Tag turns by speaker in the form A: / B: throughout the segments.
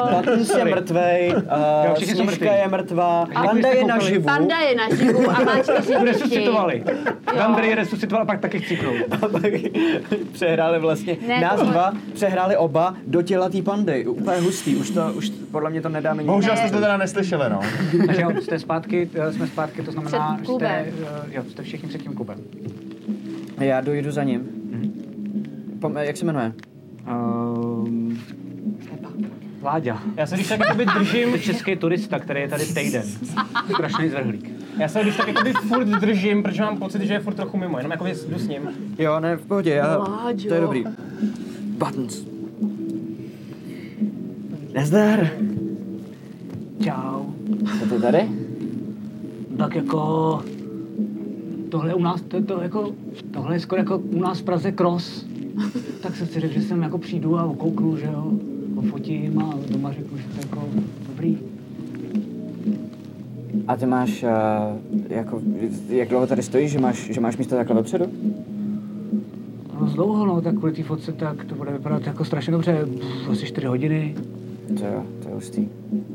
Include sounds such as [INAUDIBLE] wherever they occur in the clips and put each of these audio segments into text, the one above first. A: Patins je [LAUGHS] mrtvej, uh,
B: všichni jsou
A: Sněžka
B: mrtví.
A: je mrtvá,
B: jste
A: Panda je
B: koukali?
A: naživu.
C: Panda je naživu a má čtyři
B: Tu
C: děti.
B: resuscitovali. Dandry je
C: Jo.
B: resuscitoval a pak taky [LAUGHS] chcípnul.
A: A pak [LAUGHS] přehráli vlastně.
C: Ne,
A: Nás
C: tohle-
A: dva přehráli oba do těla té pandy. Úplně hustý, už to, už podle mě to nedá není.
D: Bohužel
C: Ne.
D: jste to teda neslyšeli, no.
B: Takže jo, jste zpátky, eh, jsme zpátky, to znamená,
C: Před
B: že jste,
C: klubem.
B: eh, jo, jste všichni před tím klubem.
A: Já dojdu za ním. Pom- jak se jmenuje?
B: Um, Láďa.
E: Já se když tak jakoby držím,
B: Jste český turista, který je tady týden. Strašný zvrhlík.
E: já se když tak jakoby furt držím, protože mám pocit, že je furt trochu mimo, jenom jakoby jdu s ním.
A: Jo, ne, v pohodě, já,
C: Láďo.
A: to je dobrý. Buttons. Nezdar.
B: Čau.
A: Jste tady?
B: Tak jako... Tohle je u nás, to, to jako, tohle je skoro jako u nás v Praze cross. Tak jsem si řekl, že sem jako přijdu a okouknu, že jo. Fotím a doma řeknu, že to je jako dobrý.
A: A ty máš, uh, jako, jak dlouho tady stojíš, že máš, že máš místo takhle vepředu?
B: No z dlouho, no, tak kvůli té fotce, tak to bude vypadat jako strašně dobře, Pff, asi 4 hodiny.
A: To jo, to je hustý.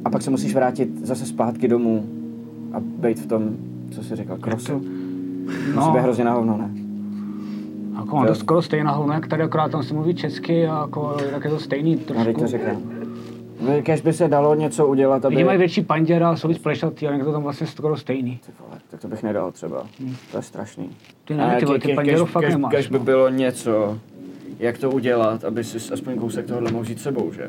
A: A pak se musíš vrátit zase zpátky domů a být v tom, co jsi říkal, krosu. No. Musí být hrozně na hovno, ne?
B: A jako mám to skoro stejná hovno, jak tady, akorát tam se mluví česky a jako, tak je to stejný
A: Já No, teď
B: trošku.
A: to říkám. Kež by se dalo něco udělat, aby...
B: Lidi mají větší panděra, jsou víc plešatý, a někdo tam vlastně skoro stejný.
A: Ty vole, tak to bych nedal třeba. To je strašný.
B: Ty ne, ty vole, ty panděru fakt nemáš,
A: Kež by
B: no.
A: bylo něco, jak to udělat, aby si aspoň kousek tohohle mohl vzít sebou, že?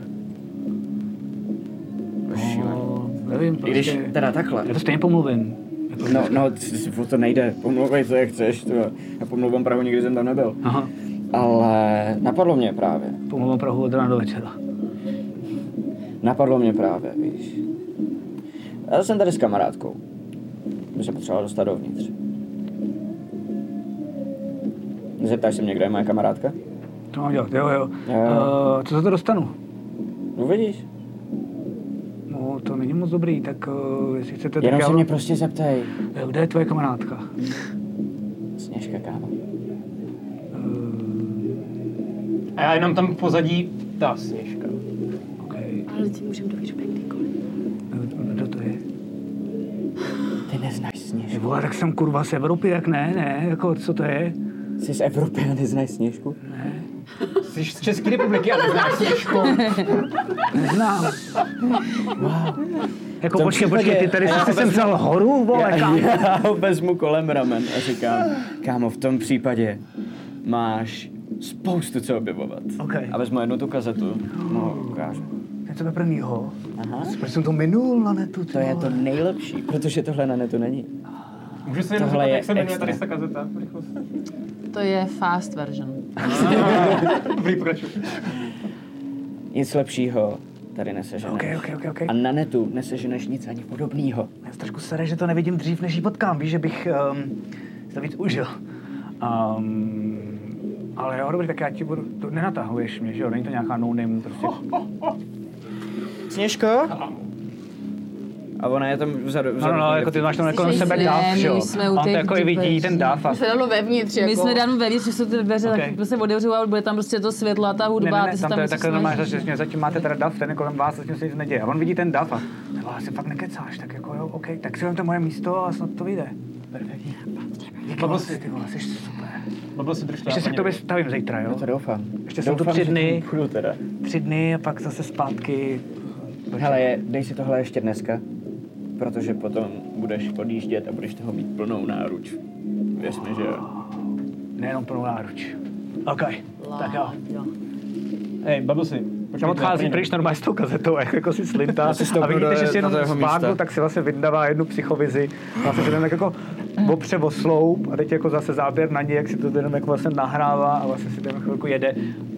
A: To je šílený.
B: No, nevím,
A: I
B: prostě,
A: když teda takhle.
B: já to stejně pomluvím.
A: No, no, c- c- to nejde, pomluvej co jak chceš, to. já pomluvám Prahu, nikdy jsem tam nebyl.
B: Aha,
A: Ale napadlo mě právě,
B: pomluvám Prahu od rána do večera.
A: napadlo mě právě, víš. Já jsem tady s kamarádkou. My se potřebovala dostat dovnitř. Zeptáš se mě, kde je moje kamarádka?
B: To mám dělat, jo, jo.
A: Jo, jo.
B: Eh, co za to dostanu?
A: Uvidíš.
B: No, to není moc dobrý, tak eh, jestli chcete, tak
A: Jenom
B: já...
A: se mě prostě zeptej.
B: Eh, Kde je tvoje kamarádka?
A: Sněžka, kámo.
E: A já jenom tam v pozadí ta sněžka.
B: OK,
C: Ale ti můžeme dovyřbit kdykoliv.
B: Eh, kdo to je?
A: Ty neznáš
B: Ty
A: Sněžku.
B: vole, tak jsem kurva z Evropy, jak ne, ne, jako co to je?
A: Jsi z Evropy a neznáš Sněžku?
B: Ne,
E: Jsi z České republiky, ale znáš sněžku.
A: [LAUGHS]
B: neznám. Jako
A: tom
B: počkej,
A: případě-
B: počkej, ty tady
A: já
B: jsi
A: vezmu-
B: jsem vzal horu, vole,
A: Já, [LAUGHS]
B: kámo.
A: já ho vezmu kolem ramen a říkám, kámo, v tom případě máš spoustu co objevovat.
B: OK.
A: A vezmu jednu tu kazetu. No, ukážu.
B: Něco to prvního.
A: Aha.
B: Proč jsem to minul na netu, ty
A: To je to
B: vole?
A: nejlepší, protože tohle na netu není.
E: Můžu si jenom
A: Tohle
E: zeptat,
A: je
E: jak se jmenuje
A: extra.
E: tady ta kazeta? Rychlost.
F: To je fast version.
E: Dobrý, pokračuj.
A: Nic lepšího tady neseženeš.
B: OK, OK, OK, OK.
A: A na netu neseženeš nic ani podobného.
B: Já se trošku sere, že to nevidím dřív, než ji potkám. Víš, že bych um, si to víc užil. Um, ale jo, dobrý, tak já ti budu... To nenatahuješ mě, že jo? Není to nějaká no-name, prostě...
A: Sněžko? A ona je tam vzadu.
B: No,
A: vzadu
B: no, no, jako ty máš tam kolem
F: Slyšeli
B: sebe
F: jsme,
B: dáv,
F: my
B: že jo?
F: už jsme
B: A
F: u
B: On to
F: těch
B: jako i vidí
F: dveří.
B: ten dáv a...
C: To je dalo vevnitř, jako.
F: My jsme dáno vevnitř, že jsou ty dveře,
B: Okej.
F: tak prostě odevřou a bude tam prostě to světlo a ta
B: Ne,
F: hudba.
B: ne,
F: a ty
B: ne,
F: se
B: tam
F: prostě
B: to je
F: musíš
B: takhle normálně,
F: snažit.
B: že že zatím máte teda dav, ten je kolem vás, zatím se nic neděje. A on vidí ten dav a ty vole, si fakt nekecáš, tak jako jo, OK, tak si vemte moje místo a snad to vyjde. Perfektní. Díky moc, ty vole, jsi super.
E: Babel si držte.
B: Ještě se k tobě stavím zítra, jo?
A: To doufám.
B: Ještě jsou tu
A: Doufám,
B: tři
A: že
B: dny.
A: tam Půjdu teda.
B: Tři dny a pak zase zpátky.
A: Hele, je, dej si tohle ještě dneska, protože potom budeš odjíždět a budeš toho mít plnou náruč. Věř mi, že jo.
B: Nejenom plnou náruč. OK, tak jo.
C: Jo.
E: Hej, Babel si.
B: Tam odchází pryč normálně s tou kazetou, jak jako si slintá.
A: si
B: A
A: stoupnu
B: vidíte,
A: do-
B: že si jenom
A: do jeho
B: spáknu,
A: místa.
B: tak si vlastně vyndává jednu psychovizi. Vlastně se jenom tak jako opře o sloup a teď jako zase záběr na ní, jak si to jenom jako vlastně nahrává a vlastně si tam chvilku jede.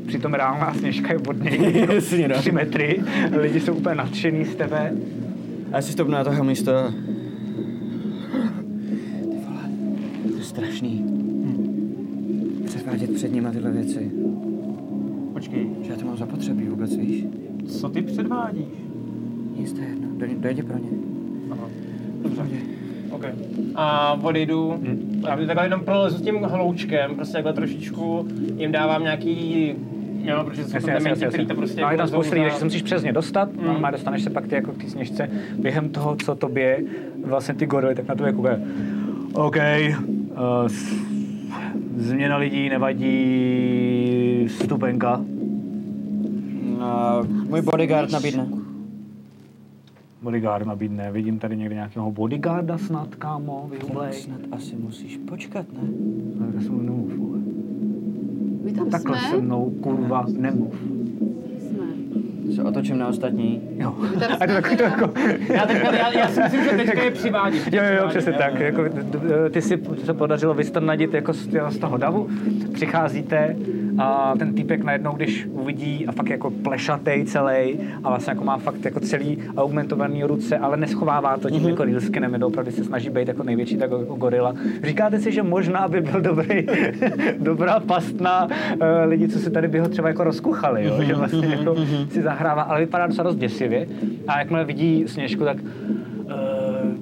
B: Přitom reálná sněžka je od něj
A: [LAUGHS] Jasně, no.
B: 3 metry. Lidi jsou úplně nadšený z tebe.
A: A já si stoupnu na toho místo. a- Ty vole, to je strašný. Předvádět před nima tyhle věci.
E: Počkej,
A: Že já to mám zapotřebí vůbec, víš?
E: co ty předvádíš?
A: Nic to je jedno, Doj- dojde pro ně.
E: OK. A odejdu,
B: Hm.
E: já takhle jenom prolezu s tím hloučkem, prostě takhle trošičku jim dávám nějaký Jo, protože jsou
B: Jasně,
E: tam
B: jasně,
E: dementi,
B: jasně,
E: který to
B: jasně. No,
E: prostě...
B: Ale je
E: jako
B: tam
E: lezou
B: spousta lidí,
E: za-
B: takže se musíš přes ně dostat, mm. a dostaneš se pak ty jako k té sněžce. Během toho, co tobě vlastně ty godoje, tak na to jako OK, uh, změna lidí nevadí, stupenka.
A: No, můj bodyguard nabídne.
B: Bodyguard nabídne, vidím tady někde nějakého bodyguarda snad, kámo, vyhulej.
A: Snad asi musíš počkat, ne?
B: Já jsem nemluv, vole.
G: My tam
B: Takhle
G: jsme?
B: se mnou, kurva, nemluv.
G: jsme.
A: Se otočím na ostatní.
B: Jo.
G: My tam
B: A to
G: jsme
B: takový to
G: teda.
B: jako...
E: Já, teďka, já, já si myslím, že teďka je přivádíš.
B: Jo, jo, jo, přesně tak. Jako, d- d- ty si se podařilo vystrnadit jako z, z toho davu. Přicházíte a ten týpek najednou, když uvidí a fakt jako plešatej celý a vlastně jako má fakt jako celý augmentovaný ruce, ale neschovává to tím mm-hmm. jako reelskinem, je to opravdu se snaží být jako největší tak jako gorila. Říkáte si, že možná by byl dobrý, [LAUGHS] dobrá past na eh, lidi, co si tady by ho třeba jako rozkuchali, jo? že vlastně jako si zahrává, ale vypadá docela dost děsivě a jakmile vidí Sněžku, tak eh,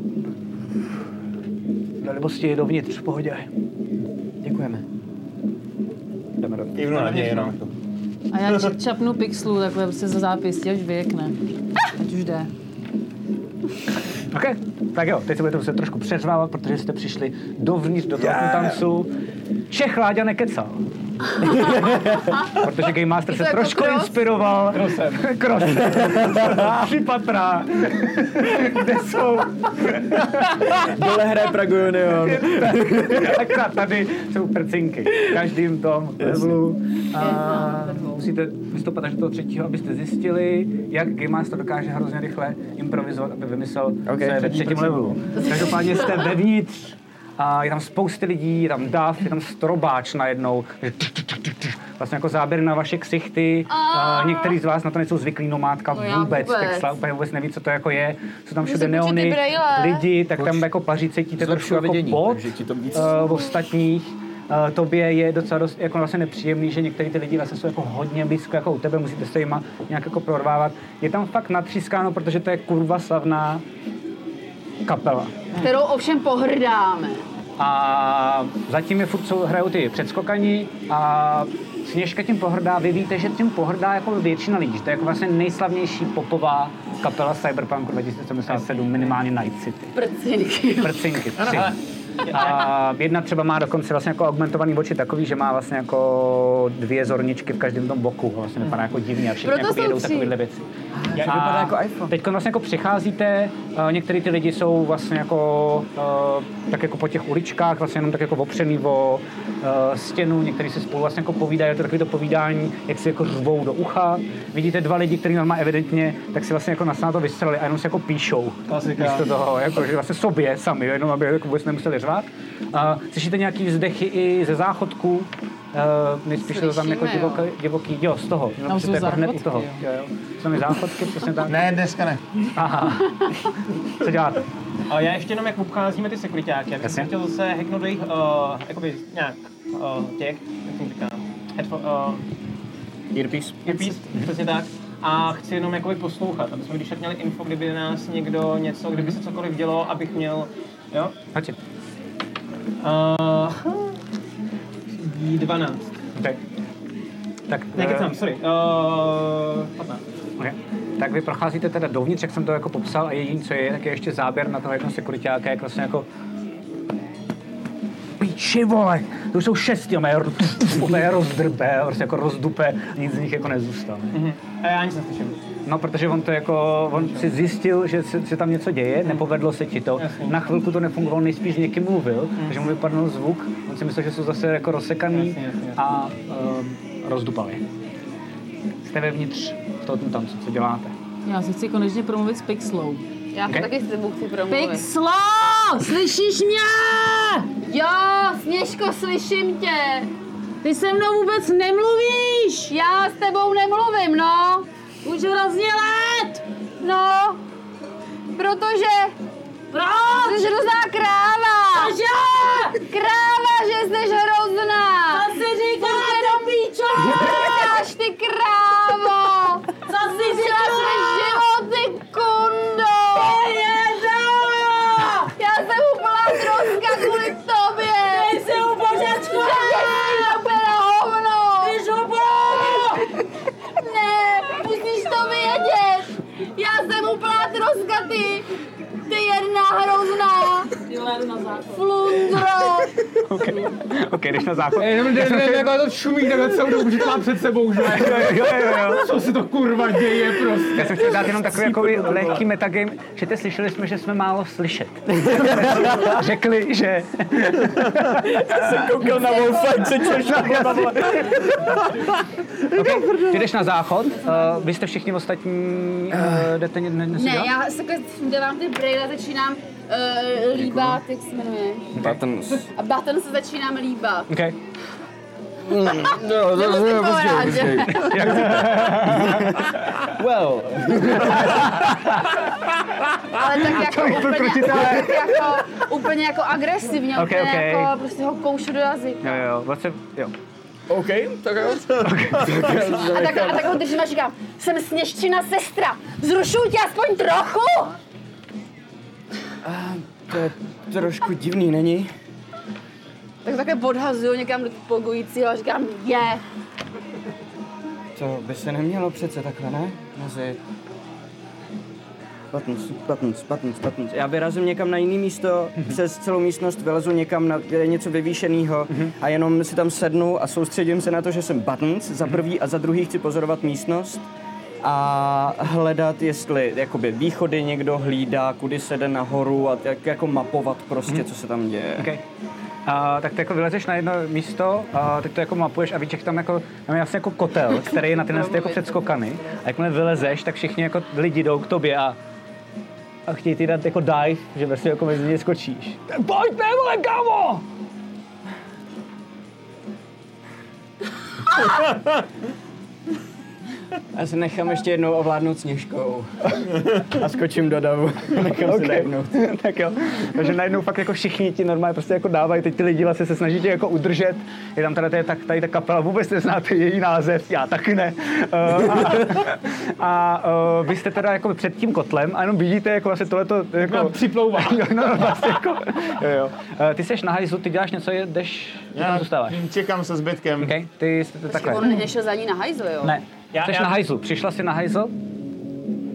B: Velikosti je dovnitř, v pohodě.
A: Děkujeme. Jdeme do
D: Kývnu na něj jenom.
F: A já čap- čapnu pixlů takhle prostě za zápěstí, až vyjekne. Ať už jde.
B: OK, tak jo, teď se budete muset trošku přeřvávat, protože jste přišli dovnitř do toho yeah. tancu. Čech
A: [LAUGHS]
B: Láďa nekecal. protože Game Master
G: Je
B: se
G: to jako
B: trošku
G: cross?
B: inspiroval. [LAUGHS] Krosem. Krosem. Tři patra. Kde jsou?
A: Dole hraje Pragu [LAUGHS] Union.
B: [LAUGHS] Akorát tady jsou prcinky. V každém tom levelu. A musíte vystoupat až do toho třetího, abyste zjistili, jak Game Master dokáže hrozně rychle improvizovat, aby vymyslel, okay, co je ve
A: třetí
B: třetím levelu. Každopádně jste vevnitř a je tam spousty lidí, je tam dav, je tam strobáč najednou. takže tch, tch, tch, tch, tch. Vlastně jako záběr na vaše ksichty. A některý z vás na to nejsou zvyklí, nomádka
G: No já
B: vůbec,
G: vůbec.
B: Texla úplně vůbec neví, co to jako je. Jsou tam všude
G: Musím počít ty
B: neony,
G: brejle.
B: lidi, tak tam jako paří cítíte trošku
D: Zlepšuje
B: jako
D: vidění,
B: pot
D: takže ti to víc-
B: uh, ostatních. Uh, tobě je docela dost jako vlastně nepříjemný, že některý ty lidi vlastně jsou jako hodně blízko jako u tebe, musíte se jima nějak jako prorvávat. Je tam fakt natřískáno, protože to je kurva slavná kapela.
G: Kterou ovšem pohrdáme.
B: A zatím je furt, co hrajou ty předskokani a Sněžka tím pohrdá, vy víte, že tím pohrdá jako většina lidí, že to je jako vlastně nejslavnější popová kapela Cyberpunku 2077, minimálně Night City
G: Prcinky.
B: prcinky, tři. A jedna třeba má dokonce vlastně jako augmentovaný oči takový, že má vlastně jako dvě zorničky v každém tom boku. Vlastně vypadá jako divně a všichni
G: Proto
B: jako
G: jsou
B: jedou
G: tři.
B: takovýhle věci.
A: Jak vypadá jako iPhone.
B: Teď vlastně jako přicházíte, eh, některý ty lidi jsou vlastně jako eh, tak jako po těch uličkách, vlastně jenom tak jako opřený o eh, stěnu, někteří si spolu vlastně jako povídají, je to takový to povídání, jak si jako řvou do ucha. Vidíte dva lidi, kteří normálně evidentně, tak si vlastně jako na se na to vystřelili a jenom si jako píšou.
E: Klasika.
B: Místo toho, jako, že vlastně sobě sami, jenom aby jako vůbec nemuseli řvát. A slyšíte nějaký vzdechy i ze záchodku, Uh, nejspíš je to tam jako
G: Slyšíme, jo.
B: divoký, divoký, jo, z toho. No,
F: Tam
B: protože
F: jsou
B: to je jako hned u
F: záchodky,
B: toho.
F: jo.
B: Jo, jo. Jsou Tam je záchodky, přesně tak.
D: Ne, dneska ne.
B: Aha. Co děláte?
E: A já ještě jenom, jak obcházíme ty sekuritáky, já bych
B: Jasně.
E: se chtěl zase hacknout do jejich, uh, jakoby nějak uh, těch, jak tomu říkám, headphone, uh,
A: Earpiece.
E: earpiece, přesně
B: Mhm.
E: tak. A chci jenom jakoby poslouchat, aby jsme když tak měli info, kdyby nás někdo něco, kdyby se cokoliv dělo, abych měl, jo?
B: Hoči.
E: Uh, 12.
B: Okay. Tak,
E: Ne,
B: eh,
E: kecám, sorry. Uh, 15.
B: okay. tak vy procházíte teda dovnitř, jak jsem to jako popsal, a jediný, co je, tak je ještě záběr na toho jednoho sekuritáka, jak vlastně jako piči vole, to už jsou šesti, a je, [LAUGHS] ona je rozdrbe, prostě jako rozdupe, nic z nich jako nezůstane.
E: Mhm. A já nic neslyším.
B: No, protože on to jako, on si zjistil, že se, se tam něco děje, nepovedlo se ti to.
E: Mhm. Jasně. Mhm.
B: Na chvilku to nefungovalo, nejspíš s někým mluvil, takže mu vypadnul zvuk, on si myslel, že jsou zase jako rozsekaný
E: Jasně, jasně, jasně.
B: a um, rozdupali. Jste vevnitř v tom tancu, co děláte?
F: Já se chci konečně promluvit s pixlou.
G: Já
B: Okay.
G: okay. taky s tebou chci promluvit.
F: Pixlo! Slyšíš mě?
G: Jo, Sněžko, slyším tě.
F: Ty se mnou vůbec nemluvíš!
G: Já s tebou nemluvím, no.
F: Už hrozně let!
G: No, protože... Proč? Jsi hrozná kráva.
F: Že?
G: Kráva, že jsi hrozná.
F: Co si říkáš do píčo?
G: Říkáš ty krávo.
F: Co si
G: Žila jsi
F: říkáš?
G: život, ty kundo. Já jsem úplná troska kvůli tobě.
F: Ty jsi u božačka!
G: Že jsi úplně hovno.
F: Žubo!
G: jsem úplná troska, ty! Ty jedná hrozná! Flundro!
B: OK, jdeš na
E: [LAUGHS]
B: záchod.
E: Jenom jde, jde, takhle to šumí, takhle celou dobu, že to před sebou, že?
B: jo, jo, jo.
E: Co se to kurva děje prostě?
B: Já jsem chtěl dát jenom takový jako lehký metagame. Čete, slyšeli jsme, že jsme málo slyšet. [LAUGHS] Řekli, že...
A: Koukal na Wolfa,
B: [LAUGHS] Okay. Ty jdeš na záchod, uh, vy jste všichni ostatní,
A: Eh,
B: uh, jdete ně- ne, ne,
G: Ne, já se takhle dělám ty brýle, začínám uh, líbat, jak se jmenuje.
A: Buttons.
G: A baten se začínám líbat.
B: Okay.
A: No,
G: Nebo si to rád, [LAUGHS]
A: Well,
G: Ale tak jako úplně,
B: krutitelé.
G: jako, úplně jako agresivně,
B: Ok,
G: úplně
B: ok.
G: jako prostě ho koušu do jazyka.
B: Jo, jo, vlastně, jo.
A: OK, tak jo.
G: A tak, a tak ho držím a říkám, jsem sněžčina sestra, vzrušuju tě aspoň trochu!
A: To je trošku divný, není?
G: Tak takhle odhazuju někam do pogujícího a říkám, je.
A: To by se nemělo přece takhle, ne? Mezi... Buttons, buttons, buttons, buttons. Já vyrazím někam na jiný místo,
B: Mhm.
A: přes celou místnost vylezu někam na kde je něco vyvýšeného a jenom si tam sednu a soustředím se na to, že jsem buttons za prvý a za druhý chci pozorovat místnost a hledat, jestli jakoby východy někdo hlídá, kudy se jde nahoru a tak jako mapovat prostě, co se tam děje.
B: Okay. A, tak ty jako vylezeš na jedno místo, a, tak to jako mapuješ a víček tam jako, tam je vlastně jako kotel, který je na tyhle ty jako předskokany. A jakmile vylezeš, tak všichni jako lidi jdou k tobě a, a chtějí ti dát jako dive, že vlastně jako mezi ně skočíš. Tak pojďme, vole, kámo!
A: Já se nechám ještě jednou ovládnout sněžkou. A skočím do
B: [LAUGHS]
A: davu. Nechám okay. se najednou.
B: tak jo. Takže najednou fakt jako všichni ti normálně prostě jako dávají, teď ty lidi vlastně se snaží tě jako udržet. Je tam tady, tady, tady, tady ta kapela, vůbec neznáte její název, já taky ne. Uh, a a uh, vy jste teda jako před tím kotlem a jenom vidíte, jako vlastně tohleto... Jako,
E: Nám připlouvá.
B: [LAUGHS] Jo, no, no, vlastně jako, jo, jo. Uh, ty seš na hajzlu, ty děláš něco, jdeš, tam zůstáváš.
D: čekám se zbytkem.
B: Okay? Ty jste takhle.
G: On nešel za ní na hajzl, jo?
B: Ne,
E: Já-
B: jsi
E: já-
B: na hajzlu, přišla jsi na hajzl,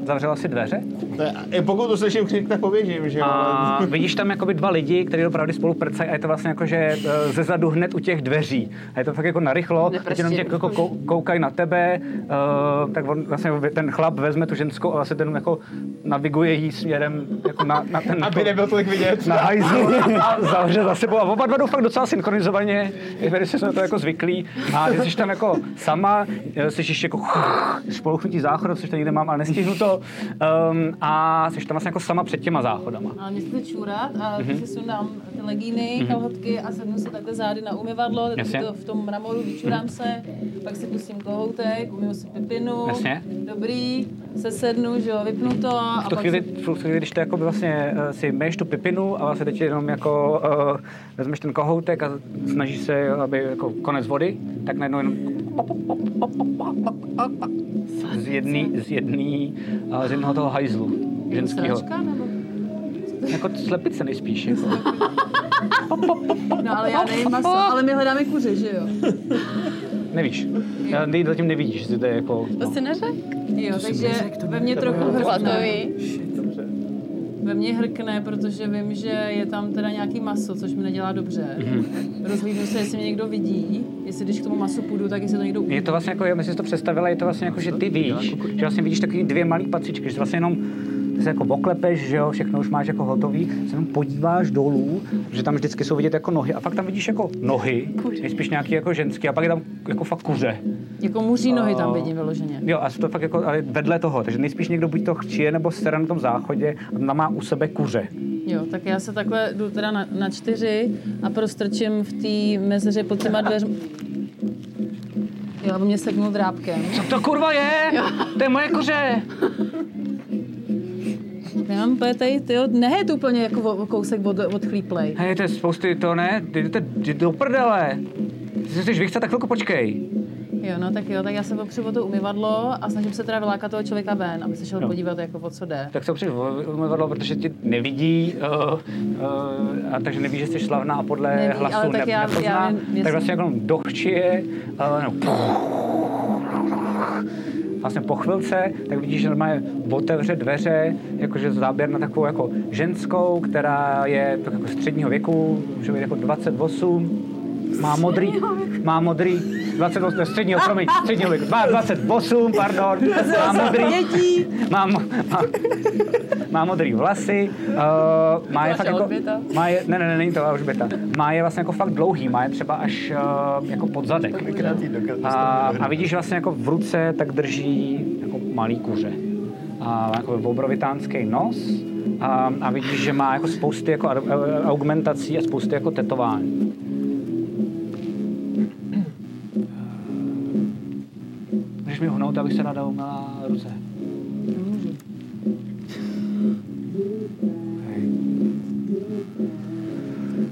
B: zavřela si dveře
D: To je- I pokud to slyším křik, tak poběžím, že jo.
B: A vidíš tam jakoby dva lidi, kteří opravdu spolu prcají a je to vlastně jako, že eh, ze zadu hned u těch dveří. A je to fakt jako narychlo,
F: Neprstěný.
B: teď jenom tě jako kou- koukají na tebe, eh, tak on, vlastně ten chlap vezme tu ženskou a vlastně ten jako naviguje jí směrem jako na, na ten...
D: Aby nebyl tolik vidět.
B: na hajzlu a zavře za sebou. A oba dva jdou fakt docela synchronizovaně, když jsme na to jako zvyklí. A ty jsi tam jako sama, eh, slyšíš jako spoluchnutí záchodu, což to nikde mám, ale nestihnu to. Um, a jsi tam vlastně jako sama před těma záchodama.
F: Ale mě se to čůrat a
B: Mhm.
F: mm-hmm. si sundám ty legíny, mm-hmm. kalhotky a sednu se takhle zády na umyvadlo, tak
B: Jasně.
F: to v tom mramoru vyčurám se, pak si pustím kohoutek, umiju si pipinu,
B: Jasně.
F: dobrý, se sednu, že jo, vypnu to a
B: v tu
F: pak
B: chvíli,
F: si...
B: v tu chvíli když to jako vlastně eh, si myješ tu pipinu a vlastně teď jenom jako uh, vezmeš ten kohoutek a snažíš se, aby jako konec vody, tak najednou jenom z jedný, z jedný, eh, z jednoho toho hajzlu ženského.
F: Sračka, nebo?
B: Jako slepice nejspíš. Jako.
F: No ale já nejím maso, ale my hledáme kuře, že jo?
B: Nevíš. Já nej- zatím nevidíš, že to je jako...
F: To
B: No.
F: si neřek? Jo, takže ve mně trochu hrkne. Ve mně hrkne, protože vím, že je tam teda nějaký maso, což mi nedělá dobře.
B: Mhm.
F: Rozhlídnu se, jestli mě někdo vidí, jestli když k tomu masu půjdu, tak jestli to někdo uvidí.
B: Je to vlastně jako, já myslím, že to představila, je to vlastně jako, že ty víš, že vlastně vidíš takový dvě malý patřičky, že vlastně jenom se jako oklepeš, že jo, všechno už máš jako hotový, se jenom podíváš dolů, že tam vždycky jsou vidět jako nohy a fakt tam vidíš jako nohy, nejspíš nějaký jako ženský a pak je tam jako fakt kuře.
F: Jako muží nohy
B: No.
F: tam vidím vyloženě.
B: Jo, a to fakt jako ale vedle toho, takže nejspíš někdo buď to chčije nebo sere na tom záchodě a tam má u sebe kuře.
F: Jo, tak já se takhle jdu teda na, na čtyři a prostrčím v té mezeře pod těma dveřmi. Jo, aby mě seknul drábkem.
B: Co to kurva je? To je moje kuře!
F: Já mám úplně tady, tyjo, ne je to úplně jako o- o kousek od, od chlíplej.
B: Hej, to je spousty, to ne, ty jdete ty do prdele. Ty se chceš vychcat, tak chvilku počkej.
F: Jo, no tak jo, tak já se popřu o to umyvadlo a snažím se teda vylákat toho člověka ven, aby se šel
B: Jo.
F: podívat, jako o co jde.
B: Tak se opřeš umyvadlo, protože tě nevidí, uh, uh, a takže neví, že jsi slavná a podle
F: Neví,
B: hlasu
F: ale
B: ne,
F: tak já-
B: nepozná,
F: já vím,
B: tak
F: jasně.
B: vlastně jako jenom dochčije, uh, no, eh, Vlastně po chvilce, tak vidíš, že normálně otevře dveře, jakože záběr na takovou jako ženskou, která je tak jako středního věku, může být jako 28, má modrý, má modrý, 28, ne, středního, promiň, středního věku, má 28, pardon, má modrý, má, mo- má, má modrý vlasy, uh, má je
F: Byla
B: fakt
F: že
B: jako,
F: odběta?
B: má je, ne, ne, ne, není to už běta, má je vlastně jako fakt dlouhý, má je třeba až uh, jako pod zadek. A, a vidíš že vlastně jako v ruce, tak drží jako malý kuře. A má jako obrovitánský nos a, a vidíš, že má jako spousty jako ar- eh, augmentací a spousty jako tetování. Můžeš mi hnout, abych se ráda uměla ruce. Hej.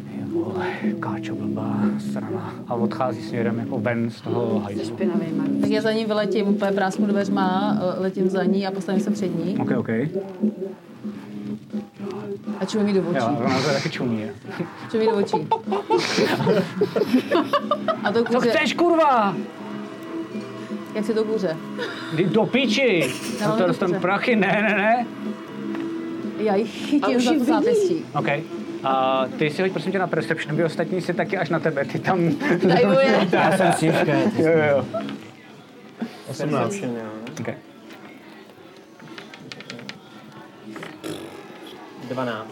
B: Ty vole, Káčo blbá strana a odchází směrem jako ven z toho hajzlu.
G: Špinavý Mark.
F: Tak já za ní vyletím, úplně prásknu dveřma, eh, letím za ní a postavím se před ní
B: OK, OK.
F: a čumím jí do
B: Jo,
F: očí.
B: ona se taky čumí. jo.
F: Čumím jí do očí. A to
B: Co
F: kuře,
B: chceš, kurva?
F: jak si to kuře?
B: Jdi do piči!
F: Já
B: No
F: mám
B: to
F: to
B: dostanu
F: dobře.
B: prachy, ne, ne, ne.
F: Já ji
G: A
F: chytím
G: už
F: za
G: ji
F: to
G: vidí.
F: zápěstí.
B: OK. A ty si hoď prosím tě na perception, vy ostatní si taky až na tebe, ty tam...
F: Dajvuje.
A: Já jsem sněžka.
B: jo, jo, jo.
D: 18.
B: Okay.
E: 12.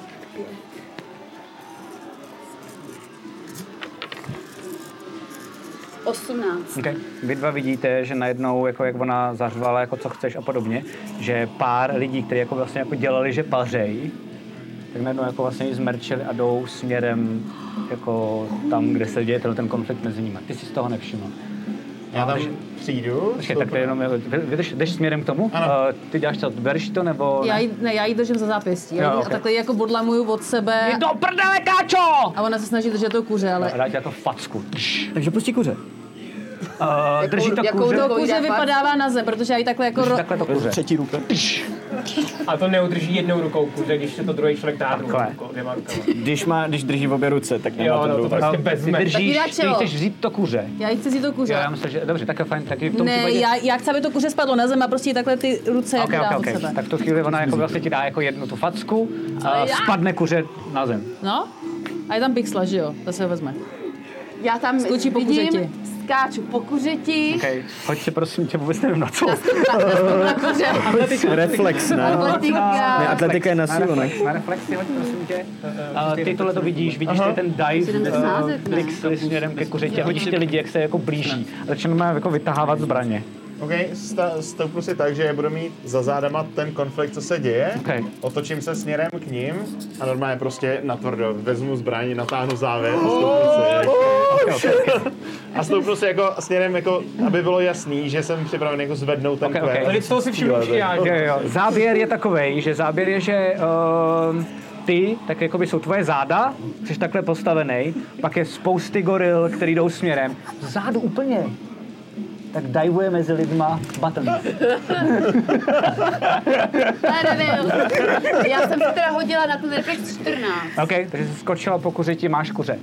G: Osmnáct.
B: Okay. Vy dva vidíte, že najednou, jako jak ona zařvala, jako co chceš a podobně, že pár lidí, kteří jako vlastně jako dělali, že pařej, tak najednou jako vlastně ji zmerčili a jdou směrem jako tam, kde se děje tenhle ten konflikt mezi nimi. Ty si z toho nevšiml.
D: Já tam přijdu.
B: Počkej, tak to je jenom, jako, vy- vydrž, jdeš směrem k tomu?
D: Ano.
B: Eh, ty děláš to, bereš to nebo...
F: Já ji, ne, já ji držím za zápěstí.
B: Jo,
F: Já ji,
B: ok.
F: A takhle ji jako bodlamuju od sebe.
B: Do prdele, káčo!
F: A ona se snaží držet to kuře,
B: A
F: ale
B: dá ti jako facku. Tš.
A: Takže pustí kuře.
B: Eh, drží to
G: jakou
B: kůže,
F: to
G: dobu?
F: kuře
G: Jde fakt?
F: vypadává na zem, protože já ji takhle jako...
B: drží
F: Ro...
B: takhle to kůže.
A: Třetí ruka.
E: A to neudrží jednou rukou kuře, když se to druhý člověk dá druhou
B: Takhle.
E: rukou, dvěma rukama.
A: Když, má, když drží v obě ruce, tak nemá
E: Jo,
A: to
E: no
A: druhou.
E: to prostě
B: Ty
E: vezme.
B: Eh, držíš,
F: na
B: ty
F: čelo.
B: chceš vzít to kuře.
F: Já jí chci si to
B: Jo,
F: kuře.
B: já myslím, že dobře, tak je fajn, tak v tom
F: Ne,
B: případě...
F: já, já chci, aby to kuře spadlo na zem a prostě jí takhle ty ruce jako
B: Okay,
F: dá
B: okay,
F: od
B: okay.
F: sebe.
B: Tak v tu chvíli ona jako vlastně ti dá jako jednu tu facku a
F: Ale já-
B: spadne kuře na zem.
F: No? A je tam pixla, že jo? Ta se ho vezme.
G: Já tam
F: Skočí po
G: vidím,
F: kuřeti.
G: skáču po kuřeti.
B: Okay. Hoď si prosím tě, vůbec nevím na co.
G: Na kuře.
A: Reflex, ne? Ne,
G: Atletika.
A: atletika je na
B: Na
A: sílu, ne?
B: reflex, na reflexy, hoď prosím tě. A ty tohle to vidíš, vidíš ty ten dive,
G: jdeme
B: eh,
G: sázet, ne?
B: blixli směrem ke kuřetě a vidíš ty lidi, jak se jako blíží. A začnou má jako vytahávat zbraně.
D: OK, sta- stoupnu si tak, že budu mít za zádama ten konflikt, co se děje.
B: OK.
D: Otočím se směrem k ním a normálně prostě natvrdo vezmu zbraň, natáhnu závěr
B: Oh,
D: a stoupnu se. A stoupnu se jako směrem, jako, aby bylo jasný, že jsem připraven jako zvednout ten
B: OK,
D: okay,
B: OK.
E: Lid z toho si všimnu už i já,
B: Jo,
E: že?
B: jo, záběr je takový, že záběr je, že uh, ty, tak jakoby jsou tvoje záda, jsi takhle postavený, pak je spousty goril, který jdou směrem. Zádu úplně. Tak diveuje mezi lidma button.
G: Ne, ne, ne. Já jsem se teda hodila na ten reflex 14.
B: OK, takže jsi skočila po kuřeti, máš kuře.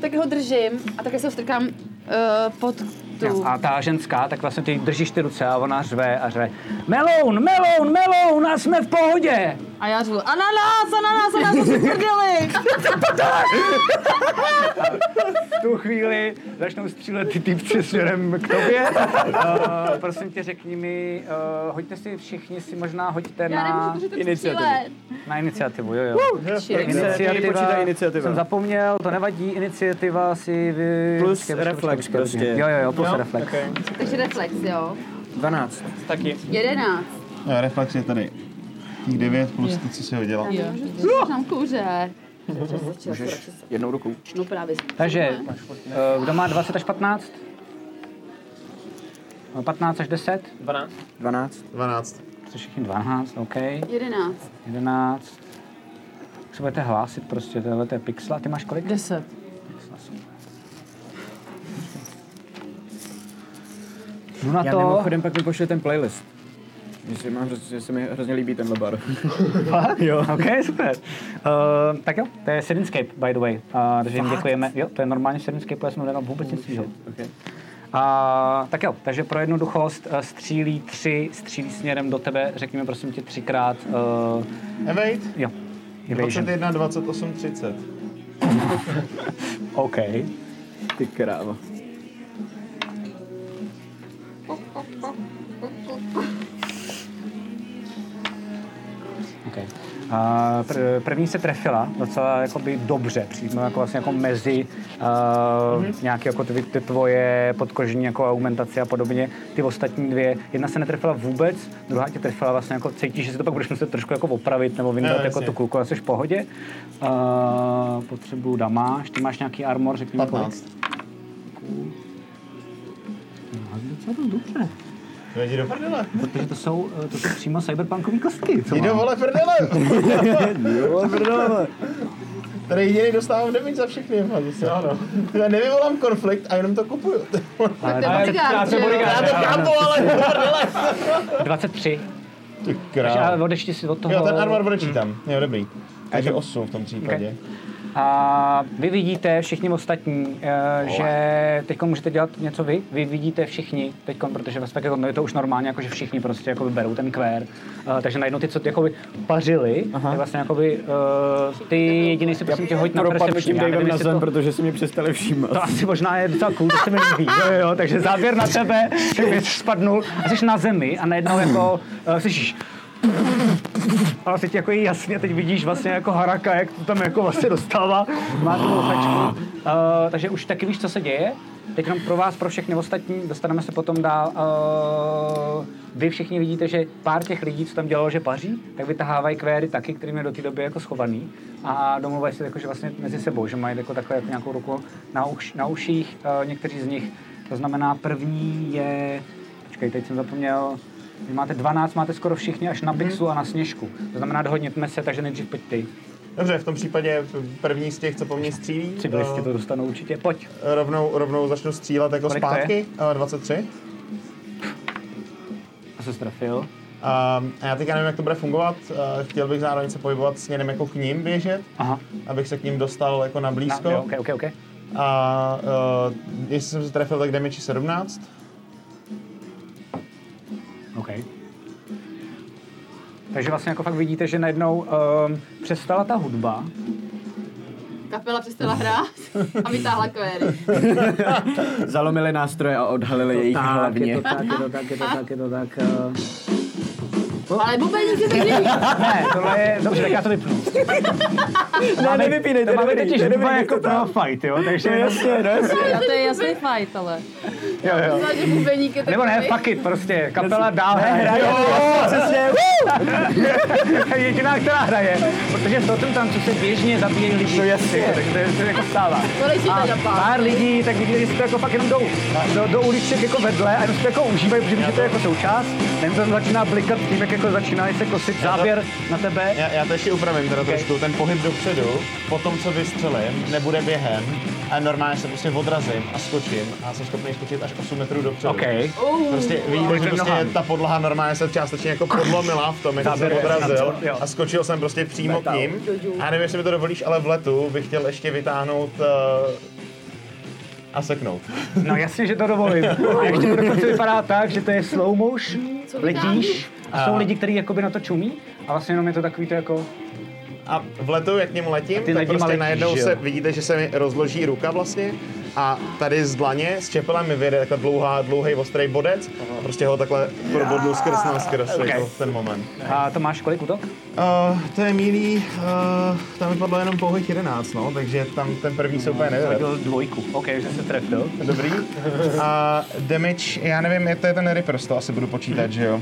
G: Tak ho držím a také se ho strkám uh, pod tu.
B: A ta ženská, tak vlastně ty držíš ty ruce a ona řve a řve. Meloun, meloun, meloun, a jsme v pohodě.
F: A já řvu, ananas, ananas, ananas, se
B: [LAUGHS]
F: prdeli.
B: V tu chvíli začnou střílet ty týpci směrem
A: [LAUGHS]
B: k tobě. Uh, prosím tě, řekni mi, uh, hoďte si všichni, si možná hoďte
G: Já
B: na,
G: nemůžu držet to
A: Iniciativu.
G: střílet.
B: na iniciativu, jo, jo.
A: Iniciativa, počítá iniciativa.
B: Jsem zapomněl, to nevadí, iniciativa si vy...
A: Plus
B: počkej, počkej,
A: reflex
B: počkej, počkej.
A: prostě.
B: Jo, jo, jo, plus reflex.
E: Okay.
G: Takže reflex, jo.
A: 12.
E: Taky.
G: 11.
D: No, reflex je tady. 9 plus ty, co si ho dělal.
F: Jo.
G: Mám kouře.
A: Jednou rukou.
G: No právě.
B: Takže, eh, kdo má 20 až 15? No, 15 až 10?
E: 12.
A: 12.
D: 12.
B: Jste všichni 12, OK.
G: 11.
B: 11. Už se budete hlásit prostě, tohle to je pixla. Ty máš kolik?
F: Deset.
B: Jdu na
A: Já
B: to.
A: mimochodem pak mi pošle ten playlist. Že se, mám, že se mi hrozně líbí tenhle bar.
B: Fakt? Jo. OK, super. Uh, tak jo, to je Eh, Sirinscape, by the way. Uh, takže jim děkujeme. Jo, to je normálně Sirinscape, já jsem nedal vůbec nic svýho.
A: Okay.
B: A, tak jo, takže pro jednoduchost eh, střílí tři, střílí směrem do tebe, řekněme prosím tě třikrát. Uh,
D: Evade,
B: jo. Evasion.
D: 21, 28, 30.
B: OK.
A: Ty kráva.
B: okay. A pr- první se trefila docela jakoby dobře, přímo jako vlastně jako mezi uh,
A: Mhm.
B: nějaké jako ty, ty tvoje podkožní jako augmentace a podobně. Ty ostatní dvě, jedna se netrefila vůbec, druhá tě trefila vlastně jako cítíš, že si to pak budeš muset trošku jako opravit nebo vyndat
D: No,
B: jako
D: jasně.
B: tu kulku, ale jsi v pohodě. Uh, potřebuju damáš, ty máš nějaký armor, řekni mi kolik.
D: 15.
B: No, docela dost dobře.
D: Jdi do prdele.
B: Protože to jsou, eh, to jsou přímo cyberpunkové kostky. Co
D: Jdi do
B: mám.
D: vole [LAUGHS] prdele.
A: Jo, prdele.
D: Tady jediný dostávám damage za všechny. Fakt, zase, ano. Já nevyvolám konflikt a jenom
B: [LAUGHS]
D: to kupuju.
B: Ale
G: To je
B: dvacet-
G: bodyguard, že jo?
D: Já to chápu, ale do prdele.
B: 23.
D: Ty
B: Takže ale
D: krávo.
B: odešti si od toho.
D: Jo, ten armor odečítám. Jo, dobrý. Takže 8 v tom případě.
B: A vy vidíte všichni ostatní, eh, že teď můžete dělat něco vy. Vy vidíte všichni teď, protože vás tak jako, no je to už normálně, jako, že všichni prostě jako berou ten kvér. Eh, takže najednou ty, co ty jako pařili, tak vlastně jako by, ty jediný si prosím tě hoď na
A: Propadl
B: perception.
A: tím
B: Já
A: Davem
B: nevím,
A: na
B: jestli
A: zem,
B: to-
A: protože si mě přestali všímat.
B: to asi možná je docela cool, to se mi líbí. Jo, jo, jo, takže záběr na tebe, jak bys spadnul a jsi na zemi a najednou jako uh, slyšíš ale teď jako je jasně, teď vidíš vlastně jako Haraka, jak to tam jako vlastně dostává. Má tu loupačku. Uh, takže už taky víš, co se děje. Teď jenom pro vás, pro všechny ostatní, dostaneme se potom dál. Uh, vy všichni vidíte, že pár těch lidí, co tam dělalo, že paří, tak vytahávají kvéry taky, kterým je do té doby jako schovaný a domluvají se jako, že vlastně mezi sebou, že mají jako takhle jako nějakou ruku na, uš, na uších, uh, někteří z nich. To znamená, první je, počkej, teď jsem zapomněl, vy máte 12, máte skoro všichni až na Pixu a na Sněžku. To znamená, dohodněme se, takže nejdřív pojď ty.
D: Dobře, v tom případě první z těch, co po mně střílí,
B: Tři
D: eh,
B: blesti to dostanu určitě, pojď.
D: rovnou, rovnou začnu střílet jako
B: Kolik to
D: zpátky. eh, 23.
B: A se strafil.
D: A Ehm, a já teďka nevím, jak to bude fungovat. eh, Chtěl bych zároveň se pohybovat směrem jako k ním běžet,
B: Aha.
D: abych se k ním dostal jako na
B: Na,
D: blízko.
B: jo, ok, ok, ok.
D: A uh, jestli jsem se trefil, tak damage je 17.
B: OK. Takže vlastně jako fakt vidíte, že najednou um, přestala ta hudba.
C: Kapela přestala hrát a vytáhla kvéry.
A: [LAUGHS] Zalomili nástroje a odhalili jejich hlavně.
H: tak, je to tak, je to tak, je to tak.
B: eh.
A: [LAUGHS] No.
C: Ale bubeník je tak neví.
B: Ne, tohle je, dobře, tak já to vypnu.
A: Ne, nevypínej, to
B: To
A: je
B: máme
A: dobrý,
B: totiž
A: to je dobrý,
B: hudba
A: to
B: jako
A: je
B: pro fight, jo, takže... Jasně, no, jasně.
C: Ale
F: A to je
C: ten
F: jasný fight, ale.
B: Jo, jo.
C: bubeník- že bubeník je tak
B: Nebo ne,
C: neví.
B: fuck it, prostě, kapela dál hraje. [LAUGHS]
A: Přesně,
B: Jediná, která hraje, protože v tom tancu se běžně zabíjejí lidi. No jasně. Takže to je- to je jako stává.
C: Konečně
B: A
C: to dopadlo.
B: pár lidí, tak vidíte, že si to jako fakt jenom jdou do, do uliček jako vedle a jenom si to jako užívají, protože vidíte, že to je jako součást. Ten to začíná blikat tím, jak jako začínají se kosit záběr na tebe.
D: Já, já to ještě upravím teda trošku, ten pohyb dopředu, po tom, co vystřelím, nebude během, a normálně se prostě odrazím a skočím a jsem schopný skočit až 8 metrů dopředu.
B: OK.
D: Prostě vidím, že
B: Kolik
D: prostě
B: nohám?
D: ta podlaha normálně se částečně jako podlomila v tom, jak jsem
B: Záběr je
D: odrazil
B: na to, jo.
D: a skočil jsem prostě přímo k ním. A nevím, jestli mi to dovolíš, ale v letu bych chtěl ještě vytáhnout eh, a seknout.
B: No jasně, že to [LAUGHS] dovolím. A ještě to dokonce vypadá tak, že to je slow motion,
C: Co
B: letíš a jsou lidi, kteří jakoby na to čumí a vlastně jenom je to takový to jako...
D: A v letu, jak k němu letím,
B: ty
D: tak
B: nad nima
D: prostě
B: letíš,
D: najednou
B: že jo?
D: se, vidíte, že se mi rozloží ruka vlastně a tady z dlaně, s čepelem mi vyjde taková dlouhá, dlouhý ostrý bodec a prostě ho takhle probodnu skrz na skrz
B: Ok.
D: jako v ten moment.
B: A to máš kolik útok?
D: Uh, to je milý, uh, tam vypadlo jenom pouhých 11, no, takže tam ten první se úplně nevedl.
B: Hodil dvojku. OK, že se trefil.
D: Dobrý. A damage, já nevím, je to je ten Reapers, to asi budu počítat, že jo?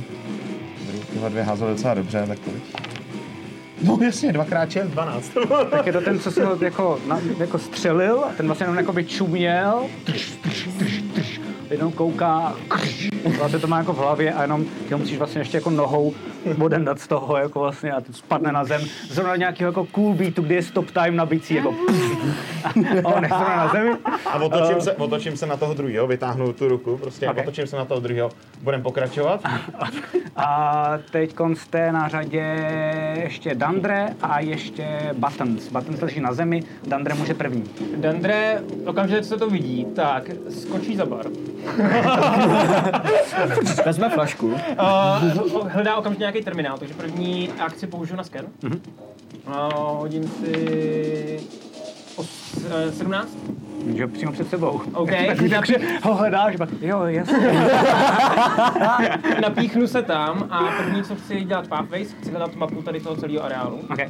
D: Dobrý, tyhle dvě házely docela dobře, tak kolik? No jasně, dvakrát šest, 12.
B: Tak je to ten, co si ho jako, na, jako střelil, a ten vlastně jenom jakoby čuměl, tš, tš, tš, tš, jednou kouká, kř, Vlastně to má jako v hlavě a jenom ty ho musíš vlastně ještě jako nohou odendat z toho jako vlastně a to spadne na zem. Zrovna nějakého jako cool beatu, kde je stop time na bicí, jako [LAUGHS] a on je zrovna na zemi.
D: A otočím se, otočím se na toho druhého, vytáhnu tu ruku, prostě
B: Ok.
D: okay. otočím se na toho druhého. Budeme pokračovat.
B: A teď jste na řadě ještě Dandre a ještě Buttons. Buttons leží na zemi, Dandre může první.
E: Dandre, okamžitě, co to vidí, tak skočí za bar.
A: Vezme flašku.
E: Uh, hledá okamžitě nějaký terminál, takže první akci použiju na sken.
B: Mhm.
E: Mm-hmm. Uh, hodím si... Os, uh, 17?
B: Že přímo před sebou. [LAUGHS]
E: OK.
B: Takový, takže ho hledáš, pak, jo, jasně.
E: [LAUGHS] Napíchnu se tam a první, co chci dělat Pathways, chci hledat mapu tady toho celého areálu.
B: Okay.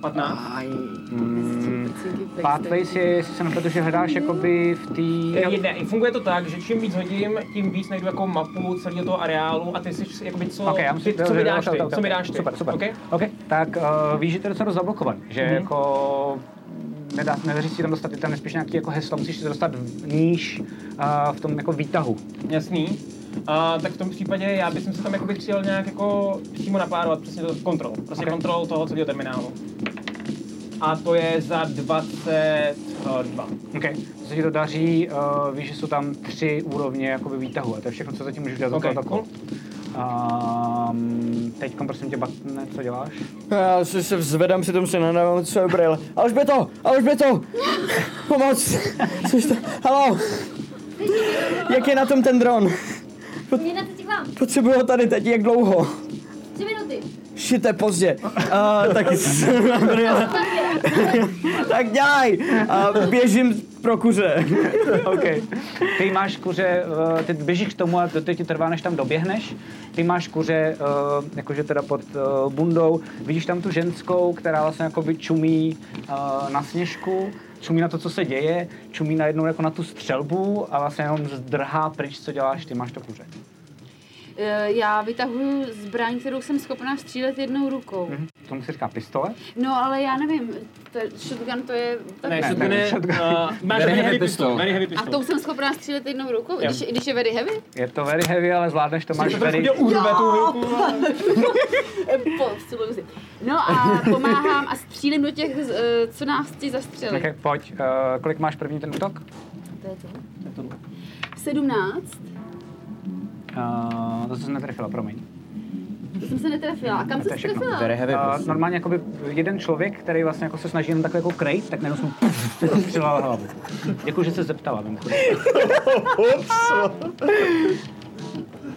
E: 15.
B: Ah, Pathways je, jestli se nepletu, že hledáš jakoby v té...
E: Je- Ne, funguje to tak, že čím víc hodím, tím víc najdu jako mapu celého toho areálu a ty jsi jakoby co,
B: Ok, já
E: ty,
B: musím,
E: co mi dáš
B: ok,
E: ty,
B: ok,
E: co mi
B: ok,
E: dáš ty.
B: Super, super.
E: Okay?
B: OK, tak uh, víš, že to je docela rozablokovan, že
E: Mhm.
B: mm-hmm. jako nedá, nedaří si tam dostat, je tam spíš nějaký jako heslo, musíš se dostat v- níž uh, v tom jako výtahu.
E: Jasný. A tak v tom případě já bych se tam jakoby chtěl nějak jako přímo napárovat, přesně to kontrol. Prostě
B: Ok.
E: okay. kontrol toho celého terminálu. A to je za 22.
B: OK, co se ti to daří, uh, víš, že jsou tam tři úrovně jakoby výtahu a to je všechno, co zatím můžeš dělat. za
E: Ok,
B: tohoto kola. Um, teďkom prosím tě, Batne, co děláš?
A: Já si se vzvedám, přitom se nadávám své brýle. Alžběto! Alžběto! Pomoc! Což to? Halo! Jak je na tom ten dron?
I: Mě na teď k vám.
A: Potřebuju ho tady teď, jak dlouho?
I: Tři minuty.
A: Šité pozdě. Uh, tak, tak dělaj! A běžím pro kuře.
B: OK. Ty máš kuře, eh, ty běžíš k tomu a to teď ti trvá, než tam doběhneš. Ty máš kuře, eh, jakože teda pod eh, bundou, vidíš tam tu ženskou, která vlastně jakoby čumí eh, na sněžku, čumí na to, co se děje, čumí najednou jako na tu střelbu a vlastně jenom zdrhá pryč, co děláš, ty máš to kuře.
C: Eh, Já vytahuju zbraň, kterou jsem schopná střílet jednou rukou.
B: Mhm. Tomu se říká pistole.
C: No, ale já nevím, ta shotgun to je... ta-
E: Ne,
B: Ne,
E: ne,
B: ne,
E: ne, ne,
B: shotgun.
E: uh, máš
J: Very
E: very
J: heavy
E: heavy
J: pistol.
E: pistol. Very heavy
C: A
E: pistol.
C: tou jsem schopná střílet jednou rukou, i když, i když je very heavy?
B: Je to very heavy, ale zvládneš to, máš
E: Jsi to trošku
B: very...
E: udělal urve tu ruku.
C: Eh, po- vciluju si. No a pomáhám a střílím do těch, eh, co nás ti zastřeli.
B: Okay, pojď, eh, kolik máš první ten útok?
C: To je to. 17.
B: Uh, to jsem netrefila, promiň.
C: To jsem se netrefila. A kam
B: To
C: jsi
B: je
C: se
B: všechno.
C: trefila?
A: heavy.
B: Uh, normálně jakoby jeden člověk, který vlastně jako se snaží jen takhle jako krejt, tak najednou jsem mu rozstřelal hlavu. Děkuji, že jste zeptala. mimochodem.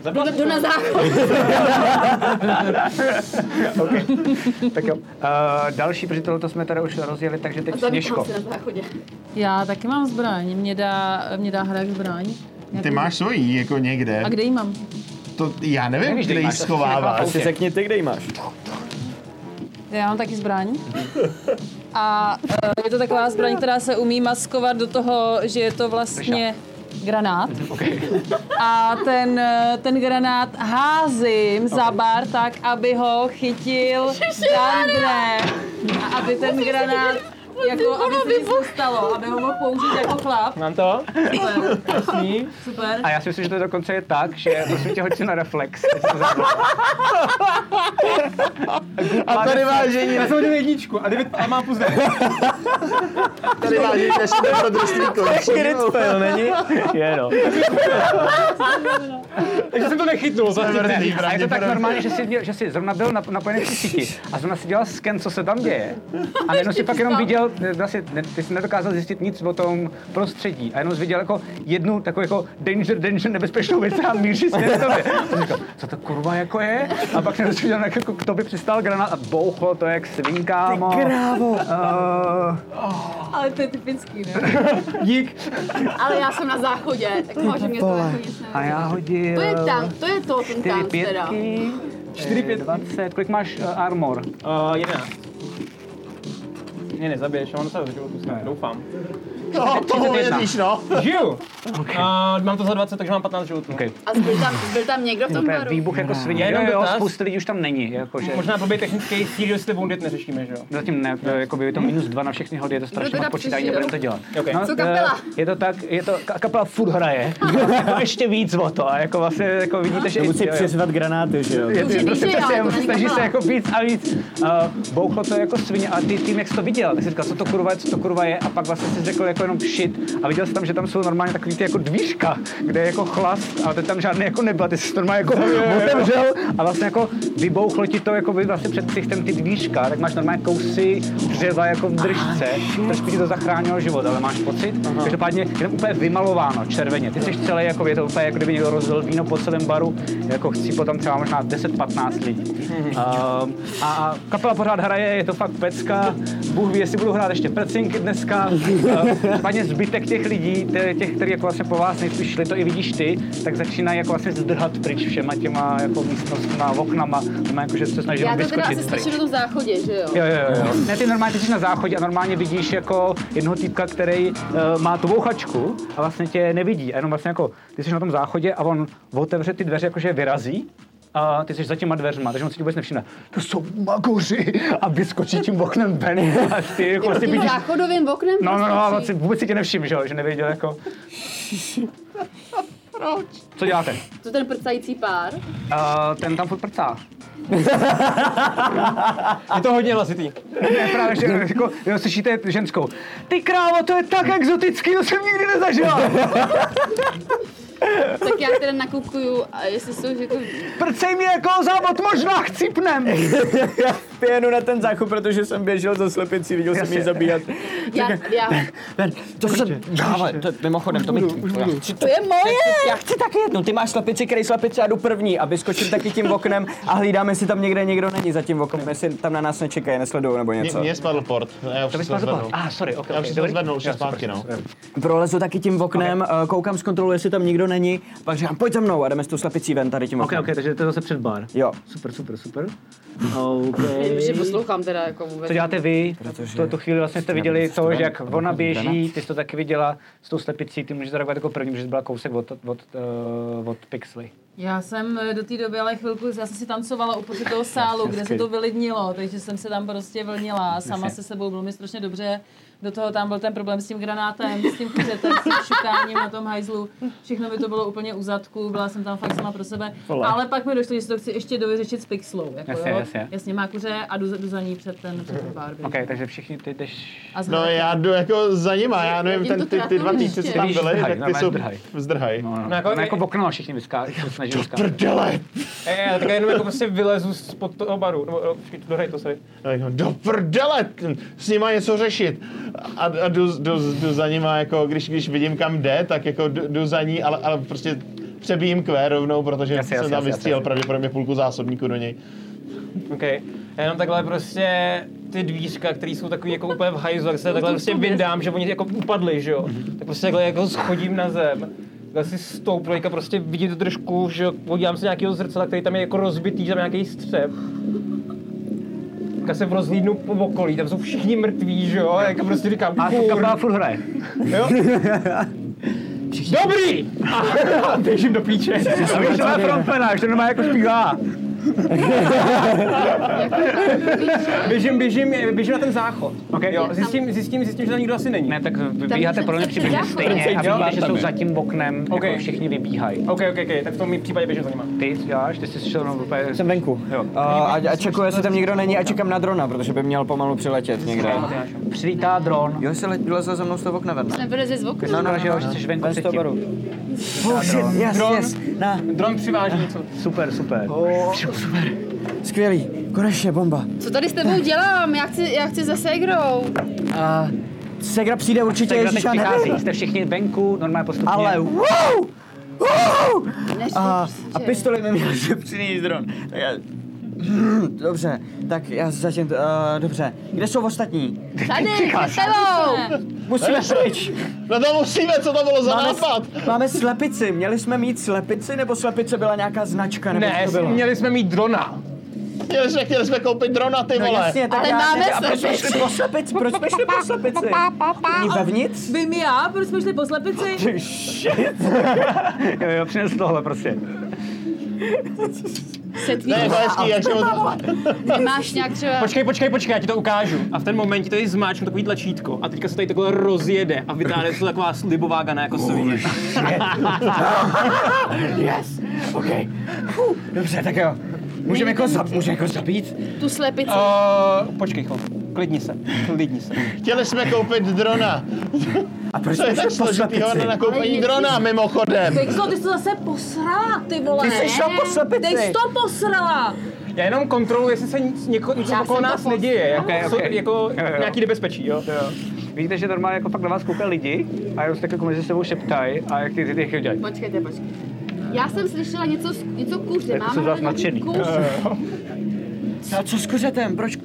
E: Zabral
C: Jdu na záchod.
B: tak jo. Uh, další, protože tohle jsme tady už rozjeli, takže
C: A
B: teď
C: zabývám
B: Sněžko.
C: se na záchodě.
F: Já taky mám zbraň, mě dá, mě dá hra zbraň.
D: Ty máš svojí jako někde.
F: A kde ji mám?
D: To, já nevím,
B: Nevíš,
D: kde
B: kde
D: ji
B: máš.
D: schováváš.
A: Si řekni ty, kde ji máš.
F: Já mám taky zbraň. A eh, je to taková zbraň, která se umí maskovat do toho, že je to vlastně granát. A ten, eh, ten granát házím za bar tak, aby ho chytil Dandre. A aby ten granát jako, aby se nic nestalo, aby ho mohl použít jako chlap.
E: Mám to?
F: Super,
E: Jasný.
F: super.
B: A já si myslím, že to dokonce je tak, že prosím tě hoďte na reflex.
D: A tady vážení,
E: Já jsem hodil jedničku a, devět, a mám plus 9.
D: tady vážení, naše dobrodružství končí.
A: Fail, není?
B: je, no.
E: Takže jsem to nechytnul. Za
D: Mrzí,
B: A je to tak
D: pravděpodobně.
B: normálně, že jsi, děl- že jsi zrovna byl nap- napojený v té síti a zrovna si dělal sken, co se tam děje. A jenom si pak jenom viděl, eh, vlastně, ne, ty jsi nedokázal zjistit nic o tom prostředí. A jenom jsi viděl jako jednu takovou jako danger, danger, nebezpečnou věc a míří směrem k tobě. A jsi říkal, co to kurva jako je? A pak jsem viděl, jak jako k tobě přistál granát a bouchlo to jak svinkámo. Ty krávo. Uh,
F: Ale to je typický, ne?
B: dík.
C: Ale já jsem na záchodě, tak možná mě to jako nic
B: A já
C: nevadí.
B: hodil...
C: To je tank, to je to, ten
B: Čtyři
C: tank teda.
B: pětky. eh, Čtyři pět. Dvacet. Kolik máš eh, armor?
E: Uh, 11. mě nezabiješ, on se v životu stane, doufám.
D: No, to věříš, no.
E: Žiju! A mám to za 20, takže mám 15 životů.
B: Okay.
C: A zbyl tam, byl tam někdo v tom
B: To je
C: baru?
B: výbuch jako svině.
E: Já
B: Jo,
E: jenom
B: jo,
E: dotaz.
B: spousta lidí už tam není. Jakože,
E: Možná blbý technický seriously wounded neřešíme, že jo?
B: Zatím ne, to, je- jakoby je to minus dva na všechny hody, je to strašně
C: No teda
B: moc počítání,
C: přežil?
B: nebudeme to dělat.
E: Okay.
B: No,
C: Co kapela?
B: eh, Je to tak, je to, ka- kapela furt
C: [LAUGHS]
B: hraje. jako ještě víc o to, a jako vlastně, jako vidíte, že...
A: Nebo si
B: jo, jo.
A: přizvat granáty, že jo?
B: Je-
C: už je
B: je- prostě
C: DJ, ale
B: přesně,
C: to není
B: snaží se
C: kapela.
B: jako víc a víc. Uh, bouchlo to jako svině a ty tím, jak jsi to viděl, tak jsi říkal, co to kurva je, co to kurva je a pak vlastně jsi řekl jako jenom shit a viděl jsi tam, že tam jsou normálně takový ty jako dvířka, kde je jako chlast, ale teď tam žádný jako nebyl, ty jsi to normálně jako otevřel a vlastně jako vybouchlo ti to jako by vlastně před ksichtem ty dvířka, tak máš normálně kousy dřeva jako v držce, trošku ti to zachránilo život, ale máš pocit, každopádně je tam úplně vymalováno červeně, ty jsi celý jako je to úplně jako kdyby někdo rozlil víno po celém baru, jako chcípo tam třeba možná 10-15 lidí. Um, a, a kapela pořád hraje, je to fakt pecka, Bůh ví, jestli budou hrát ještě prcinky dneska, Eh, Případně zbytek těch lidí, te- těch, kteří jako vlastně po vás nejspíš šli, to i vidíš ty, tak začínají jako vlastně zdrhat pryč všema těma jako místnostma, oknama, Znamená, jako, že se snaží
C: Já
B: jenom
C: to teda asi
B: vyskočit pryč.
C: slyším na tom záchodě, že jo?
B: Jo, jo, jo. Ne, ty normálně ty jsi na záchodě a normálně vidíš jako jednoho týpka, který uh, má tu bouchačku a vlastně tě nevidí. A jenom vlastně jako, ty jsi na tom záchodě a on otevře ty dveře, jakože vyrazí a ty jsi za těma dveřma, takže on si tě vůbec nevšimne. To jsou magoři a vyskočí tím oknem ven a ty jako vlastně
C: Tím
B: vidíš...
C: záchodovým oknem?
B: No, no,
C: prostě
B: no, a
C: přijít.
B: vlastně vůbec si tě nevšiml, že, jo, že nevěděl jako... Proč? Co děláte?
C: To ten prcající pár.
B: Uh, ten tam furt prcá.
E: Je to hodně hlasitý.
B: Ne, právě, že jako, jenom slyšíte ženskou. Ty krávo, to je tak exotický, to jsem nikdy nezažila.
C: Tak já teda nakukuju, a jestli jsou, že to...
B: Prcej mě jako závod možná chcípnem.
A: Já [LAUGHS] pěnu na ten záchod, protože jsem běžel za slepicí, viděl jsem ji zabíjat.
C: Já, já,
A: Ben, to jsem... Dále, to, mimochodem, to mi... já chci
G: To je moje!
A: Já chci taky jednu, ty máš slepici, krej slepici, já jdu první a vyskočím taky tím oknem a hlídáme, jestli tam někde někdo není za tím oknem, jestli tam na nás nečekají, nesledují nebo
D: Mě,
A: něco.
D: mě spadl port, já
B: To
D: už jsem
B: bys
D: to zvednul.
B: zvedl. Ah, sorry, ok.
D: Já už
B: ok,
D: jsem to
B: dobrý.
D: zvednul, už je zpátky, no.
A: Prolezu taky tím oknem, okay. koukám, zkontroluji, jestli tam nikdo není, pak říkám, pojď za mnou a jdeme s tou slepicí ven tady tím
B: Ok,
A: oknem.
B: ok, takže to je zase před bar.
A: Jo.
B: Super, super, super. Okay.
C: že poslouchám teda jako vůbec.
B: Co děláte vy? V tuto chvíli vlastně jste viděli to, že jak ona běží, ty jsi to taky viděla s tou slepicí, ty můžeš zareagovat jako první, protože jsi byla kousek od, od, eh, od pixely.
F: Já jsem eh, do té doby ale chvilku, já jsem si tancovala uprostřed toho sálu, kde se to vylidnilo, takže jsem se tam prostě vlnila sama se sebou, bylo mi strašně dobře. Do toho tam byl ten problém s tím granátem, s tím kuřetem, s tím šukáním na tom hajzlu. Všechno by to bylo úplně u zadku, byla jsem tam fakt sama pro sebe. Ale pak mi došlo, že si to chci ještě dovyřešit s pixlou. Jako,
B: Jasně,
F: jo.
B: jasně.
F: jasně. má kuře a jdu, za- jdu za ní před ten, před ten Barbie.
B: Ok, takže všichni ty jdeš...
F: A s
D: No
F: Helekou.
D: já jdu jako za nima, já nevím,
C: Jim
D: ten,
C: to
D: ty, ty dva
C: trapně
D: týci, co tam
B: ještě.
D: byly,
B: Zdrhaj,
D: tak ty
B: normálně
D: jsou
B: zdrhaj.
D: zdrhají.
B: No,
E: No, jako-
B: no, jako v okno všichni vyská, se snaží vyskákat.
D: Prdele!
E: E, já tak jenom jako prostě vylezu spod toho baru. Nebo, no, počkej, dohraj to, sorry.
D: A jako, Do prdele, t- s nima něco řešit. A, a jdu, jdu, jdu, za nima, jako když, když vidím, kam jde, tak jako jdu, jdu za ní, ale, ale prostě přebijím kvé rovnou, protože
B: Jasně,
D: jsem
B: jasně,
D: tam
B: jasně,
D: vystřílel
B: jasně.
D: pravděpodobně půlku zásobníku do něj.
E: OK. Já jenom takhle prostě ty dvířka, které jsou takový jako úplně v hajzu, tak se takhle prostě vyndám, že oni jako upadli, že jo. Tak prostě takhle jako schodím na zem. Takhle si stoupnu, teďka prostě vidím tu trošku, že jo, podívám se nějakého zrcadla, který tam je jako rozbitý, že tam je nějaký střep. Teďka se rozhlídnu po okolí, tam jsou všichni mrtví, že jo, jako prostě říkám,
B: A
E: "Kur-
B: to kapela furt hraje.
E: [LAUGHS] jo? Dobrý! A běžím do píče.
B: A víš, že má trompena, že normálně jako zpívá.
E: Běžím, běžím, běžím na ten záchod.
B: Okay.
E: Jo, zjistím, zjistím, zjistím, že tam nikdo asi není.
B: Ne, tak vybíháte podle mě přibližně stejně a
E: Jo,
B: vidíte, že
A: tam
B: jsou
A: je.
B: za tím oknem,
E: Ok.
B: jako všichni vybíhají.
E: OK, OK, OK, tak v tom mém případě běžím za nima.
B: Ty co děláš, ty jsi šel na úplně...
A: Jsem venku.
B: Jo.
A: A, Eh, a, a čekuju, jestli tam někdo není a čekám na drona, protože by měl pomalu přiletět někde.
B: Přilítá dron.
A: Jo, jestli vylezl za mnou z toho okna ven, ne?
C: Nebude ze zvuku.
B: No, no, že jo, že jsi venku
A: Ven z toho
B: předtím.
A: baru. Oh shit, yes,
E: Dron.
A: yes, na,
E: Dron přiváží něco.
B: Super, super.
A: skvělý, konečně bomba.
C: Co tady s tebou dělám? Já chci, já chci za ségrou.
A: A Segra přijde určitě,
B: Tak teď
A: ježiš, já nevím.
B: přichází, jste všichni venku, normálně postupně.
A: Ale wow! Wow!
C: Neřík,
A: A, a
C: že-
A: pistoli mi měl [LAUGHS] šepřený dron. Tak já... Dobře, tak já zatím... Uh, dobře, kde jsou ostatní?
C: Tady, před tebou.
A: Musíme pryč!
D: No to musíme, co to
E: No,
D: bylo za
A: Máme,
D: nápad?
A: s- máme slepici, měli jsme mít slepici, nebo slepice byla nějaká značka, nebo
E: Ne,
A: co to bylo?
E: měli jsme mít drona.
D: Chtěli jsme, chtěli jsme koupit drona, ty
A: No
D: vole.
A: jasně, tak
G: Ale
A: já
G: máme
A: teď- a proč jsme
G: slepici.
A: šli po slepici? Proč jsme šli po slepici? Není vevnitř?
F: Vím já, proč jsme šli po slepici?
B: Jo, jo, přines tohle prostě.
C: se tvý,
D: Ne, je to hezký, jak život.
C: máš nějak třeba...
E: Počkej, počkej, počkej, já ti to ukážu. A v ten moment ti tady zmáčknu takový tlačítko a teďka se tady takhle rozjede a vytáhne se taková slibová gana jako svině.
A: Yes, OK. Fuh, Dobře, tak jo. Můžeme jako, zab, můžeme jako zabít?
C: tu slepici.
E: Uh, počkej chvilku, klidni se, klidni se.
D: Chtěli jsme koupit drona.
A: A proč
D: Co je
A: jsme
D: tak
A: šli po
D: složitýho
A: slepici?
D: na nakoupení drona, mimochodem?
F: Bexo, ty jsi to zase posrala, ty vole.
A: Ty jsi šla po
F: Ty
A: slepici.
F: jsi to posrala.
E: Já jenom kontroluji, jestli se nic, něko, něco okolo nás neděje, jako,
B: Ok, ok.
E: jsou- jako
B: Jo, jo.
E: nějaký nebezpečí, jo?
B: Jo. Vidíte, že normálně jako fakt na vás koukají lidi a jenom se tak jako mezi sebou šeptají a jak ty ty ty dělají.
C: Počkejte, počkejte. Já jsem slyšela něco, s- něco kuře.
B: Tak
C: Máme
B: jsou zas
C: hledat
B: nadšený.
C: kus.
A: A No, co s kuřetem? Proč?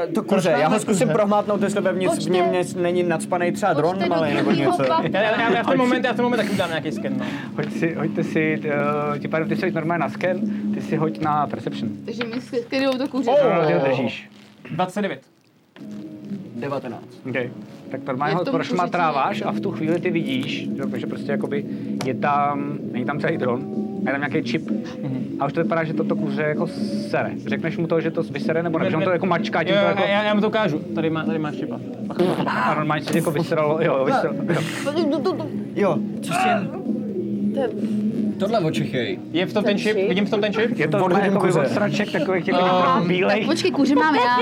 A: Eh, To kuře,
D: máme
A: já ho zkusím
D: kuře?
A: prohmátnout, jestli vevnitř v
C: Pojďte.
A: něm nic není nadspanej třeba dron
C: Počkejte do
A: malý nebo
C: druhýho
A: něco.
C: papíru.
E: Já, já, já, v ten moment, já v ten moment taky dám nějaký sken, no.
B: Hoď si, hoďte si, eh, ti pádem, ty si hoď normálně na scan, ty si hoď na perception.
C: Takže my s kterou to kuře.
B: Oh. Ty ho držíš.
E: 29.
A: 19.
B: Okay. Tak normálně
C: Je v
B: ho
C: tom
B: prošmatráváš a v tu chvíli ty vidíš, že prostě jakoby je tam, není tam celý dron, a je tam nějaký čip.
C: Mhm.
B: A už to vypadá, že toto kuře jako sere. Řekneš mu to, že to vysere nebo ne, že on to jako mačká, tím
E: Jo,
B: to
E: jo,
B: jako...
E: já, já mu to ukážu, tady má, tady má štěpa.
B: A normálně se jako vysralo, jo, vysralo.
C: No,
A: Jo, co s tím?
J: Tohle očichej.
E: Je v tom ten čip, vidím v tom ten čip?
B: Je to normálně jako by od sraček takových těch
E: Aha.
C: Tak
B: bílejch.
C: počkej, kuře mám já.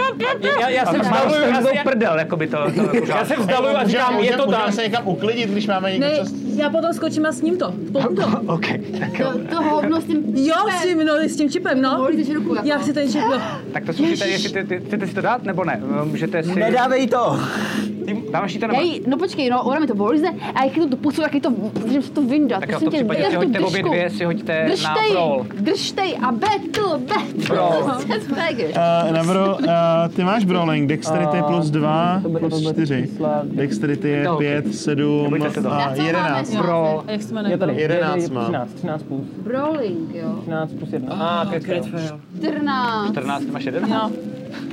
E: Já, já se
B: jako A má
E: vzdaluju, já,
B: už
E: se-
B: prdel, jako by to, to
E: já
B: kuřátko.
E: se vzdaluju a říkám, je to tam.
D: se někam uklidit, když máme
F: Ne,
D: někdo čas.
F: já potom skočím a s ním to. Spolu to.
B: [LAUGHS] OK, tak jo.
C: To, to hovno s tím...
F: Jo, s tím, no, s tím čipem, no.
C: Holíte ruku jako.
F: Já chci ten čip, no. jo.
B: Tak to zkusíte, jestli ty- ty- chcete si to dát, nebo ne? Můžete si...
A: Nedávej to!
B: Dáváš jí to nebo?
C: Hej, no počkej, no, ona mi to volíze a jak to tu pusu, jak je to, že to vyndat.
B: Tak jo, v
C: Prosím
B: tom
C: tě,
B: případě si
C: vydrž tu
B: hoďte obě
C: držku.
B: dvě, si hoďte na
C: Držtej,
B: roll.
C: držtej a betl, betl. [LAUGHS]
B: Brawl.
D: Uh, Navro, uh, ty máš brawling,
B: Eh,
D: dexterity je plus 2, plus 4. Dexterity je
B: To,
D: 5, 7
B: Jako- Nebojte se toho.
D: a
C: vlastně?
D: 11.
B: Pro.
F: A jak se jmenuje?
E: Je tady.
D: 11 má.
E: 13, 13 plus.
C: Brawling, jo.
E: 13 plus 1. A, ah,
A: Crit
E: okay.
A: fail.
C: 14.
B: 14, ty máš jeden?
F: No.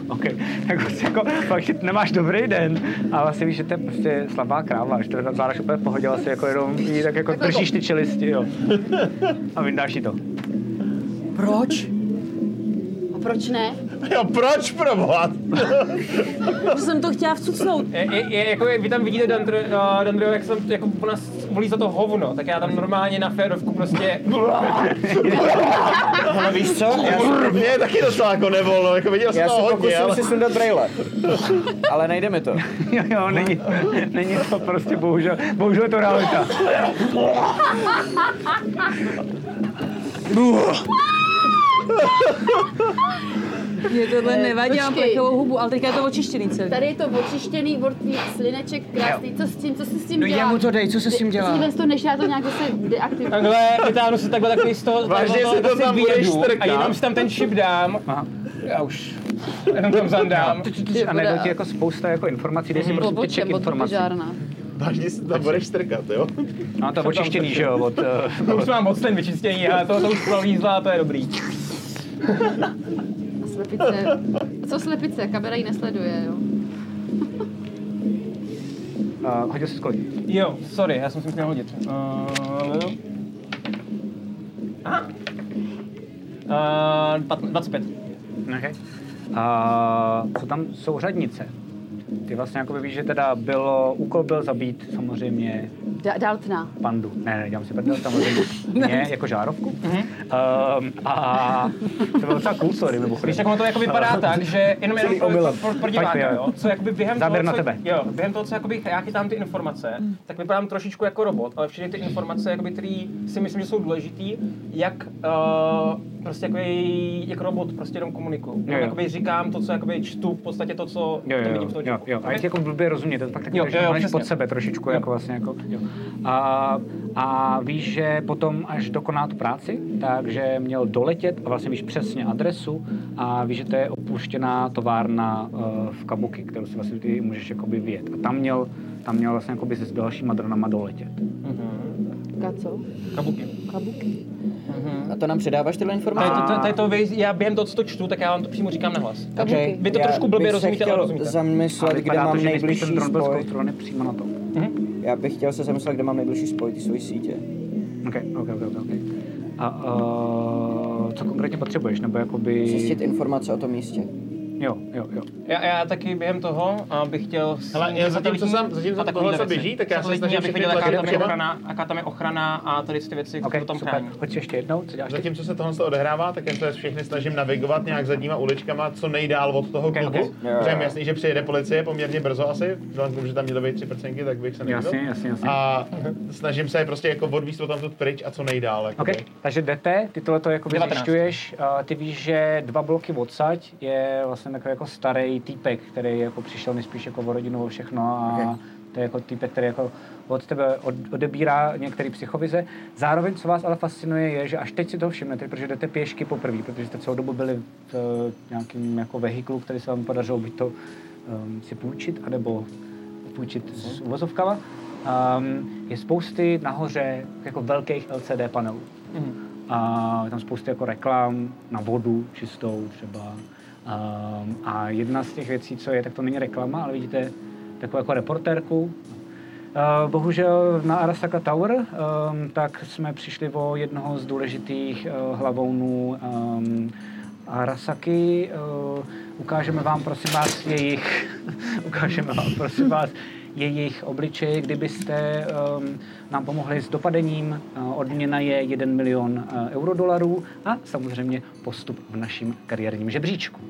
B: OK. Tak prostě jako, fakt, že nemáš dobrý den, ale vlastně víš, že to je prostě slabá kráva, že to nezabádáš úplně v pohodě, ale si jako jenom jí tak jako držíš ty čelisti, jo. A vyndáš jí to. [LAUGHS]
A: Proč?
C: A proč ne?
D: Jo, proč probohat?
F: Že jsem to chtěla vcucnout.
E: Je, je, je, jako je, vy tam vidíte Dandro, uh, Dandro jak jsem jako po nás volí za to hovno, tak já tam normálně na férovku prostě...
A: Ale víš co? Já,
D: Mě je taky docela jako nevolno, jako viděl jsem
A: já
D: to
A: se
D: hodně,
A: pokusím
D: ale...
A: si sundat brejle. Ale nejde mi to.
B: Jo, jo, není, není to prostě bohužel, bohužel je to realita.
F: Mě tohle nevadí, mám
C: počkej.
F: plechovou hubu, ale teďka je to očištěný celý.
C: Tady je to očištěný od těch slineček, krásný. Co s tím, co se s tím
A: No
C: dělá?
A: jemu to dej, co se s tím dělá?
C: Zjíme to, než já to nějak zase deaktivuju.
E: Takhle vytáhnu si takhle takový z toho...
D: Vážně
E: toho-
D: si to
E: toho-
D: tam
E: vyjedu
D: budeš strkat?
E: A jenom si tam ten čip dám.
B: Aha.
E: Já už jenom tam zandám.
B: A najednou ti jako spousta jako informací, dej si prostě teček informací.
C: požárna.
D: Vážně si tam budeš strkat, jo?
B: No to je očištěný, že jo, od... eh,
E: To už mám moc ten vyčistění, ale to, to už prolízla a to je dobrý.
C: A slepice. Co slepice? Kamera ji nesleduje, jo.
B: eh, Hodil jsi kolik?
E: Jo, sorry, já jsem si měl hodit.
B: Eh,
E: Uh, Aha. Uh, 25.
B: Okay. A co tam jsou řadnice? Ty vlastně jako víš, že teda bylo, úkol byl zabít samozřejmě
C: Da- Daltna.
B: pandu. Ne, ne, dělám si prdel,
E: [LAUGHS]
B: samozřejmě mě, jako žárovku.
E: Mhm.
B: Um, a to bylo docela cool, sorry, mimochodem.
E: Víš, jak ono to jako vypadá tak, že jenom jenom pro, pro, pro diváka,
B: Fakt, jo.
E: jo, co jakoby během
B: Záběr
E: toho,
B: na
E: co,
B: tebe.
E: Jo, během toho, co jakoby já chytám ty informace, tak vypadám trošičku jako robot, ale všechny ty informace, jakoby, který si myslím, že jsou důležitý, jak uh, prostě jakoby, jak robot prostě jenom komunikuju.
B: Jo, jo.
E: Jakoby říkám to, co jakoby čtu, v podstatě to, co
B: Jo, jo,
E: tam vidím v
B: jo,
E: tom
B: jo,
E: čipu.
B: jo. A
E: Ok?
B: jak tě jako blbě rozumí, to tak taky
E: Jo,
B: jo,
E: jo, jo,
B: jo,
E: přesně.
B: pod sebe trošičku, jako vlastně jako, jo. A, a víš, že potom, až dokoná tu práci, takže měl doletět a vlastně víš přesně adresu a víš, že to je opuštěná továrna eh, v Kabuki, kterou si vlastně ty můžeš jakoby vyjet. A tam měl, tam měl vlastně jakoby se s dalšíma dronama doletět.
E: Mhm.
C: Kaco?
E: Kabuki.
C: Kabuki.
A: A to nám předáváš tyhle informace?
E: Tady to, tady to vy, já během toho, co to čtu, tak já vám to přímo říkám nahlas.
A: Okay.
E: Vy to trošku blbě rozumíte, ale
A: Já bych se
E: rozumíte.
A: chtěl zamyslet, kde
B: vypadá to,
A: mám
B: že nejspíš ten
A: nejbližší
B: dron byl
A: spoj.
B: zkontrolovaný přímo na to.
A: Já bych chtěl se zamyslet, kde mám nejbližší spoj, ty svoji sítě.
B: OK, OK, OK, OK. okay. A uh, co konkrétně potřebuješ? Nebo jakoby...
A: Zjistit informace o tom místě.
B: Jo, jo, jo.
E: Já, já taky během toho a bych chtěl... s-
D: Hele, já zatím, co
E: satelitní-
D: jsem- zatím, co
E: a takovýhle
D: tohle, co
E: věci.
D: běží, tak já se
E: Satelitní,
D: snažím
E: abych
D: všechny
E: viděl, jaká
D: tlaky
E: tam, je
D: dopředu.
E: ochrana, jaká tam je ochrana a tady ty věci,
B: OK,
E: okay, to tam
B: super.
E: chrání.
B: Pojď ještě jednou, co děláš ty?
D: Zatímco se tohle odehrává, tak já se všechny snažím navigovat nějak zadníma uličkama, co nejdál od toho klubu.
B: okay.
D: Protože je mi jasný, že přijede policie poměrně brzo asi, vzhledem k tomu, že tam měly být tři prcenky, tak bych se nevěděl.
B: Jasně, jasně, jasně.
D: A snažím se je prostě jako odvíst tam tu pryč a co nejdál. Jako
B: OK, takže jdete, ty tohle to jako
E: 19.
B: zjišťuješ, a ty víš, že dva bloky odsať je vlastně takový jako starý týpek, který jako přišel nejspíš jako o rodinu, o všechno a to je jako týpek, který jako od tebe od, odebírá některé psychovize. Zároveň, co vás ale fascinuje, je, že až teď si toho všimnete, protože jdete pěšky poprvé, protože jste celou dobu byli v eh, nějakým jako vehiklu, který se vám podařilo by to um, si půjčit, anebo půjčit s uvozovkama. Um, je spousty nahoře jako velkých LCD panelů. A je tam spoustu jako reklam na vodu čistou třeba. Um, a jedna z těch věcí, co je, tak to není reklama, ale vidíte takovou jako reportérku. Uh, bohužel na Arasaka Tower um, tak jsme přišli o jednoho z důležitých uh, hlavounů um, Arasaky. Uh, ukážeme vám, prosím vás, jejich, [LAUGHS] ukážeme vám, prosím vás, jejich obličeje, kdybyste um, nám pomohli s dopadením. Uh, odměna je 1 milion uh, eurodolarů a samozřejmě postup v našem kariérním žebříčku.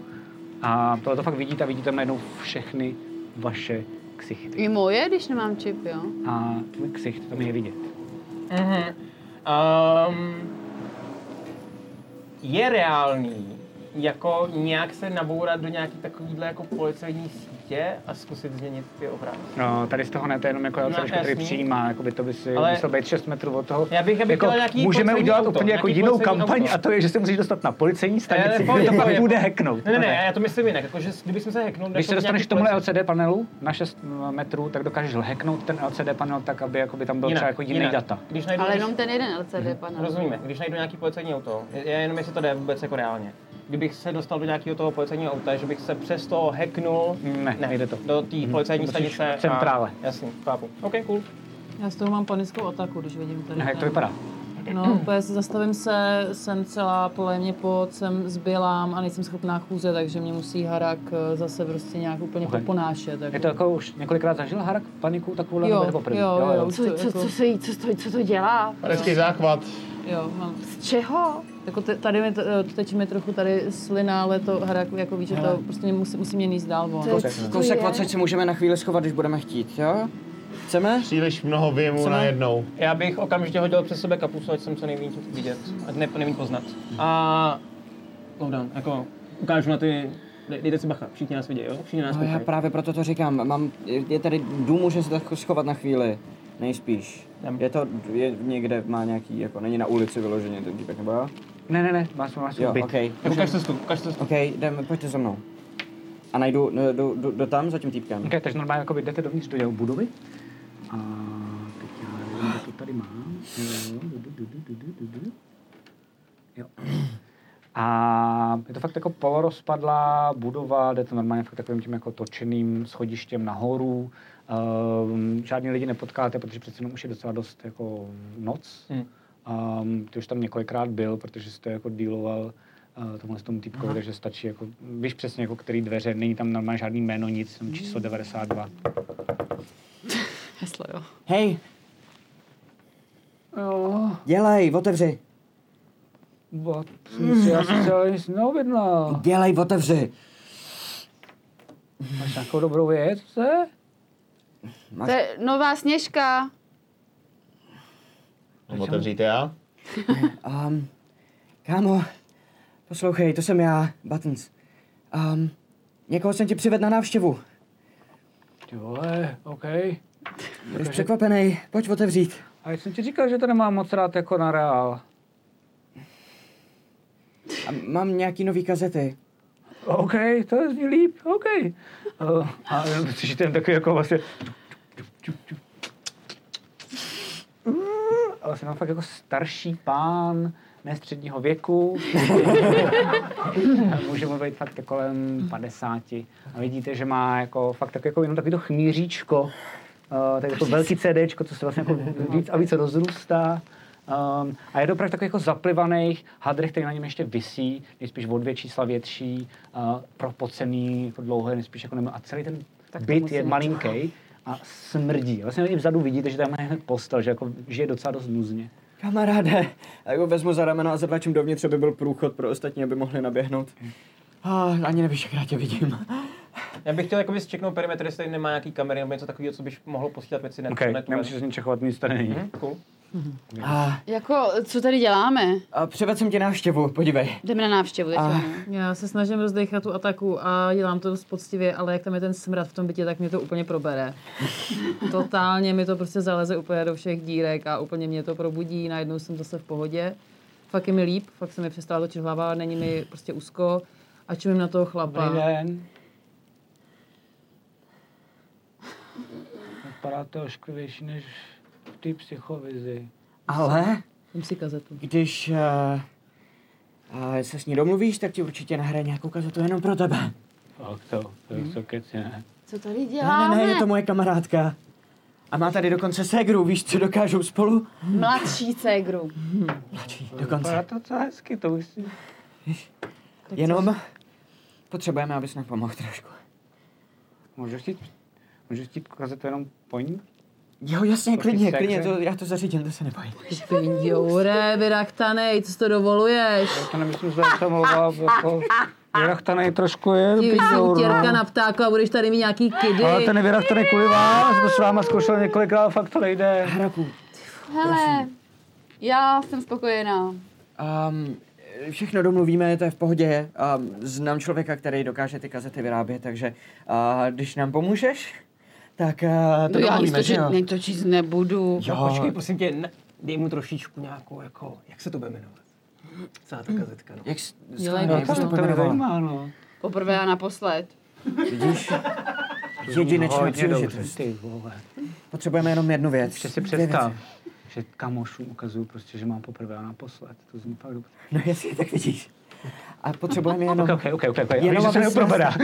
B: A tohle to fakt vidíte a vidíte tam najednou všechny vaše ksichty.
C: I moje, když nemám čip, jo?
B: A tvůj ksicht tam je vidět.
E: Mhm. Um, je reálný jako nějak se nabourat do nějaký takovýhle jako policejní sítě a zkusit změnit ty obrany.
B: No, tady z toho ne, to je jenom jako
E: No,
B: LCDčko, který
E: jasný.
B: přijímá, jako by to by si
E: Ale-
B: musel být 6 metrů od toho.
E: Já bych- já bych
B: jako,
E: dělal nějaký
B: můžeme
E: policejní
B: udělat
E: auto,
B: úplně jako
E: nějaký
B: jinou
E: policejní
B: kampaň
E: auto.
B: a to je, že se musíš dostat na policejní
E: Ale
B: stanici,
E: pojď,
B: kde to pak [LAUGHS]
E: pojď.
B: bude hacknout.
E: Ne, ne, ne, já to myslím jinak, jakože kdybychom se hacknul,
B: Když se
E: jako
B: dostaneš k
E: nějaký
B: tomu
E: policejní-
B: LCD panelu na 6 metrů, tak dokážeš hacknout ten LCD panel tak, aby jako by tam byl třeba jako jiný
E: jinak.
B: data.
E: Když najdu,
C: Ale
E: když-
C: jenom ten jeden
A: Mhm.
C: LCD panel.
E: Rozumíme, když najdu nějaký policejní auto, já jenom jestli to jde vůbec jako reálně. Kdybych se dostal do nějakého toho policejního auta, že bych se přes to hacknul
B: Ne, nejde to.
E: do té policejní
B: To musíš
E: stanice.
B: v centrále.
E: A, jasný, chápu. OK, cool.
F: Já z toho mám panickou ataku, když vidím tady.
B: Ne, jak to
F: ten-
B: vypadá?
F: No, úplně se zastavím se, jsem celá polémě pod, jsem zbělám a nejsem schopná chůze, takže mě musí harak eh, zase prostě nějak úplně
B: Ok.
F: poponášet. Jako.
B: Je to jako už několikrát zažil Harak paniku takovou
F: Jo,
B: nebo je to poprvé?
F: jo, jo.
G: Co, co, co, se jí, co, to, co to dělá?
D: Hezký záchvat.
F: Jo, mám.
G: Z čeho?
F: Jako te- tady mi to, eh, teče mi trochu tady slina, ale to harak, jako víš, že to prostě musí, musí mě níst dál von.
G: To, je- co to
A: Kousek
G: je?
A: 20 si můžeme na chvíli schovat, když budeme chtít, jo? Chceme?
D: Příliš mnoho věmů najednou.
E: Já bych okamžitě hodil přes sebe kapucu, ať jsem co nejvíc vidět, ať ne, nejméně poznat. A... Lockdown, jako ukážu na ty... dej- Dejte si bacha, všichni nás vidějí, jo? Všichni nás
A: No já
E: koukají.
A: právě proto to říkám, mám, je tady dům, může se tak schovat na chvíli, nejspíš.
E: Tam.
A: Je to, je někde, má nějaký, jako není na ulici vyloženě ten týpek, nebo jo?
B: Ne, ne, ne, máš, máš
A: Jo,
B: byt.
A: okej.
E: Tak Jako ukaž cestu, ukaž cestu.
A: OK, jdeme, pojďte za mnou. A najdu, no, jdu, jdu, jdu, jdu tam za tím týpkem.
B: Okay, takže normálně jako jdete dovnitř do jeho budovy. A teď já nevím, kde to tady mám. Jo, du, du, du, du, du, du, du. Jo. A je to fakt jako polorozpadlá budova, jde to normálně fakt takovým tím jako točeným schodištěm nahoru. Um, žádný lidi nepotkáte, protože přece jenom už je docela dost jako noc.
E: Hmm.
B: Um, ty už tam několikrát byl, protože jsi to jako dealoval uh, tomhle tomu typkovi, takže stačí jako, víš přesně jako který dveře, není tam normálně žádný jméno, nic, tam číslo 92.
F: Heslo, jo.
A: Hej,
B: Jo,
A: dělej, otevři,
B: bo, jsem si asi celý nic neobjednal.
A: dělej, otevři.
B: Máš nějakou dobrou věc, se?
A: Máš,
C: To je nová sněžka.
D: Otevříte já?
A: um, kámo, poslouchej, to jsem já, Buttons. Um, někoho jsem ti přivedl na návštěvu.
B: Ty vole, OK.
A: Budeš překvapený, pojď otevřít.
B: A já jsem ti říkal, že to nemám moc rád jako na reál.
A: A mám nějaký nový kazety.
B: OK, to zní líp, OK. Uh, a jenom slyšíš ten takový jako vlastně... Mm, A vlastně tam fakt jako starší pán, ne středního věku. Může mu být fakt kolem 50. A vidíte, že má jako fakt tak jako jenom takový to chmíříčko, uh, tak jako velký CDčko, co se vlastně jako víc a víc rozrůstá. Um, a je to opravdu takových jako zaplivaných hadrech, který na něm ještě visí, nejspíš o dvě čísla větší, uh, propocený, jako dlouhé, nejspíš jako nemá. A celý ten tak byt je malinký a smrdí. Vlastně i vzadu vidíte, že tam je hned postel, že jako žije docela dost nuzně.
A: Kamaráde, a jako vezmu za ramena a zatlačím dovnitř, aby byl průchod pro ostatní, aby mohli naběhnout. Ah, ani nevíš, jak rád tě vidím.
E: Já bych chtěl jakoby zčeknout perimetr, jestli tady nemá nějaký kamery nebo něco takového, co bych mohl posílat věci na
B: Okay,
E: internetu.
B: nemůžeš nic čekovat, nic tady není.
E: Hm, cool.
A: Ah,
C: Jako, co tady děláme?
A: a přivedl jsem ti návštěvu, podívej.
C: Jdeme na návštěvu teď.
A: A-
C: ano.
F: Já se snažím rozdechat tu ataku a dělám to dost poctivě, ale jak tam je ten smrad v tom bytě, tak mě to
B: [LAUGHS]
F: úplně probere. Totálně mi to prostě zaleze úplně do všech dírek a úplně mě to probudí, najednou jsem zase v pohodě. Fakt je mi líp, fakt se mi přestala točit hlava, není mi prostě úzko a čumím na toho chlapa.
B: Dobrý den. Vypadáte ošklivější než v té psychovizi.
A: Ale
F: Vem si kazetu.
A: když uh, uh, se s ní domluvíš, tak ti určitě nahraje nějakou kazetu jenom pro tebe.
B: Tak to, to je to keci, ne?
C: Co tady
A: Ne,
C: děláme?
A: ne, ne, je to moje kamarádka. A má tady dokonce ségru, víš, co dokážou spolu?
C: Mladší cégru.
A: Mladší,
B: Vypadá
A: dokonce.
B: to docela hezky, to už si...
A: Jenom potřebujeme, abys nám pomohl trošku.
B: Můžu chtít, můžu chtít kazetu jenom po ní?
A: Jo, jasně,
B: Proti
A: klidně,
B: ségře?
A: klidně, to, já to zařídím, to se nebojím.
F: Jo, re, vyraktanej, co si to dovoluješ?
B: To nemyslím, že to mluvila, jako... Vyrachtanej trošku je,
F: Ty
B: píď do
F: utěrka
B: urnu.
F: na ptáku a budeš tady mít nějaký kidy.
B: ale ten je vyrachtaný kvůli vás, to s váma zkoušel několikrát, fakt to nejde.
A: Hraku,
C: Hele, já jsem spokojená.
A: um, všechno domluvíme, to je v pohodě. Um, znám člověka, který dokáže ty kazety vyrábět, takže uh, když nám pomůžeš, tak uh, to
C: No já nic
A: domluvíme, že
C: točit,
A: jo?
C: ne, točit nebudu.
E: Jo. No, Počkej, prosím tě, ne, dej mu trošičku nějakou, jako, jak se to bude jmenovat? Celá ta kazetka, no.
A: Jak s-
F: Dělej
A: skvělé,
F: to,
A: jak jsi to
F: to mě
A: pojmenovala.
B: no.
C: Poprvé a naposled.
A: Vidíš? Jedinečnou
B: Hodně dobře,
A: příležitost.
B: ty vole.
A: Potřebujeme jenom jednu věc.
B: Že si
A: Dvě
B: představ,
A: věci.
B: že kamošům ukazuju prostě, že mám poprvé a naposled. To zní fakt dobře.
A: No jasně, tak vidíš. A potřebujeme
B: Ok,
A: jenom...
B: ok, ok, ok. okay.
A: Jenom
B: Jenom, že se
A: aby se
B: neoproberá.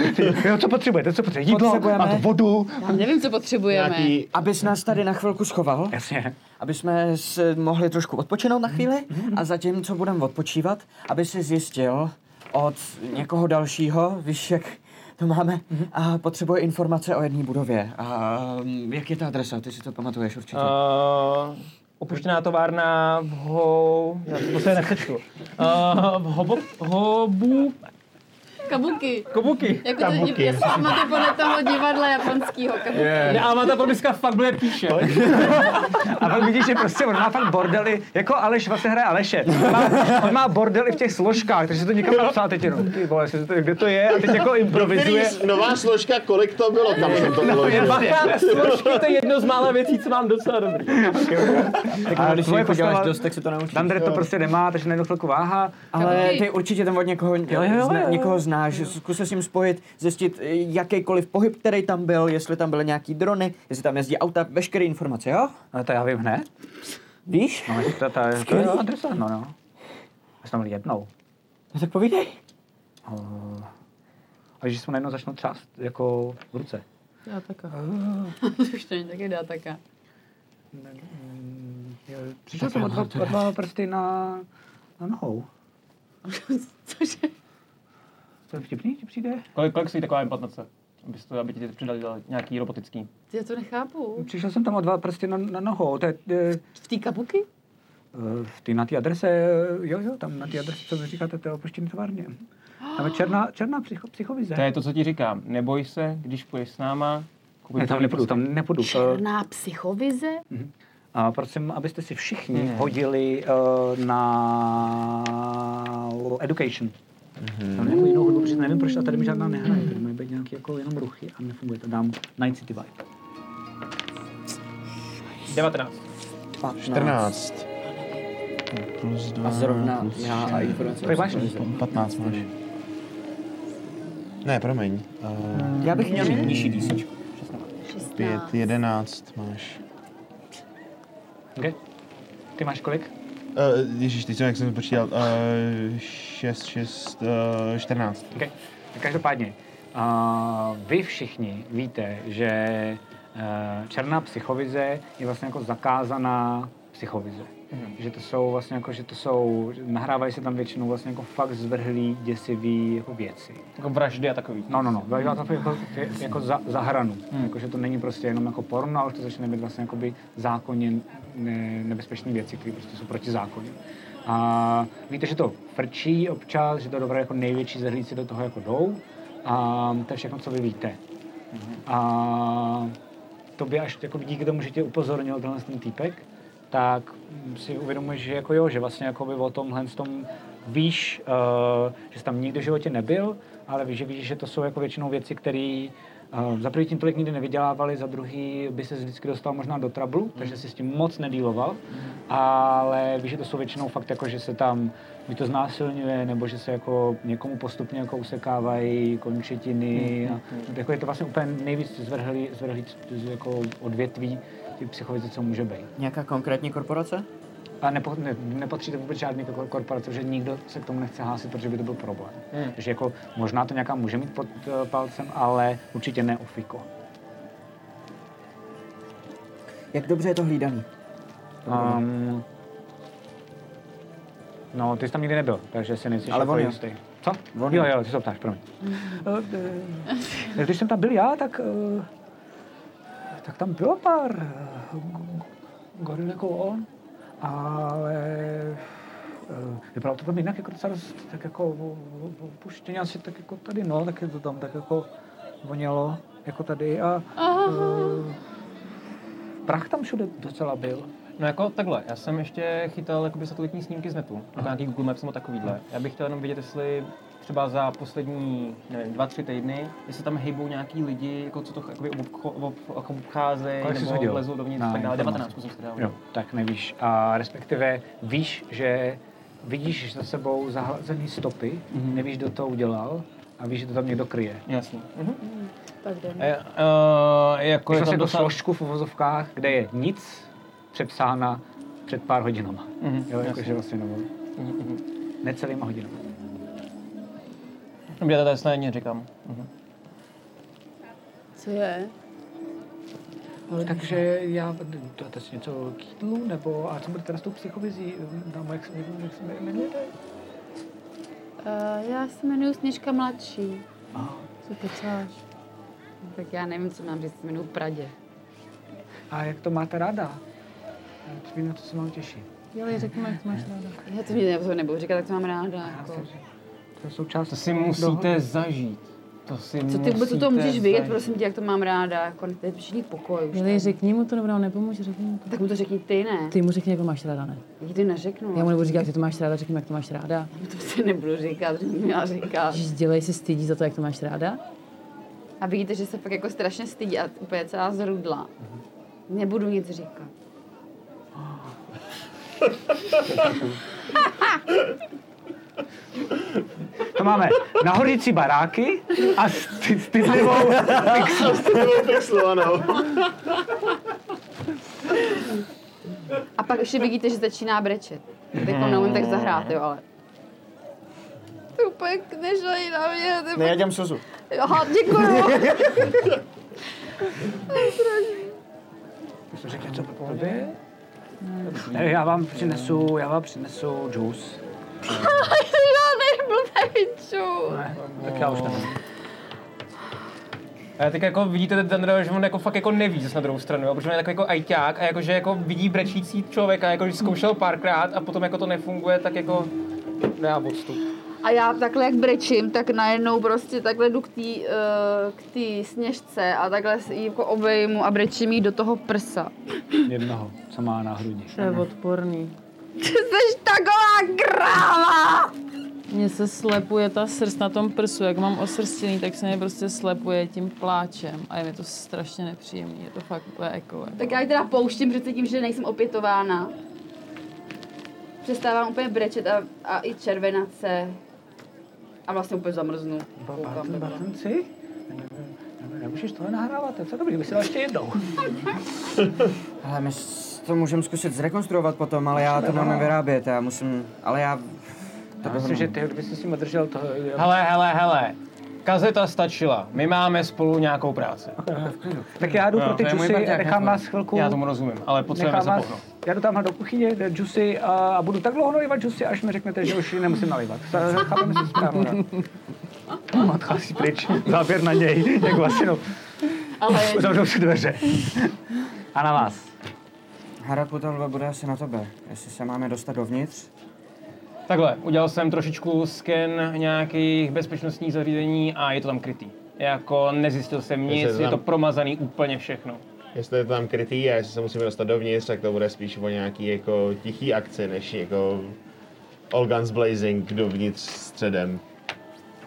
B: Jo, co potřebujete, co potřebujete? Jídlo,
A: Potřebujeme-
B: máte vodu.
C: Já nevím, co potřebujeme.
D: Nějaký...
A: Abys nás tady na chvilku schoval,
B: Jasně.
A: aby jsme s- mohli trošku odpočinout na chvíli a zatím, co budeme odpočívat, aby si zjistil od někoho dalšího, víš, jak to máme, a potřebuje informace o jedné budově. A um, jak je ta adresa? Ty si to pamatuješ určitě.
E: Uh,
B: Eh,
E: opuštěná továrna v ho... Já to se nepřečtu. Uh, v hobo... Hobu...
C: Kabuki.
E: Kobuki.
C: Jako to
D: Kabuki.
C: já si pamatuju podle toho divadla japonského kabuki.
E: Ne, a ta probiska fakt bude píše.
B: A pak vidíš, že prostě on má fakt bordely, jako Aleš vlastně hraje Aleše. On má, on má bordely v těch složkách, takže se to někam napsal teď jenom, ty vole, jestli to- kde to je? A teď jako
D: Který,
B: improvizuje.
D: nová složka, kolik to bylo, kam
A: [LAUGHS]
D: jsem
A: No,
D: to bylo. prostě
E: Dvakrát složky, to je jedno z mála věcí, co mám docela dobrý.
B: A
A: Jako když
B: tvoje
A: jich uděláš
B: postava-
A: dost, tak se to naučíš.
B: Dandre to prostě nemá, takže najednou chvilku váha.
A: Ale
F: Kabuki.
A: ty určitě tam od někoho, jo,
B: jo,
A: zna,
B: jo, jo.
A: někoho znáš, zkus se s ním spojit, zjistit eh, jakýkoliv pohyb, který tam byl, jestli tam byly nějaký drony, jestli tam jezdí auta, veškeré informace, jo?
B: No to já vím hned.
A: Víš?
B: No, to, to, to, to je adresa, no, no. Já jsem tam byl jednou.
A: No tak povídej.
B: A že jsme najednou začnou třást jako v ruce.
F: Já taká.
C: [LAUGHS] To už to není taky dá taká.
B: Přišel jsem o dva, o dva prsty na, na nohou.
C: [LAUGHS] Cože?
B: To je vtipný, ti přijde?
E: Kolik, kolik stojí taková implantace? Aby, to, aby ti přidali nějaký robotický.
C: Já to nechápu.
B: Přišel jsem tam o dva prsty na, na nohou. To je, eh,
C: V té kabuki?
B: v ty, na té adrese, eh, jo, jo, tam na té adrese, co vy říkáte, to je opuštěný továrně. Tam
C: [GASPS]
B: je černá, černá psycho, psychovize.
E: To je to, co ti říkám. Neboj se, když půjdeš s náma,
B: Ne, tam nepůjdu, tam Eh, nepůjdu. To-
C: Černá psychovize?
B: A prosím, abyste si všichni
E: Ne.
B: hodili uh, na education. Mm-hmm. Tam nějakou jinou hudbu, protože nevím, proč a tady mi žádná nehraje. Tady mají být nějaký jako jenom ruchy a nefunguje to. Dám Night City Vibe.
E: 19.
D: 14. Plus
A: A
D: 2,
A: zrovna já a informace.
B: Kolik máš?
D: Hmm. 15 máš. Ne, promiň. Uh,
A: Já bych měl Eh, nižší dísečku.
D: 5, 11 máš.
B: Okay. Ty máš kolik?
D: Uh, ježiš, teď jsem, jak jsem to počítal, uh, 6, 6, uh, 14.
B: Okay. Tak Každopádně, uh, vy všichni víte, že uh, černá psychovize je vlastně jako zakázaná psychovize. Mm. Že to jsou vlastně jako, že to jsou, že nahrávají se tam většinou vlastně jako fakt zvrhlý, děsivý jako věci.
E: Jako vraždy a takový.
B: No, no, no, byla to jako, jako za, za hranu. Hmm. Jako, že to není prostě jenom jako porno, ale už to začne být vlastně jakoby zákonně ne, nebezpečné věci, které prostě jsou proti zákonu. A víte, že to frčí občas, že to dobré jako největší zrhlíci do toho jako jdou. A to je všechno, co vy víte. A to by až jako díky tomu, že tě upozornil tenhle ten týpek, tak si uvědomuješ, že jako jo, že vlastně jako by o tomhle tom víš, uh, že jsi tam nikdy v životě nebyl, ale víš, že víš, že to jsou jako většinou věci, které uh, za prvý tím tolik nikdy nevydělávali, za druhý by se vždycky dostal možná do trablu, mm. takže si s tím moc nedíloval, mm. ale víš, že to jsou většinou fakt jako, že se tam by to znásilňuje, nebo že se jako někomu postupně jako usekávají končetiny mm. a jako je to vlastně úplně nejvíc zvrhlý, zvrhlý jako odvětví ty psychovize, co může být.
A: Nějaká konkrétní korporace?
B: A nepo, ne, nepatří to vůbec žádný ko- korporace, protože nikdo se k tomu nechce hlásit, protože by to byl problém. Hmm. Takže jako možná to nějaká může mít pod uh, palcem, ale určitě ne ofiko.
A: Jak dobře je to hlídaný?
B: Um, no, ty jsi tam nikdy nebyl, takže si nejsi
A: Ale
B: jako
A: on jo.
B: jistý. Co?
A: On
B: jo,
A: jo.
B: jo, ty se ho ptáš, promiň. Eh, Když jsem tam byl já, tak... eh, Tak tam bylo pár eh, go- goril jako on, ale eh, vypadalo to tam jinak jako docela dost tak jako o- o- opuštěně asi tak jako tady, no, tak je to tam tak jako vonělo jako tady a eh, prach tam všude docela byl.
E: No jako takhle, já jsem ještě chytal jakoby satelitní snímky z netu, jako nějaký Google Maps nebo takovýhle. Já bych chtěl jenom vědět, jestli třeba za poslední, nevím, dva, tři týdny, jestli tam hejbou nějaký lidi, jako co to jakoby obcho- ob- jako obcházejí,
B: Kolik jsi
E: nebo
B: shodil?
E: lezou dovnitř
B: Na
E: a tak dále.
B: informace.
E: 19 jsem si dal.
B: Jo, tak nevíš. A respektive víš, že vidíš za sebou zahlazený stopy,
E: Mhm.
B: mm-hmm. nevíš, kdo to udělal a víš, že to tam někdo kryje.
E: Jasný. Mhm.
G: Tak jdeme.
E: A je- eh, jako
B: Když
E: je
B: vlastně
E: tam
B: do
E: docela...
B: složku v uvozovkách, kde je nic přepsána před pár hodinama.
E: Mhm,
B: Jo, jakože
E: jasně.
B: vlastně nebo
E: Mhm, mhm.
B: necelýma hodinama.
E: Dobře, já to snadně říkám. Mhm.
F: Co je?
B: Takže já dáte si něco k jídlu, nebo a co budete s tou psychovizí, tam jak, jak se jmenujete?
C: Uh, já se jmenuji Sněžka mladší.
F: Co kecáš?
C: Tak já nevím, co mám říct, se jmenuji Pradě.
B: A jak to máte ráda? Eh, Vím, na co se mám těšit.
F: Jo, řekněme, jak to máš ráda.
C: Já to mě to nebudu říkat, tak to mám ráda. Jako.
B: To je součást
E: To si musíte zažít. To si
C: Co ty vůbec o
E: musíte
C: tom můžeš vědět,
E: zažít.
C: prosím tě, jak to mám ráda, jako teď všichni pokoj. Už
F: Měli, řekni mu to nebo nám nepomůže, řekni mu to.
C: tak mu to řekni ty, ne?
F: Ty mu řekni, jak to máš ráda, ne?
C: Nikdy neřeknu.
F: Já mu nebudu říkat, jak to máš ráda, řekni mu, jak to máš ráda.
C: [LAUGHS] To se nebudu říkat, že mi já říkat.
F: Že dělej se stydí za to, jak to máš ráda.
C: A vidíte, že se fakt jako strašně stydí a úplně celá zrudla. Nebudu nic říkat.
B: To máme na hořící baráky a sty- stydlivou
D: Pixlovanou.
C: A pak ještě vidíte, že začíná brečet. Teď to neumím tak zahrát, jo, ale... Ty úplně nežlej na mě, ty
A: Ne, já dělám slzu.
C: Aha, děkuju.
B: Jsem řekl něco po tobě? Ne, Eh, já vám přinesu, já vám přinesu juice.
C: Žádnej blbej čů.
B: Ne, tak já už nevím.
E: A teď jako vidíte ten Dandra, že on jako fakt jako neví zase na druhou stranu, jo, protože on je takový jako ajťák a jako, že jako vidí brečící člověka, jako že zkoušel párkrát a potom jako to nefunguje, tak jako dá odstup.
C: A já takhle jak brečím, tak najednou prostě takhle jdu k té k tý sněžce a takhle si ji jako obejmu a brečím jí do toho prsa.
B: Jednoho, co má na hrudi.
F: To je odporný.
C: Ty jsi taková kráva!
F: Mně se slepuje ta srst na tom prsu. Jak mám osrstěný, tak se mě prostě slepuje tím pláčem. A je mi to strašně nepříjemný. Je to fakt úplně jako...
C: Tak já ji teda pouštím přece tím, že nejsem opětována. Přestávám úplně brečet a, a i červenat se. A vlastně úplně zamrznu. Koukám takhle.
B: Bartenci? Nemůžeš tohle nahrávat, to je dobrý, vysílal ještě jednou.
A: Ale my s- to můžem zkusit zrekonstruovat potom, ale já to mám vyrábět, já musím, ale já...
B: Já myslím, že ty, kdyby jsi s ním držel toho...
E: Hele, hele, hele. Kazeta stačila. My máme spolu nějakou práci.
B: Tak já jdu
E: No,
B: pro ty
E: to je můj
B: čusy a
E: parťák,
B: nechám
E: neboj.
B: vás chvilku.
E: Já tomu rozumím, ale potřebujeme
B: nechám
E: se
B: vás-
E: pohnout.
B: Já jdu tamhle do kuchyně, jde džusy a, a budu tak dlouho nalivat džusy, až mi řeknete, že už ji nemusím nalivat. Za- Chápeme se správně. Odchází pryč. Záběr na něj, jak vlastně no.
F: Ale
B: Zavřou si dveře. A na vás.
A: Harapu ta lva bude asi na tebe, jestli se máme dostat dovnitř.
E: Takhle, udělal jsem trošičku sken nějakých bezpečnostních zařízení a je to tam krytý. Jako nezjistil jsem
D: Takže
E: nic,
D: to
E: je
D: tam-
E: to promazaný úplně všechno.
D: Jestli je to tam krytý a jestli se musíme dostat dovnitř, tak to bude spíš o nějaký jako tichý akci, než jako all guns blazing dovnitř středem.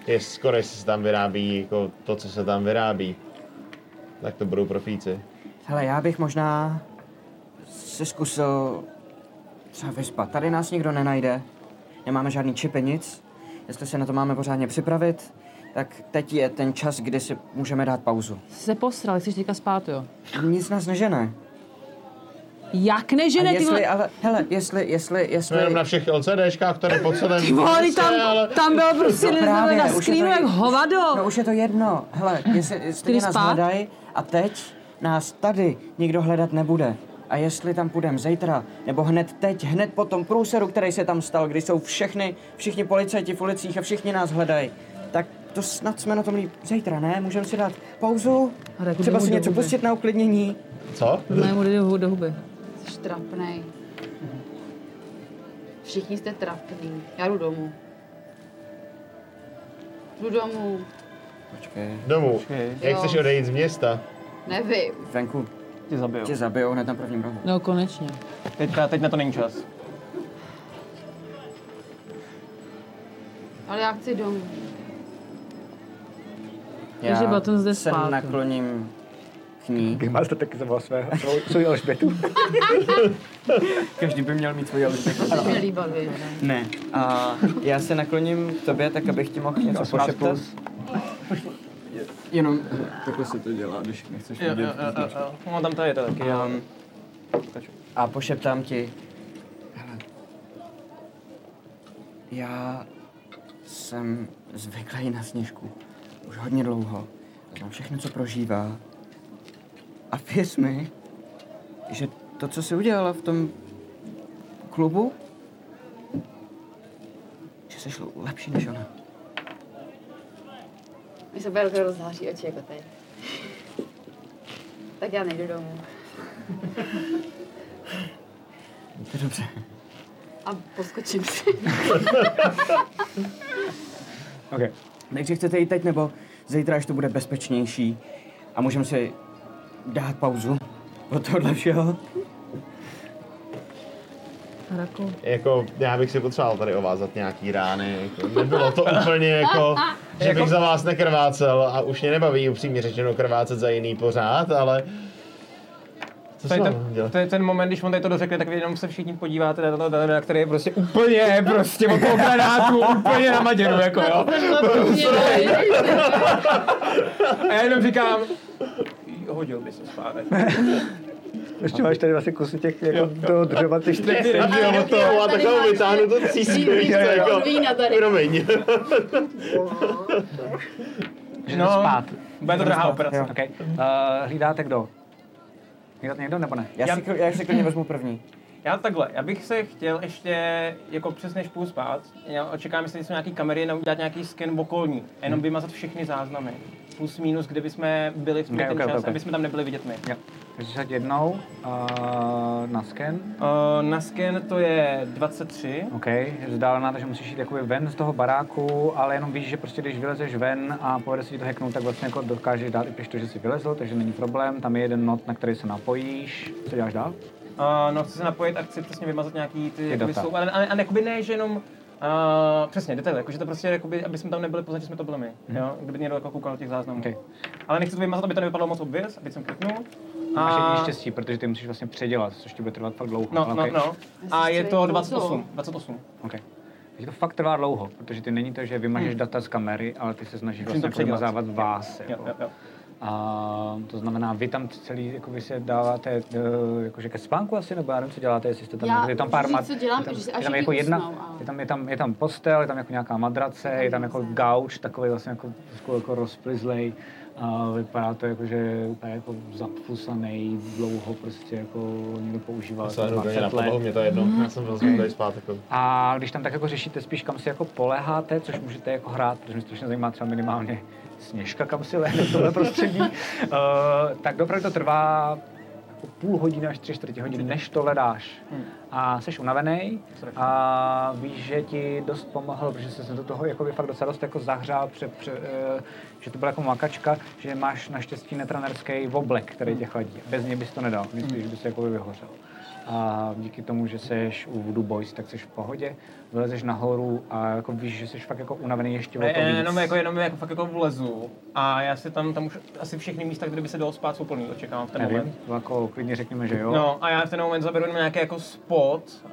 D: Je skoro, jestli se tam vyrábí jako to, co se tam vyrábí, tak to budou profíci.
A: Hele, já bych možná se zkusil třeba vyspat. Tady nás nikdo nenajde, nemáme žádný čipy, nic. Jestli se na to máme pořádně připravit, tak teď je ten čas, kdy si můžeme dát pauzu.
F: jsi se posral, chceš teďka spát, jo?
A: Nic nás nežene.
F: Jak ne, že
A: A
F: ne, ty
A: jestli,
F: vole...
A: ale, hele, jestli, jestli, jestli...
D: Jsme No, jenom na všech LCDčkách tady po celém
F: Ty vole, ty
D: městě,
F: tam,
D: ale
F: tam bylo prostě
A: No
F: lidé
A: právě,
F: na
A: už je to
F: skrínu
A: jen-
F: jak
A: No
F: hovado.
A: už je to jedno. Hele, jestli, jestli
F: Jdeš
A: nás
F: spát?
A: hledají a teď nás tady nikdo hledat nebude. A jestli tam půjdeme zítra, nebo hned teď, hned po tom průseru, který se tam stal, kdy jsou všechny, všichni policajti v ulicích a všichni nás hledají, tak to snad jsme na tom líp. Zítra, ne? Můžeme si dát pauzu,
F: Ale jako
A: třeba
F: domů
A: si
F: do
A: něco
F: huby.
A: pustit na uklidnění.
D: Co?
F: Ne, mu jde do, do huby.
C: Jsi trapnej. Všichni jste trapný. Já jdu domů. Jdu domů.
A: Počkej,
D: Domů. Jak
C: Jo.
D: chceš odejít z města?
C: Nevím.
A: venku
E: Tě zabiju.
A: tě zabijou hned na prvním rohu.
F: No konečně.
E: Teďka, teď na to není čas.
C: Ale já chci domů.
F: Takže Baton zde
A: se
F: spát, no. jo.
A: nakloním k ní.
B: Vy máte taky za svého, svou, svou Alžbětu.
A: Každý by měl mít svoji alibi.
C: To mě líbá, víš.
A: Ne. A já se nakloním k tobě, tak abych ti mohl něco
B: 18
A: pošeptat.
B: plus.
A: Jenom,
J: Takhle se to dělá, když nechceš
E: Jo, jo, jo, jo. No, tam to je to taky.
A: um, a pošeptám ti. Hele. Já jsem zvyklý na Sněžku. Už hodně dlouho. Znám všechno, co prožívá. A věř mi, že to, co jsi udělala v tom klubu, že jsi lepší než ona.
C: Mě se bude takhle rozzáří oči jako teď. Tak já nejdu domů.
A: To je dobře.
C: A poskočím si.
B: Okay.
A: Takže chcete jít teď nebo zítra, až to bude bezpečnější a můžeme si dát pauzu od tohohle všeho.
F: Hraku.
D: Jako, já bych si potřeboval tady ovázat nějaký rány, jako, nebylo to úplně jako, že bych za vás nekrvácel a už mě nebaví upřímně řečeno krvácet za jiný pořád, ale co
E: To je,
D: jsem
E: ten,
D: ten, dělat?
E: to je ten moment, když on tady to dořekne, tak vy jenom se všichni podíváte na tohle Dana, který je prostě úplně, prostě od toho granátu, úplně na maděru, jako jo. A já jenom říkám, hodil by se spánek.
B: [LAUGHS] Ještě máš tady vlastně kus těch, jako, toho dřeva, ty čtyři.
E: "No,
D: Já bych jenom od toho a takovou vytáhnu to císí, víš co, jako,
C: Vína tady.
D: promiň.
E: No,
B: Spát.
E: Bude to drahá operace.
B: Okay. Uh, hlídáte kdo? Hlídat někdo nebo ne?
A: Já, si, já si klidně vezmu první.
E: Já takhle, já bych se chtěl ještě, jako přesně než půjdu spát, já očekávám, jestli jsou nějaký kamery, nebo udělat nějaký sken okolní, a jenom vymazat všechny záznamy. Plus minus, kdyby jsme byli v tom
B: Ok,
E: okay, ten
B: ok,
E: čas,
B: ok, ok.
E: aby jsme tam nebyli vidět my.
B: Jo. Takže řad jednou uh, na sken.
E: Uh, na sken to je 23.
B: OK, je vzdálená, takže musíš jít jakoby ven z toho baráku, ale jenom víš, že prostě když vylezeš ven a povede se ti to hacknout, tak vlastně jako dokážeš dát i přesto, že jsi vylezl, takže není problém. Tam je jeden not, na který se napojíš. Co děláš dál?
E: Uh, no, chci se napojit a chci přesně vymazat nějaký ty, jakoby,
B: data.
E: slova, ale, ale, ale jakoby ne, že jenom Uh, přesně, detaily, jakože to prostě, jakoby, aby jsme tam nebyli poznat, že jsme to byli my, jo? kdyby někdo jako koukal do těch záznamů.
B: Mhm. OK.
E: Ale nechci to vymazat, aby to nevypadalo moc obvěz, aby jsem kliknul.
B: Máš
E: A-
B: jediný štěstí, protože ty musíš vlastně předělat, což ti bude trvat fakt dlouho.
E: No, no,
B: okay.
E: no. A je to 28. 28.
B: Okay. Takže to fakt trvá dlouho, protože ty není to, že vymažeš data z kamery, ale ty se snažíš
E: Hmm. Musím to
B: vlastně jako
E: předělat.
B: vymazávat vás.
E: Jo,
B: Jako.
E: jo, jo.
B: A to znamená, vy tam celý jakoby se dáváte eh, jakože ke spánku asi, nebo já nevím, co děláte, jestli jste tam,
C: Já
B: je tam
C: můžu
B: pár
C: říct,
B: mat,
C: co dělám,
B: je tam,
C: že si
B: je
C: až
B: tam
C: lidi
B: jako jedna,
C: usnou, ale-
B: je tam, je, tam, je tam postel, je tam jako nějaká madrace, je tam jako gauč, takový vlastně jako, trošku jako rozplizlej, a vypadá to jako, že úplně jako zapfusaný, dlouho prostě jako někdo používal. jako
D: Já se jenom
B: 20
D: na
B: let.
D: pomohu, mě to je jedno. Já jsem byl zvyklý spát jako.
B: A když tam tak jako řešíte spíš, kam si jako poleháte, což můžete jako hrát, protože mě strašně zajímá třeba minimálně sněžka, kam si lehne v tohle prostředí, uh, tak opravdu to trvá jako půl hodiny až tři čtvrtě hodiny, než to hledáš. A jsi unavený a víš, že ti dost pomohl, protože jsi se do toho jako fakt docela dost jako zahřál, pře, pře, eh, že to byla jako makačka, že máš naštěstí netranerský oblek, který tě chladí. Bez něj bys to nedal, myslíš, že bys jako vyhořel. A díky tomu, že jsi u Voodoo Boys, tak jsi v pohodě, vylezeš nahoru a jako víš, že jsi fakt jako unavený ještě o
E: Ne,
B: to
E: ne,
B: víc.
E: jenom, jako, jenom jako, fakt jako vlezu. A já si tam, tam už asi všechny místa, kde by se dalo spát, jsou plný, očekávám v ten
B: Nevím,
E: moment.
B: to jako klidně řekněme, že jo.
E: No a já v ten moment zaberu jenom nějaký jako spot, uh,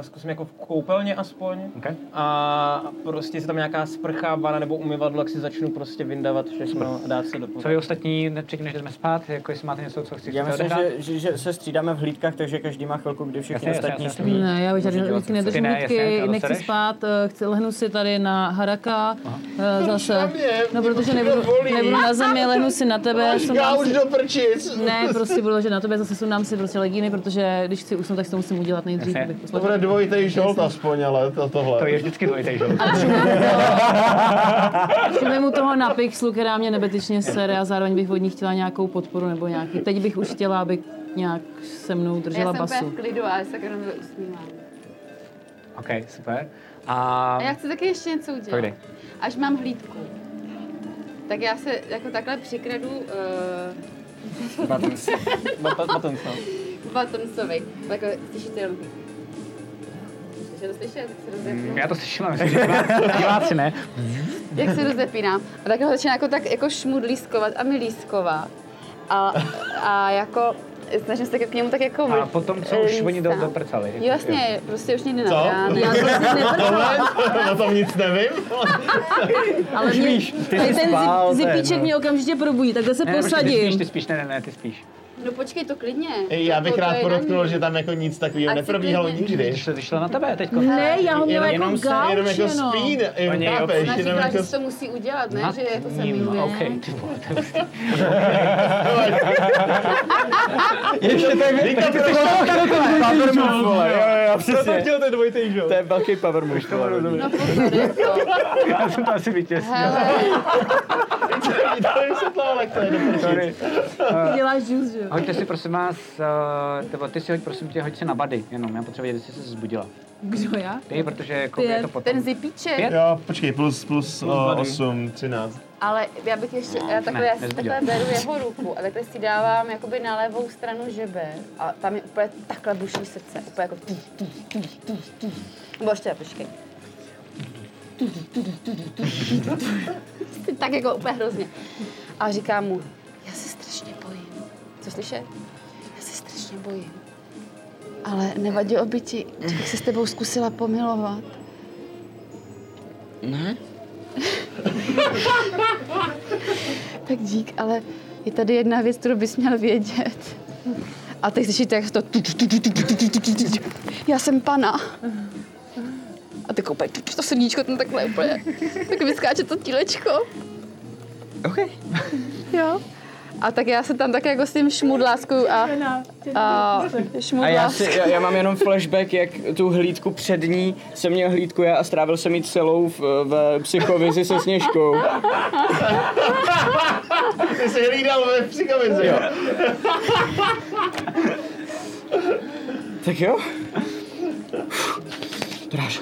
E: zkusím jako v koupelně aspoň.
B: Okay.
E: A prostě si tam nějaká sprchábana nebo umyvadlo, jak si začnu prostě vyndávat všechno a dát se do
B: Co
E: pohybu.
B: vy ostatní, ne- předtím, než jdeme spát, jako jestli máte něco, co chcete
A: Já myslím,
B: odehrát?
A: že, že, že, se střídáme v hlídkách, takže každý má chvilku, kdy všichni
B: Jasně, jasně,
A: ostatní
B: jasně.
A: spí.
F: Ne, já už tady
A: Může dělat, co
F: vždycky
A: chce.
F: nedržím
B: Ty ne, jasně,
F: nitky,
B: já
F: nechci
B: dostaneš.
F: spát, eh, chci, lehnu si tady na Haraka, eh, zase, no protože nebudu, nebudu na zemi, lehnu si na tebe,
D: Já
F: sundám
D: už
F: si,
D: do prčic!
F: ne, prostě budu ležet na tebe, zase sundám si prostě legíny, protože když chci usnout, tak si to musím udělat nejdřív,
B: Jasně.
F: abych
D: To
F: poslala.
D: bude dvojitej žolt aspoň, ale to, tohle.
B: To je vždycky dvojitej, že jo?
F: Přijme mu toho na pixlu, která mě nebetyčně sere a zároveň bych od ní chtěla nějakou podporu nebo nějaký, teď bych už chtěla, aby nějak se mnou
C: Já
F: držela
C: jsem úplně v
F: basu.
C: klidu a já se tak jenom usmívám.
B: OK, super. A
C: A já chci taky ještě něco udělat.
B: Pojdej.
C: Až mám hlídku. Tak já se jako takhle přikradu uh,
A: Buttons.
E: Potom co?
C: Batonsovi. Tak eh, slyšíte jenom ty. Slyšel, slyšel, tak se rozepnu.
B: Mm, já to slyšela, myslím, že divá- diváci ne.
C: Jak se rozepínám. A takhle ho začíná jako tak jako šmud lískovat a mi lískovat. A, a jako snažím se tak k němu tak jako
B: A potom, co už oni do,
C: lístám.
B: do prcali.
C: Jo, Jasně, prostě už někdy
D: Co? [LAUGHS]
C: navráne. Já
B: [LAUGHS]
C: to si
D: Tohle? [LAUGHS] Na tom nic nevím.
F: Ale mě, tady ten
B: spál,
F: zip,
B: to je
F: zipíček
B: jedno.
F: mě okamžitě probudí, takhle se
B: Ne, ne, počkej, ty spíš,
F: posadím.
B: ty spíš, ne, ne, ne, ty spíš.
C: No počkej to klidně.
D: Ej, já bych
C: Jako to
D: rád
C: je
D: podotknul,
C: daný.
D: že tam jako nic takového
C: Ať si
D: neprobíhalo
C: klidně-
D: nikdy.
B: Ty šla, ty šla na tebe teď.
F: Ne, já ho měla jako
A: jenom se-
F: gauč
D: Jenom jako
F: jenom.
D: spín,
B: To
D: jim
B: něj
D: chápeš,
C: Ona
D: jenom
C: říká,
D: jako
C: že to musí udělat, ne? Že jako se miluje.
B: OK, ty vole, to je už-
D: Teď tam prostě
A: Power move, vole, jo, jo,
E: To
A: přesně.
E: chtěl ten dvojitej žolt.
A: To je velký power move, vole.
C: No pozor, jako.
B: já jsem to asi vytěsnil.
C: Hele,
D: to vysvětlal, ale to je dobrý.
B: Sorry.
F: Ty děláš juice, že jo?
B: Hoďte si prosím vás, eh, tebo, ty si hoď prosím tě, hoď si na bady, jenom já potřebuji, vědět, jestli jsi se zbudila.
F: Kdo já?
B: Ty, protože jako
F: Pět.
B: je to potom.
C: ten zipíček,
B: Pět?
D: Jo, počkej, plus, plus eh, o, 8, 13.
C: ale já bych ještě, já takhle,
B: Ne,
C: já si
B: nezbudil.
C: takhle beru jeho ruku a takhle si dávám jakoby na levou stranu žeber a tam je úplně takhle buší srdce, úplně jako tý, tý, tý, tý, tý. Nebo ještě, počkej. [LAUGHS] Tý, tý, tý, tý, tý, tý, tý. Tak jako úplně hrozně. A říkám mu, já se strašně bojím. Co slyšet? Já se strašně bojím. Ale nevadilo by ti, kdybych se s tebou zkusila pomilovat.
A: Ne?
C: Tak dík, ale je tady jedna věc, kterou bys měl vědět. A teď slyšíte, jak to... tu, tu, tu, tu, tu, tu, tu, tu, tu, tu, tu. Já jsem pana. A ty koupej, tu, tu, to srdíčko tam takhle úplně. Tak vyskáče to tílečko.
A: OK.
C: Jo. A tak já se tam tak jako s tím šmudláskou a, a
A: A já, si,
C: šmudláskou.
A: já, já, mám jenom flashback, jak tu hlídku přední jsem měl hlídku já a strávil jsem ji celou v, v psychovizi se [LAUGHS] Sněžkou.
D: Ty jsi hlídal ve psychovizi.
A: Jo. tak jo. Dráž.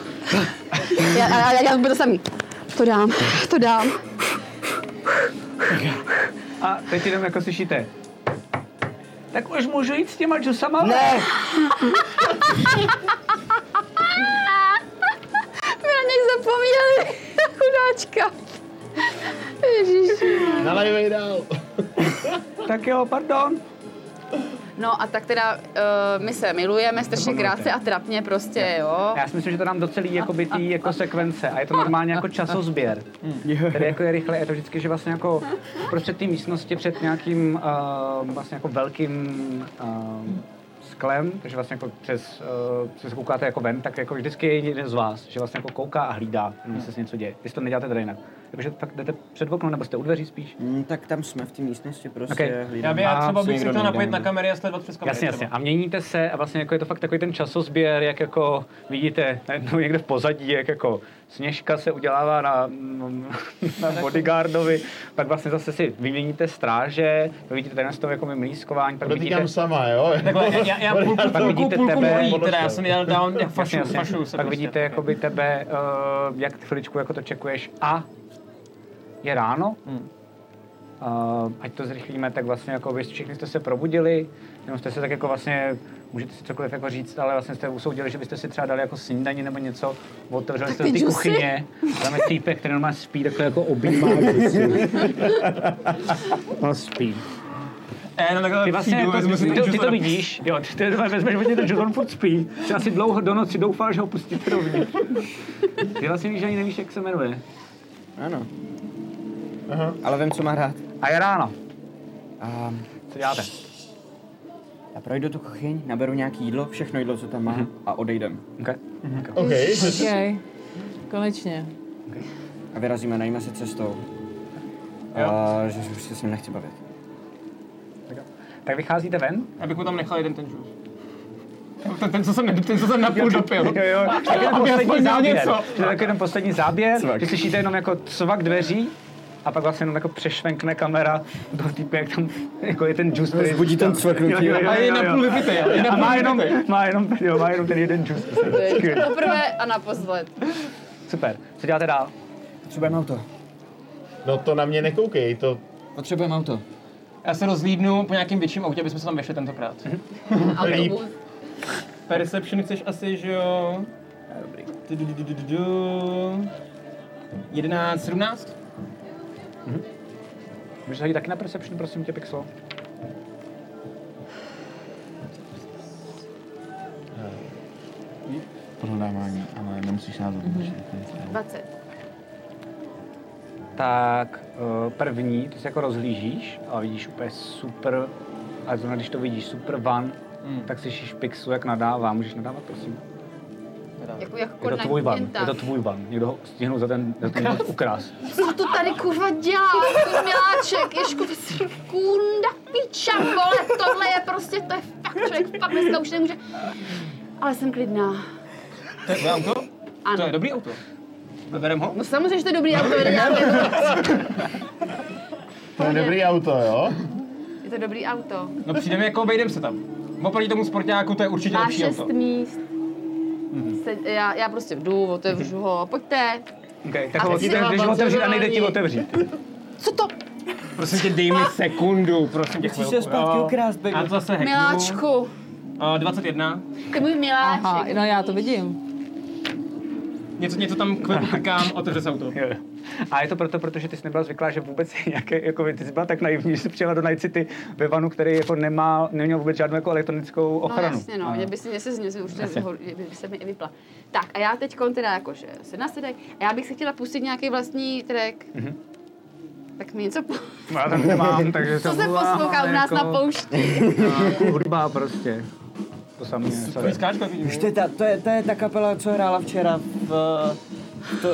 C: Já, já, já, já budu samý. To dám, to dám.
B: A teď jenom jako slyšíte. Tak už můžu jít s těma džusama?
A: Ne!
C: Milaněk zapomněl, [LAUGHS] chudáčka. Ježíš.
D: Nalejvej dál.
B: Tak jo, pardon.
C: No a tak teda uh, my se milujeme strašně krátce a trapně prostě, jo.
B: Já si myslím, že to dám do celý jakoby, tý, jako sekvence a je to normálně jako časozběr. Tedy jako je rychle, je to vždycky, že vlastně jako prostě té místnosti před nějakým uh, vlastně jako velkým uh, sklem, takže vlastně jako přes, uh, přes koukáte jako ven, tak jako vždycky je jeden z vás, že vlastně jako kouká a hlídá, jestli se něco děje. Jestli to neděláte tady jinak. Takže tak jdete před okno, nebo jste u dveří spíš?
A: Mm, tak tam jsme v té místnosti prostě
B: Okej.
E: Já
A: hlídáme.
E: bych já
B: A
E: třeba
B: co
E: bych si
J: někdo
E: chtěl
J: nejde,
E: napojit na
J: nejde.
E: kamery a sledovat přes kamery.
B: Jasně, jasně.
E: třeba.
B: A měníte se a vlastně jako je to fakt takový ten časozběr, jak jako vidíte najednou někde v pozadí, jak jako Sněžka se udělává na, na bodyguardovi, pak vlastně zase si vyměníte stráže, pak vidíte tady z toho jako mlískování, pak vidíte,
D: Podotýkám sama, jo?
E: Takhle, já, já, já půlku,
B: Pak
E: půlku,
B: vidíte
E: půlku
B: tebe.
E: mojí, teda já jsem jel down, já
B: Jasně,
E: fašu,
B: jasně.
E: fašu se
B: pak
E: prostě.
B: vlastně- vidíte jakoby tebe, uh, jak chviličku jako to čekuješ a je ráno,
E: Hmm.
B: Uh, ať to zrychlíme, tak vlastně jako vy všichni jste se probudili, jenom jste se tak jako vlastně, můžete si cokoliv jako říct, ale vlastně jste usoudili, že byste si třeba dali jako snídaní nebo něco, otevřeli jste
F: ty
B: z té
F: džusy.
B: kuchyně, tam je týpek, který normálně spí, takhle jako objímá.
F: [LAUGHS]
B: On spí.
E: Eh, no takhle
B: Ty vlastně
E: přijdu,
B: jako,
E: vezmu si
B: ty,
E: ten
B: to, ty
E: čusor
B: to
E: a-
B: vidíš, jo, ty, ty to vezmeš, protože ten John furt spí, ty asi dlouho do noci doufal, že ho pustíte dovnitř. Ty vlastně víš, že ani nevíš, jak se jmenuje.
A: Ano. Ale vím, co má rád.
B: A je ráno,
A: A
B: co děláte?
A: já projdu tu kuchyň, naberu nějaký jídlo, všechno jídlo, co tam má, a odejdem.
B: Okay.
D: OK.
F: Okay. Konečně.
A: A vyrazíme, najíme se cestou. A, že už se prostě s ním nechci bavit.
B: Tak vycházíte ven?
E: Abych mu tam nechal jeden ten džus. Ten, ten, co jsem, ne- ten, co jsem napůl dopil.
B: Jo, jo, tak je to
E: Aby
B: poslední
E: aspoň dal
B: záběr.
E: něco.
B: To je takový ten poslední záběr,
A: Cvak.
B: že slyšíte jenom jako cvak dveří, a pak vlastně jenom jako přešvenkne kamera do týpe, jak tam jako je ten džus, který...
A: Zbudí ten cvaknutí.
B: Jo, jo, jo,
E: A je
B: jo, jo.
E: napůl vypitej, ale je
B: A
E: napůl
B: má jenom,
E: vypitej.
B: má jenom, jo, má jenom ten jeden džus. Skvělý.
C: Poprvé a naposled.
B: Super. Co děláte dál?
A: Potřebujeme auto.
D: No to na mě nekoukej, to...
A: Potřebujeme auto.
E: Já se rozlídnu po nějakým větším autě, abychom se tam vešli tentokrát.
C: Autobus.
E: Perception Mhm. chceš asi, že jo? Eh, Dobrý. Du, du, du, du, du, du. 11, 17?
B: Můžeš hodit taky na perception, prosím tě, Pixel.
J: Prodávání, ale nemusíš nás odložit.
C: 20.
B: tak eh, první, ty se jako rozhlížíš a vidíš úplně super, a zrovna když to vidíš, super van, tak slyšíš Pixu, jak nadává. Můžeš nadávat, prosím?
C: Jako,
B: No.
C: jako
B: Je to
C: na
B: tvůj van,
C: klienta.
B: je to tvůj van. Někdo ho stihnul za ten, za ten ukras.
C: Co to tady kurva dělá, ty miláček, Ježku, vy jsi kunda piča, vole, tohle je prostě, to je fakt, člověk fakt dneska už nemůže. Ale jsem klidná.
E: To je tvoje auto?
C: Ano.
E: To je dobrý auto. Berem ho?
C: No samozřejmě, že to je dobrý auto, jede nějaké
D: To je dobrý auto, jo?
C: [LAUGHS] Je to dobrý auto.
E: No přijdeme jako obejdem se tam. Oproti tomu sportáku to je určitě
C: Má
E: lepší auto.
C: šest míst.
B: Mhm.
C: Se, já, já prostě jdu, otevřu ho, pojďte.
B: Okay,
C: A
B: tak
C: ty
B: ho
C: si
B: jdeš, jdeš
C: mám
B: ho otevřít a
C: zrovna
B: nejde ti
C: ní.
B: otevřít.
C: Co to,
E: Prosím tě, dej mi sekundu, prosím tě
A: Chceš
E: chvilku.
A: se zpátky
E: Jo.
A: ukrást,
E: Já
A: baby.
E: to zase Eh, hacknu.
C: miláčku?
E: A 21.
C: Ty můj miláček.
F: Aha, no já to vidím.
E: Něco, něco tam [LAUGHS] chvilku klikám, otevře se auto.
B: Jo, jo. [LAUGHS] A je to proto, protože ty jsi nebyla zvyklá, že vůbec [LAUGHS] je nějaké, jako ty jsi byla tak naivní, že jsi přijela do Night City ve vanu, který jako nemá, neměl vůbec žádnou jako elektronickou
C: No
B: ochranu.
C: jasně, no, mě by si, mě se z něj určitě
B: Jasně.
C: zhor- by by se mi i vypla. Tak a já teď teda jakože se nasedek a já bych si chtěla pustit nějaký vlastní track.
B: Mhm.
C: Tak mi něco, po-
B: No, Já tam nemám, takže jako-
C: co se poslouchá u nás na poušti.
B: Hudba prostě. To samé.
E: To
B: sorry.
E: je skáčka, vidím.
A: Už to je ta, to je, to je ta kapela, co hrála včera v... To,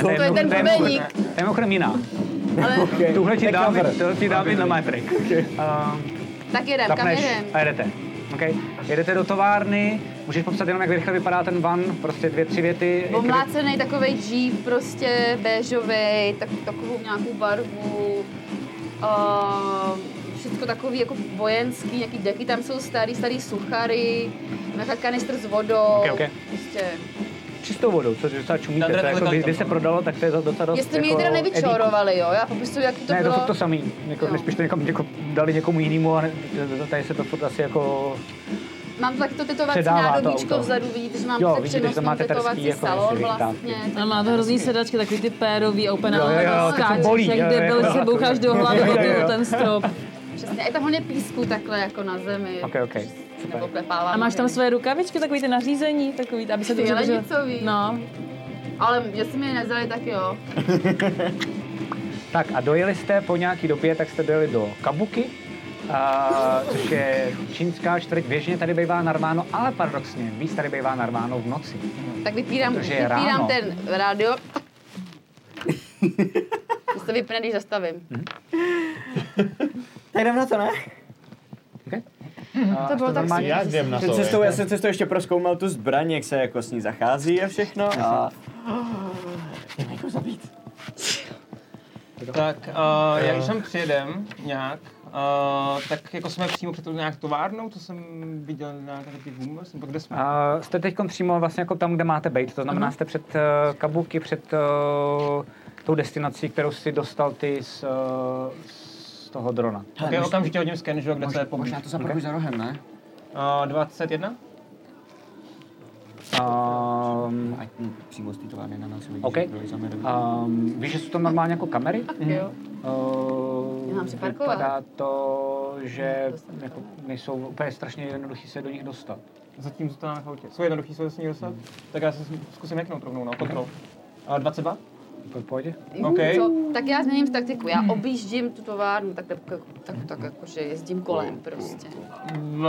B: To
C: To je ten
B: mimochodem-
C: bubeník.
B: To je mimochodem jiná.
C: Ale
B: Tuhle ti
A: Tak
B: dám,
A: cover.
B: tohle ti dám i na Matrix. Um,
C: tak jedem, kam
B: Zapneš
C: jedem?
B: a jedete. Okay. Jedete do továrny, můžeš popsat jenom, jak rychle vypadá ten van, prostě dvě, tři věty.
C: Omlácený takový jeep, prostě béžový, tak, takovou nějakou barvu. Uh, všechno takový jako vojenský, nějaký deky, tam jsou starý, starý suchary, nějaká kanistr s vodou.
B: Ok, ok.
C: Prostě.
B: Čistou vodou, což je docela
E: Na
B: čumíte. To
E: drak
B: je jako, když,
E: letáčka.
B: když se prodalo, tak to je za- docela dost
C: Jestli mi ji
B: jako
C: teda
B: edíku.
C: nevyčorovali, jo? Já popisuju, jaký to
B: ne,
C: bylo.
B: to jsou to samý. Jako,
C: Jo.
B: než byste někam, jako, dali někomu jinému a ne, tady se to furt asi jako...
C: Mám taky to tetovací
B: Předává to
C: nádobíčko
B: auto.
C: vzadu, vidíte, že mám
B: Jo,
C: jo,
B: vidíte, že tam
C: přenosnou
B: máte tady
C: tetovací
B: ský, jako
C: salon
B: jestli
C: vlastně.
F: A má to hrozný sedačky, takový ty pérový open
B: Jo, jo, jo, to bolí,
F: jak
B: jo, jo,
F: debil
B: jo.
F: se boucháš do hlavy
B: Jo, jo,
F: o
B: jo.
F: ten strop.
C: Přesně, a je to hodně písku takhle jako na zemi.
B: Ok, ok, super.
C: Nebo klepává.
F: A máš tam své rukavičky, takový ty nařízení, takový, aby se to
C: Ty
F: drželo.
C: ledicový.
F: No,
C: Ale jestli mi je nevzali, tak jo.
B: Tak a dojeli jste po nějaký době, tak jste dojeli do Kabuki, a, což je čínská čtvrť. Běžně tady bývá narváno, ale paradoxně, víc tady bývá narváno v noci.
C: Tak vypírám,
B: Protože je ráno.
C: vypírám ten rádio. To se vypne, když zastavím.
A: Tak jdem na to, ne?
B: To bylo tak
D: Já jdem na
A: Před
D: to.
A: cestou, já jsem cestou ještě proskoumal tu zbraň, jak se jako s ní zachází a všechno. A
E: Tak, uh, jak jsem přijedem nějak, uh, tak jako jsme přímo před tou nějak továrnou, co jsem viděl na takový boomer, jsem pak kde jsme.
B: A jste teď přímo vlastně jako tam, kde máte být. To znamená, jste před eh, Kabuki, před eh, tou destinací, kterou si dostal ty z, eh, z toho drona.
E: Tak je okamžitě hodím scan, že jo, kde se je poblíž.
A: to zaprobuj za rohem, ne?
E: Uh, 21?
B: Um,
A: Ať hm, přímo z na nás uvidí,
B: OK. Um, víš, že jsou to normálně jako kamery?
C: Jo.
B: Uh,
C: Mám připarkovat?
B: vypadá to, že
C: To jsem
B: jako, nejsou úplně strašně jednoduchý se do nich dostat.
E: Zatím zůstávám na chautě. Jsou jednoduchý, jsou jasný dostat. Tak já se zkusím heknout rovnou, no, kontrol. Uh, 22?
B: Po- Pojď.
E: OK.
C: Co? Tak já změním taktiku. Já objíždím tu továrnu, tak, tak, tak, tak jako, že jezdím kolem prostě.
E: V,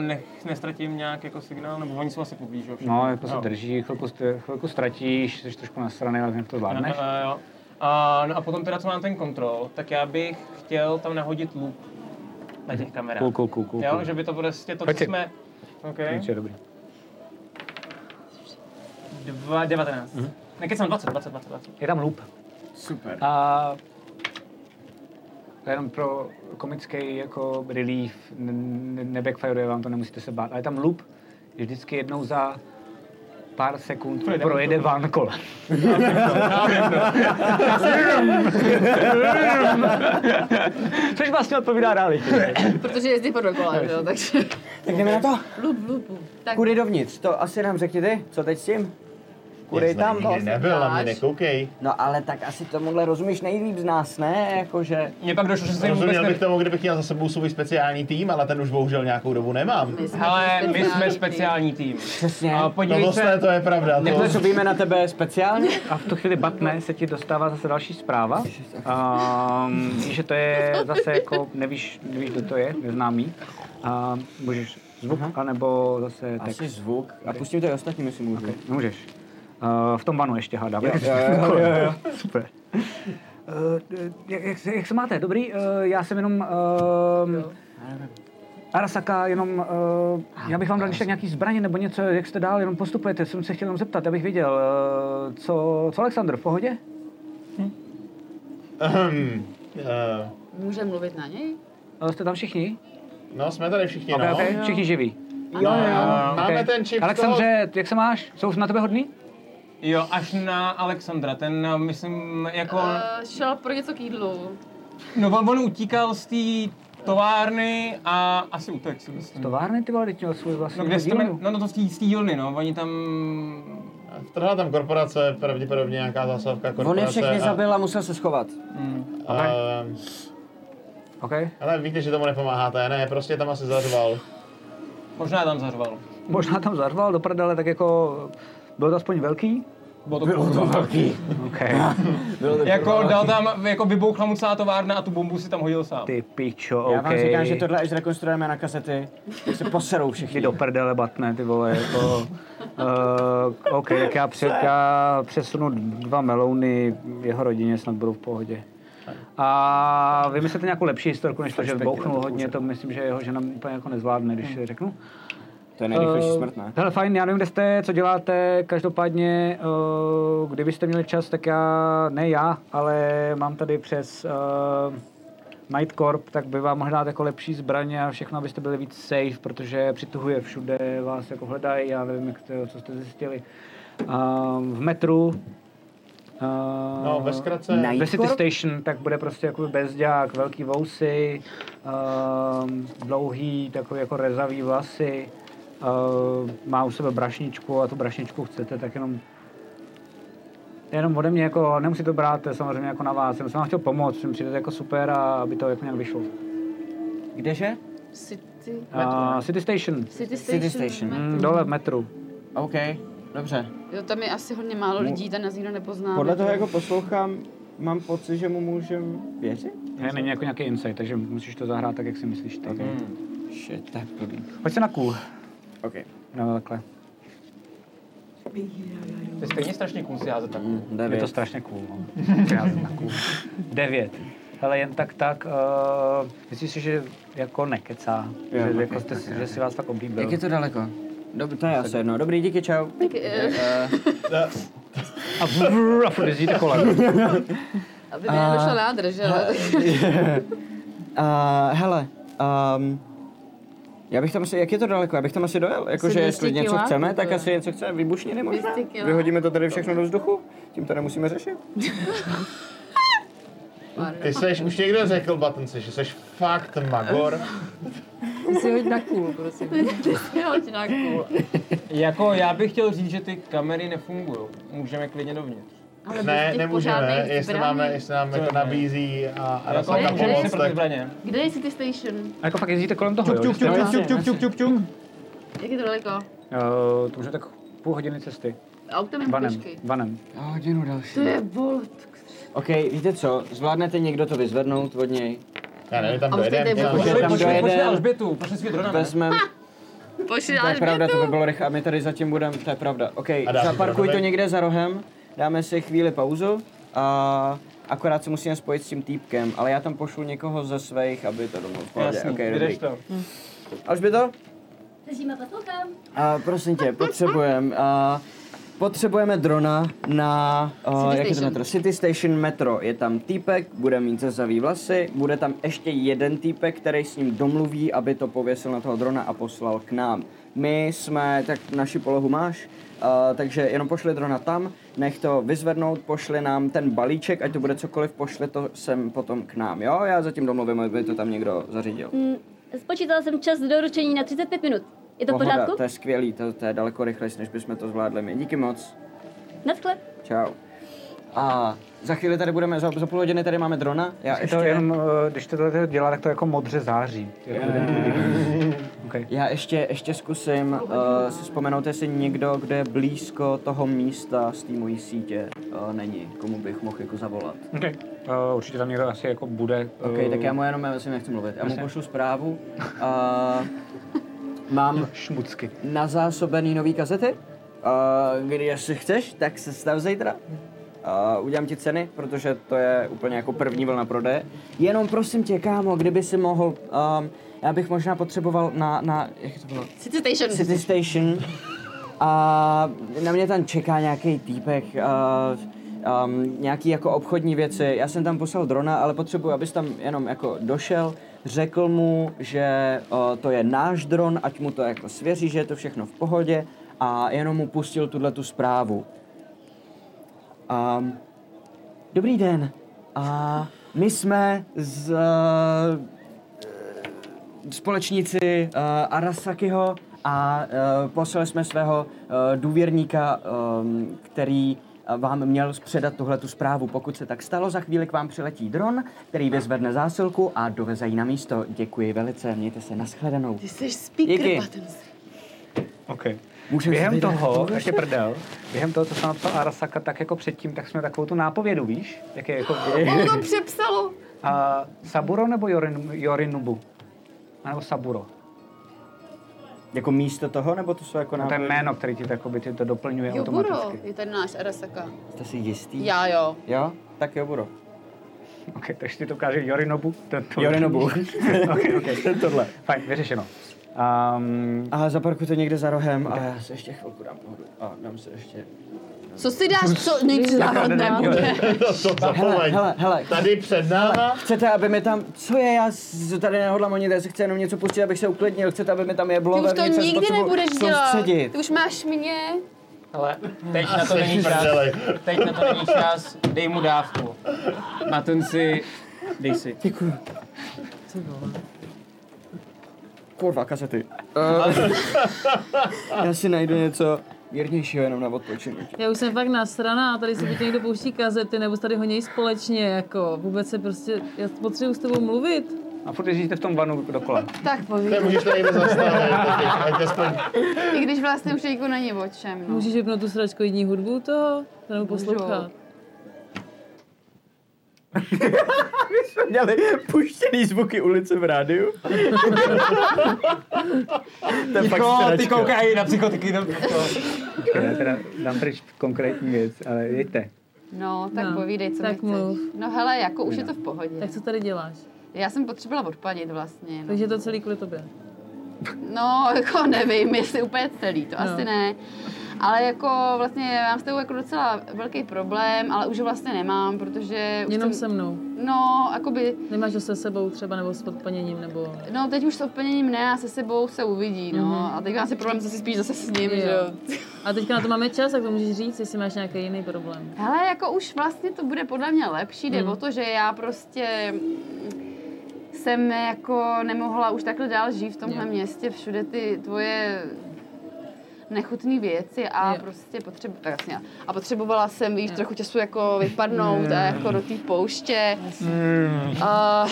E: nech, nestratím nějak jako signál, nebo oni jsou asi poblíž, jo? všichni.
B: No, jako se
E: Jo.
B: drží, chvilku, st- chvilku ztratíš, jsi trošku nasraný, ale nějak to
E: Jo,
B: zvládneš.
E: jo, jo. A, no a potom teda, co mám ten kontrol, tak já bych chtěl tam nahodit loop na těch kamerách.
B: Cool, cool, cool, cool.
E: Jo,
B: cool.
E: že by to prostě to,
B: Pojď
E: co
B: si.
E: jsme... OK.
B: Takže je dobrý.
E: Dva, 19. Mm-hmm. Nekecám, 20, 20, 20, 20.
B: Je tam loop.
A: Super.
B: A to je jenom pro komický jako relief, ne- ne- nebackfiruje vám to, nemusíte se bát. Ale je tam loop, že vždycky jednou za pár sekund
E: Projede
B: projede vám kolem. Což vlastně odpovídá realitě.
C: Protože jezdí po dokola, že jo, takže...
A: Tak jdeme na to.
C: Lup, lupu. Tak
A: Kudy dovnitř, to asi nám řekni ty, co teď s tím? Kudy
D: Nic na
A: tam?
D: mě Nebyl na
C: Dáš?
D: mě, nekoukej.
A: No ale tak asi tomuhle rozumíš nejlíp z nás, ne? Jakože...
E: Mně pak došlo, že se jim vůbec
D: Rozuměl bych
E: ne...
D: tomu, kdybych měl za sebou svůj speciální tým, ale ten už bohužel nějakou dobu nemám.
C: my jsme
E: Hele, my jsme
C: speciální
E: speciální tým.
A: Přesně.
E: A
D: To
E: podívej
D: vlastně,
E: se,
D: to je pravda.
A: Takhle,
D: To...
A: co víme na tebe speciálně?
B: A v tu chvíli batne, se ti dostává zase další zpráva. Um, víš, že to je zase jako, nevíš, nevíš kdo to je, neznámý. A můžeš zvuk, anebo zase
A: [LAUGHS]
B: text.
A: Asi zvuk. A pustím to i ostatním, jestli můžu. Okay.
B: Můžeš. Uh, v tom vanu ještě hádám. [LAUGHS]
A: Jo, jo, jo, jo,
B: Super. Uh, jak, jak, se- jak se máte? Dobrý? Uh, já jsem jenom... Uh, Arasaka, jenom... Uh, já bych vám dal ještě nějaký zbraně nebo něco, jak jste dál, jenom postupujete. Jsem se chtěl jenom zeptat, abych věděl. Uh, co, co Aleksandr, v pohodě?
D: Ahem. Eh,
C: Můžeme mluvit na něj?
B: Uh, jste tam všichni?
D: No, jsme tady všichni,
B: Okay,
D: no.
B: okay. Všichni živí.
D: No, Máme
B: Okay.
D: ten čip z toho...
B: Alexandře, jak se máš? Jsou na tebe hodný?
E: jo, až na Alexandra, ten, eh, myslím, jako...
C: Eh, šel pro něco k jídlu.
E: No, on, on utíkal z té továrny a asi utek, si myslím.
B: Továrny ty vole, teď měl svůj vlastní
E: No, kde jste,
B: dílnu.
E: no, no to z té- z té dílny, no, oni tam...
D: Vtrhla tam korporace, pravděpodobně nějaká zásavka
A: On
D: korporace.
A: je všechny
D: a-
A: zabil a musel se schovat.
E: Mm.
D: ehm,
B: okay.
D: Ale víte, že tomu nepomáháte, ne, prostě tam asi zařval.
E: Možná tam zařval.
B: možná tam zarval do prdele, tak jako byl to aspoň velký.
E: Bylo to, Bylo to velký.
B: Okay.
E: Jako dal tam, jako vybouchla mu celá továrna a tu bombu si tam hodil sám.
B: [LAUGHS] Ty pičo,
A: Já vám
B: okay.
A: říkám, že tohle až zrekonstruujeme na kasety, tak se poserou
B: Ty
A: všichni.
B: do prdele batne, ty vole, jako... Uh, OK, tak já, pře- já přesunu dva melouny jeho rodině, snad budou v pohodě. A vymyslete nějakou lepší historku, než to, že bouchnul hodně, to myslím, že jeho žena úplně jako nezvládne, když řeknu.
A: To je nejrychlejší
B: Eh,
A: smrt, ne?
B: Hele, fajn, já nevím, kde jste, co děláte, každopádně, uh, kdybyste měli čas, tak já, ne já, ale mám tady přes uh, Night Corp, tak by vám mohl dát jako lepší zbraně a všechno, abyste byli víc safe, protože přituhuje všude, vás jako hledají, já nevím, jak to, co jste zjistili. Uh, v metru, uh,
D: No, ve zkratce,
A: Na jí-
B: ve City
A: Corp?
B: Station, tak bude prostě jako bezďák, velký vousy, ehm, dlouhý, takový jako rezavý vlasy, ehm, má u sebe brašničku a tu brašničku chcete, tak jenom jenom ode mě jako, nemusíte to brát to je samozřejmě jako na vás, jenom jsem vám chtěl pomoct, mi přijde jako super a aby to jako nějak vyšlo.
A: Kdeže?
C: City,
B: Uh, City Station.
C: City
A: City
C: Station.
A: Station.
B: Mm, dole v metru.
A: OK, dobře.
C: Jo, tam je asi hodně málo lidí, ten nás nikdo nepozná.
A: Podle toho, jak ho poslouchám, mám pocit, že mu můžem věřit?
B: Ne, není jako nějaký insight, takže musíš to zahrát tak, jak si myslíš ty. Okay.
A: Shit, tak blbý.
B: Pojď se na kůl.
A: OK.
B: No, takhle.
E: To je stejně strašně cool si házet tak.
A: Mm,
B: Je to
A: devět.
B: strašně cool. No. Krásně cool. Devět. Hele, jen tak tak, uh, myslíš si, že jako nekecá,
A: Jo,
B: že,
A: ok,
B: jako jste, si- že si vás fakt oblíbil.
A: Jak je to daleko? Dob- to je asi jedno. Dobrý, díky, čau.
C: eh,
B: A brrr, a furt jezdíte kolem.
A: [LAUGHS]
C: Aby mi nedošla nádrž, že? [LAUGHS] jo?
A: Uh, hele, um, já bych tam asi, jak je to daleko, já bych tam asi dojel, jakože
F: 200
A: jestli něco
F: kiláků,
A: chceme,
F: to
A: tak
F: je.
A: asi něco chceme, výbušniny možná,
C: 200 kiláků.
A: vyhodíme to tady všechno do vzduchu, tím to nemusíme řešit.
D: Ty jsi, už někdo řekl, Batonci, že jsi fakt magor.
F: Jsi hoď na kůl, prosím.
C: Hoď na kůl.
E: Jako já bych chtěl říct, že ty kamery nefungují. Můžeme klidně dovnitř.
C: Ale prostě bez
D: Ne,
C: těch
D: nemůžeme,
C: pořádných
D: jestli
C: zbraní.
D: máme, jestli nám jako
E: ne?
D: nabízí a, a
E: Jako
D: Rasaka
E: můžeme si
D: pomoc,
E: pro ty
D: tak
E: zbraně.
C: Kde je City Station?
B: A jako fakt jezdíte kolem toho, jo? vlastně. že jste-
A: čup, čup, čup, čup, čup.
C: Jak je to daleko?
B: Eh, to může tak půl hodiny cesty.
C: Autem nebo
B: Vanem,
C: pěšky?
B: vanem.
A: Hodinu další.
C: To je bolt.
A: OK, víte co, zvládnete někdo to vyzvednout od něj,
D: já nevím, tam
C: A už
D: dojedeme.
C: jdete,
D: tam-
A: pošli-
E: Pošli,
A: tam
E: pošli, pošli
A: dojede.
E: Alžbětu, pošli svůj drona, ne?
A: vezmeme,
C: Pošli
A: to je
C: ale
A: pravda, to by bylo rychle, a my tady zatím budeme, to je pravda. OK,
D: dáme
A: zaparkuj to
D: dohromady?
A: někde za rohem, dáme si chvíli pauzu a akorát se musíme spojit s tím týpkem, ale já tam pošlu někoho ze svých, aby to domů v pohodě.
E: Jasný,
A: OK, dobrý.
E: jdeš to.
A: Alžběto?
I: Držím a poslouchám.
A: A prosím tě, potřebujeme, a potřebujeme drona na, a, jak
C: City
A: je to
C: Station.
A: metro? City Station Metro. Je tam týpek, bude mít zezavý vlasy, bude tam ještě jeden týpek, který s ním domluví, aby to pověsil na toho drona a poslal k nám. My jsme, tak naši polohu máš, a, takže jenom pošli drona tam, nech to vyzvednout, pošli nám ten balíček, ať to bude cokoliv, pošli to sem potom k nám, jo? Já zatím domluvím, aby to tam někdo zařídil.
I: Mm, Spočítala jsem čas doručení na 35 minut. Je to v
A: Pohoda,
I: pořádku?
A: to je skvělý, to, to je daleko rychlejší, než bychom to zvládli my. Díky moc.
I: Nadchle.
A: Čau. A za chvíli tady budeme, za, za půl hodiny tady máme drona. Já
B: Je to jenom, eh, když to tohle dělá, tak to jako modře září. Jako ten průběh. okay.
A: já ještě, ještě zkusím uh, si vzpomenout, jestli někdo, kdo je blízko toho místa z té mojí sítě, uh, není, komu bych mohl jako zavolat.
B: Okay. Uh, určitě tam někdo asi jako bude.
A: OK,
B: eh,
A: tak já mu jenom, já si nechci mluvit, já mu pošlu zprávu. Uh, mám
B: Šmucky.
A: nazásobený nový kazety. Uh, kdy jestli chceš, tak se stav zítra. Uh, udělám ti ceny, protože to je úplně jako první vlna prodeje. Jenom prosím tě, kámo, kdyby si mohl, um, já bych možná potřeboval na, na jak to bylo?
C: City Station.
A: City Station. A na mě tam čeká nějaký týpek, uh, um, nějaký jako obchodní věci. Já jsem tam poslal drona, ale potřebuji, abys tam jenom jako došel, řekl mu, že uh, to je náš dron, ať mu to jako svěří, že je to všechno v pohodě a jenom mu pustil tuhle tu zprávu. Um, dobrý den. A my jsme z uh, společníci uh, Arasakiho a uh, poslali jsme svého uh, důvěrníka, um, který eh, vám měl předat tuhle tu zprávu. Pokud se tak stalo, za chvíli k vám přiletí dron, který vyzvedne zásilku a doveze ji na místo. Děkuji velice, mějte se nashledanou.
C: Ty jsi speaker
A: Díky.
C: buttons.
B: Okay.
A: Můžeme si
B: Během
A: vydat-
B: toho,
A: Můžeme?
B: ještě prdel, během toho, co jsem napsal Arasaka, tak jako předtím, tak jsme takovou tu nápovědu, víš? Jak je jako...
C: On to přepsalo.
B: A Saburo nebo Yorin, Yorinubu? A nebo Saburo? No,
A: Jako místo toho, nebo to jsou jako
B: No, to je
A: nápady?
B: jméno, který ti to, jakoby, ti to doplňuje
C: Joburo
B: automaticky.
C: je ten náš Arasaka.
A: Jste si jistý?
C: Já jo.
A: Jo? Tak jo, budu.
B: Ok, takže ti to ukáže Yorinobu. To, to, [LAUGHS]
A: Jorinobu.
B: okay, okay. Tohle. Fajn, vyřešeno. Um,
A: A zaparkuj to někde za rohem a já se ještě chvilku dám pohodu. A dám se ještě...
C: Co
A: [LAUGHS]
C: si dáš, co nic závodná?
D: [LAUGHS] No To
A: Hele,
D: zapomeň.
A: hele, hele,
D: Tady před náma.
A: Chcete, aby mi tam, co je, já s- tady nehodlám honit, já si chci jenom něco pustit, abych se uklidnil, chcete, aby mi tam jeblo
C: Ty už to
A: vevnitř,
C: nikdy
A: potřebuji
C: nebudeš dělat.
A: soustředit.
C: Ty už máš mě.
E: Ale teď na to
D: jsi
E: není čas.
D: prdeli.
E: Teď na to není čas. Dej mu dávku. Maten si, dej si.
A: Děkuju. Kurva, kasety. Eh, [LAUGHS] já si najdu něco mírnějšího jenom na odpočinutí.
F: Já už jsem fakt nasraná, tady si buď někdo pouští kazety, nebo se tady honí společně, jako vůbec se prostě, já potřebuji s tebou mluvit.
B: A furt jezdíte v tom vanu
C: [LAUGHS]
B: dokola.
C: Tak povídej.
D: Ne, můžeš tady
A: [LAUGHS]
D: zastavit, ať aspoň
A: Jako,
C: I když vlastně už jako není o čem. No.
F: Můžeš vypnout tu sračkoidní hudbu toho? To nebo poslouchat?
K: Měli puštěný zvuky ulice v rádiu. to je fakt
E: Ticho, ty
K: sračka.
E: koukají na psychotiky. no.
B: Já teda dám pryč konkrétní věc, ale jeďte.
C: no, tak
F: No,
C: povídej, co
F: tak
C: mi chceš.
F: mluv.
C: No hele, jako už je to v pohodě.
F: Tak co tady děláš?
C: Já jsem potřebovala odpadit vlastně. No.
F: Takže je to celý kvůli tobě.
C: No, jako [LAUGHS] nevím, jestli úplně celý, to
F: No.
C: asi ne. Ale jako vlastně mám s tebou jako docela velký problém, ale už ho vlastně nemám, protože... Už
F: Jenom
C: jsem-
F: se mnou.
C: No, jakoby,
F: Nemáš ho se sebou třeba, nebo s podplněním, nebo...
C: no teď už s odplněním ne a se sebou se uvidí, no.
F: Mhm.
C: A teď mám asi problém zase spíš zase s ním,
F: Jo.
C: že jo.
F: A teďka na to máme čas, tak to můžeš říct, jestli máš nějaký jiný problém.
C: Hele, jako už vlastně to bude podle mě lepší, jde
F: Mm.
C: o to, že já prostě mm, jsem jako nemohla už takhle dál žít v tomhle
F: Jo.
C: městě, všude ty tvoje nechutné věci a
F: Jo.
C: prostě potřeb, tak jasně, a potřebovala jsem, víš, trochu času jako vypadnout a jako do té pouště. A-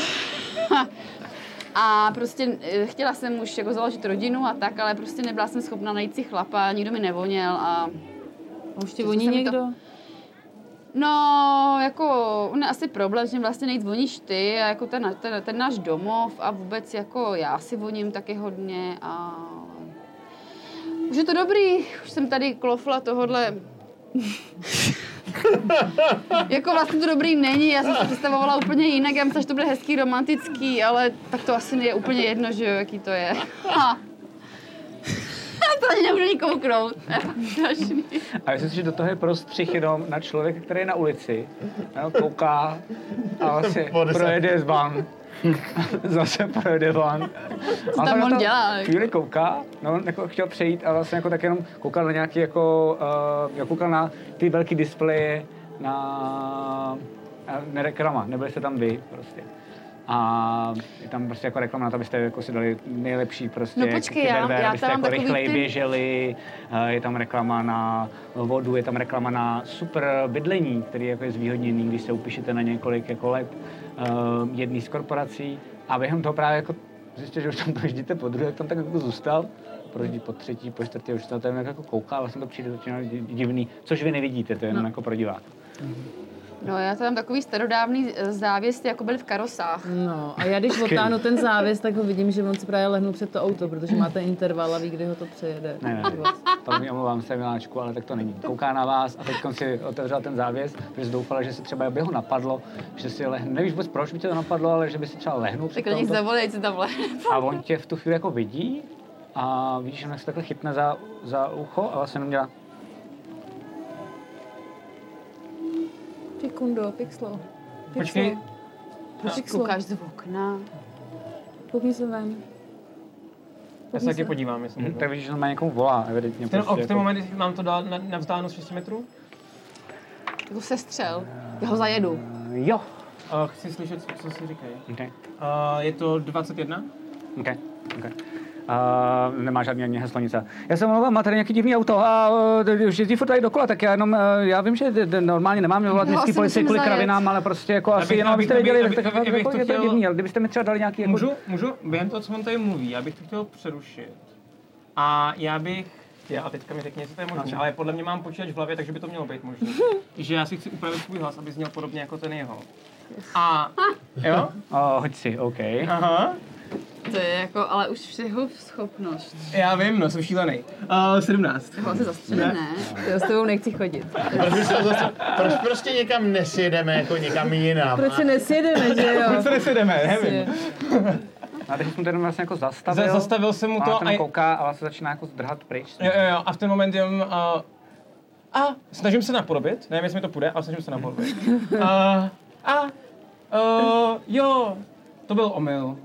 C: [LAUGHS] a prostě eh, chtěla jsem už jako založit rodinu a tak, ale prostě nebyla jsem schopna najít si chlapa, nikdo mi nevoněl a
F: A už ti
C: Že
F: voní
C: se mi to-
F: někdo?
C: No, jako on je asi problém, že vlastně nejc voníš ty a jako ten, ten, ten náš domov a vůbec jako já si voním taky hodně a už je to dobrý, už jsem tady klofla tohodle. [LAUGHS] jako vlastně to dobrý není, já jsem si představovala úplně jinak, já myslím, že to bude hezký, romantický, ale tak to asi je úplně jedno, že jo, jaký to je. [LAUGHS] to ani nebudu nikomu krout. [LAUGHS] Další.
B: A myslím si, že do toho je prostřih jenom na člověka, který je na ulici, ano, kouká a vlastně
D: Pode se.
B: projede z van. [LAUGHS] Zase projede van. Co
C: tam on dělá?
B: Chvíli kouká, no, jako chtěl přejít a vlastně jako tak jenom koukal na nějaký jako, uh, koukal na ty velký displeje na, na ne reklama, nebyli jste tam vy prostě. A je tam prostě jako reklama na to, abyste jako si dali nejlepší prostě
C: No počkej, já-
B: kyberware,
C: já
B: abyste
C: tam mám
B: jako
C: takový
B: rychleji
C: ty-
B: běželi žely, eh, je tam reklama na vodu, je tam reklama na super bydlení, který je jako je zvýhodněný, když se upíšete na několik jako let eh, jedný z korporací. A během toho právě jako zjistil, že už tam projíždíte po druhé, jak tam tak jako zůstal, projíždí po třetí, po čtvrtý, už tam tam jako kouká, vlastně to přijde začíná di- divný, což vy nevidíte, to je jenom jako pro diváka.
C: No, já to mám takový starodávný eh, závěsy, jako byly v karosách.
F: No, a já když otáhnu ten závěs, tak ho vidím, že on si právě lehnul před to auto, protože má ten interval a ví, kdy ho to přejede.
B: Ne, ne, ne. Pak mi omlouvám se, Miláčku, ale tak to není. Kouká na vás a teď si otevřela ten závěs, protože doufala, že se třeba by ho napadlo, že si lehne. Nevíš vůbec, proč by tě to napadlo, ale že by si třeba lehnul před
C: Tak na nich
B: to auto.
C: zavolej, co tam vle.
B: A on tě v tu chvíli jako vidí a vidíš, že ona se takhle chytne za, za ucho a vlastně jenom dělá.
F: Pikundo, pixlo.
E: Počkej,
C: Proč koukáš z okna?
F: Koukni se ven.
E: já se taky podívám, jestli
B: Mhm.
E: můžu.
B: Tak vidíš, že on má někomu volá evidentně.
E: V ten, o, v ten
B: jako-
E: moment jestli mám to dát na, na vzdálenost 6 metrů?
C: Jako sestřel. Já ho zajedu.
B: Jo.
E: Uh, chci slyšet, co- co si říkají.
B: Okay.
E: Uh, je to 21?
B: Okay. Okay. A nemá žádný ani heslo, nic. Já jsem mluvil, máte nějaký divný auto a eh, už jezdí furt tady dokola, tak já jenom, eh, já vím, že d- d- normálně nemám volat
C: No,
B: městský
C: asi
B: policii
C: musím
B: kvůli
C: zajet.
B: kravinám, ale prostě jako asi
E: Abych-
B: jenom,
E: abych-
B: abyste věděli,
E: abych-
B: tak
E: abych- abych
B: jako
E: to
B: je to
E: chtěl-
B: divný, ale kdybyste mi třeba dali nějaký jako...
E: Můžu, můžu, během toho, co on tady mluví, já bych to chtěl přerušit. A já bych chtěl, a teďka mi řekni, jestli to je možné, ale podle mě mám počítač v hlavě, takže by to mělo být [LAUGHS] možné. že já si chci upravit svůj hlas, aby zněl podobně jako ten jeho. A [LAUGHS] jo?
B: Oh, hoď si, OK.
E: Aha.
C: To je jako, ale už všeho schopnost.
E: Já vím, no, jsem šílený. Uh, 17.
C: Jako asi zastřelené. Ne. Já s tebou nechci chodit.
D: Proč, se zase, proč prostě někam nesjedeme jako někam jinam?
F: Proč se nesjedeme, že [LAUGHS] jo?
E: Tady se jdeme, nevím.
B: A teď jsem ten vlastně jako zastavil.
E: Za- Zastavil jsem mu
B: Ona
E: to
B: tam
E: a, jo,
B: kouká a vlastně začíná jako zdrhat pryč.
E: jo, jo, a v ten moment jen, uh, a snažím se napodobit, nevím, jestli mi to půjde, ale snažím se napodobit. Uh, a uh, jo, to byl omyl.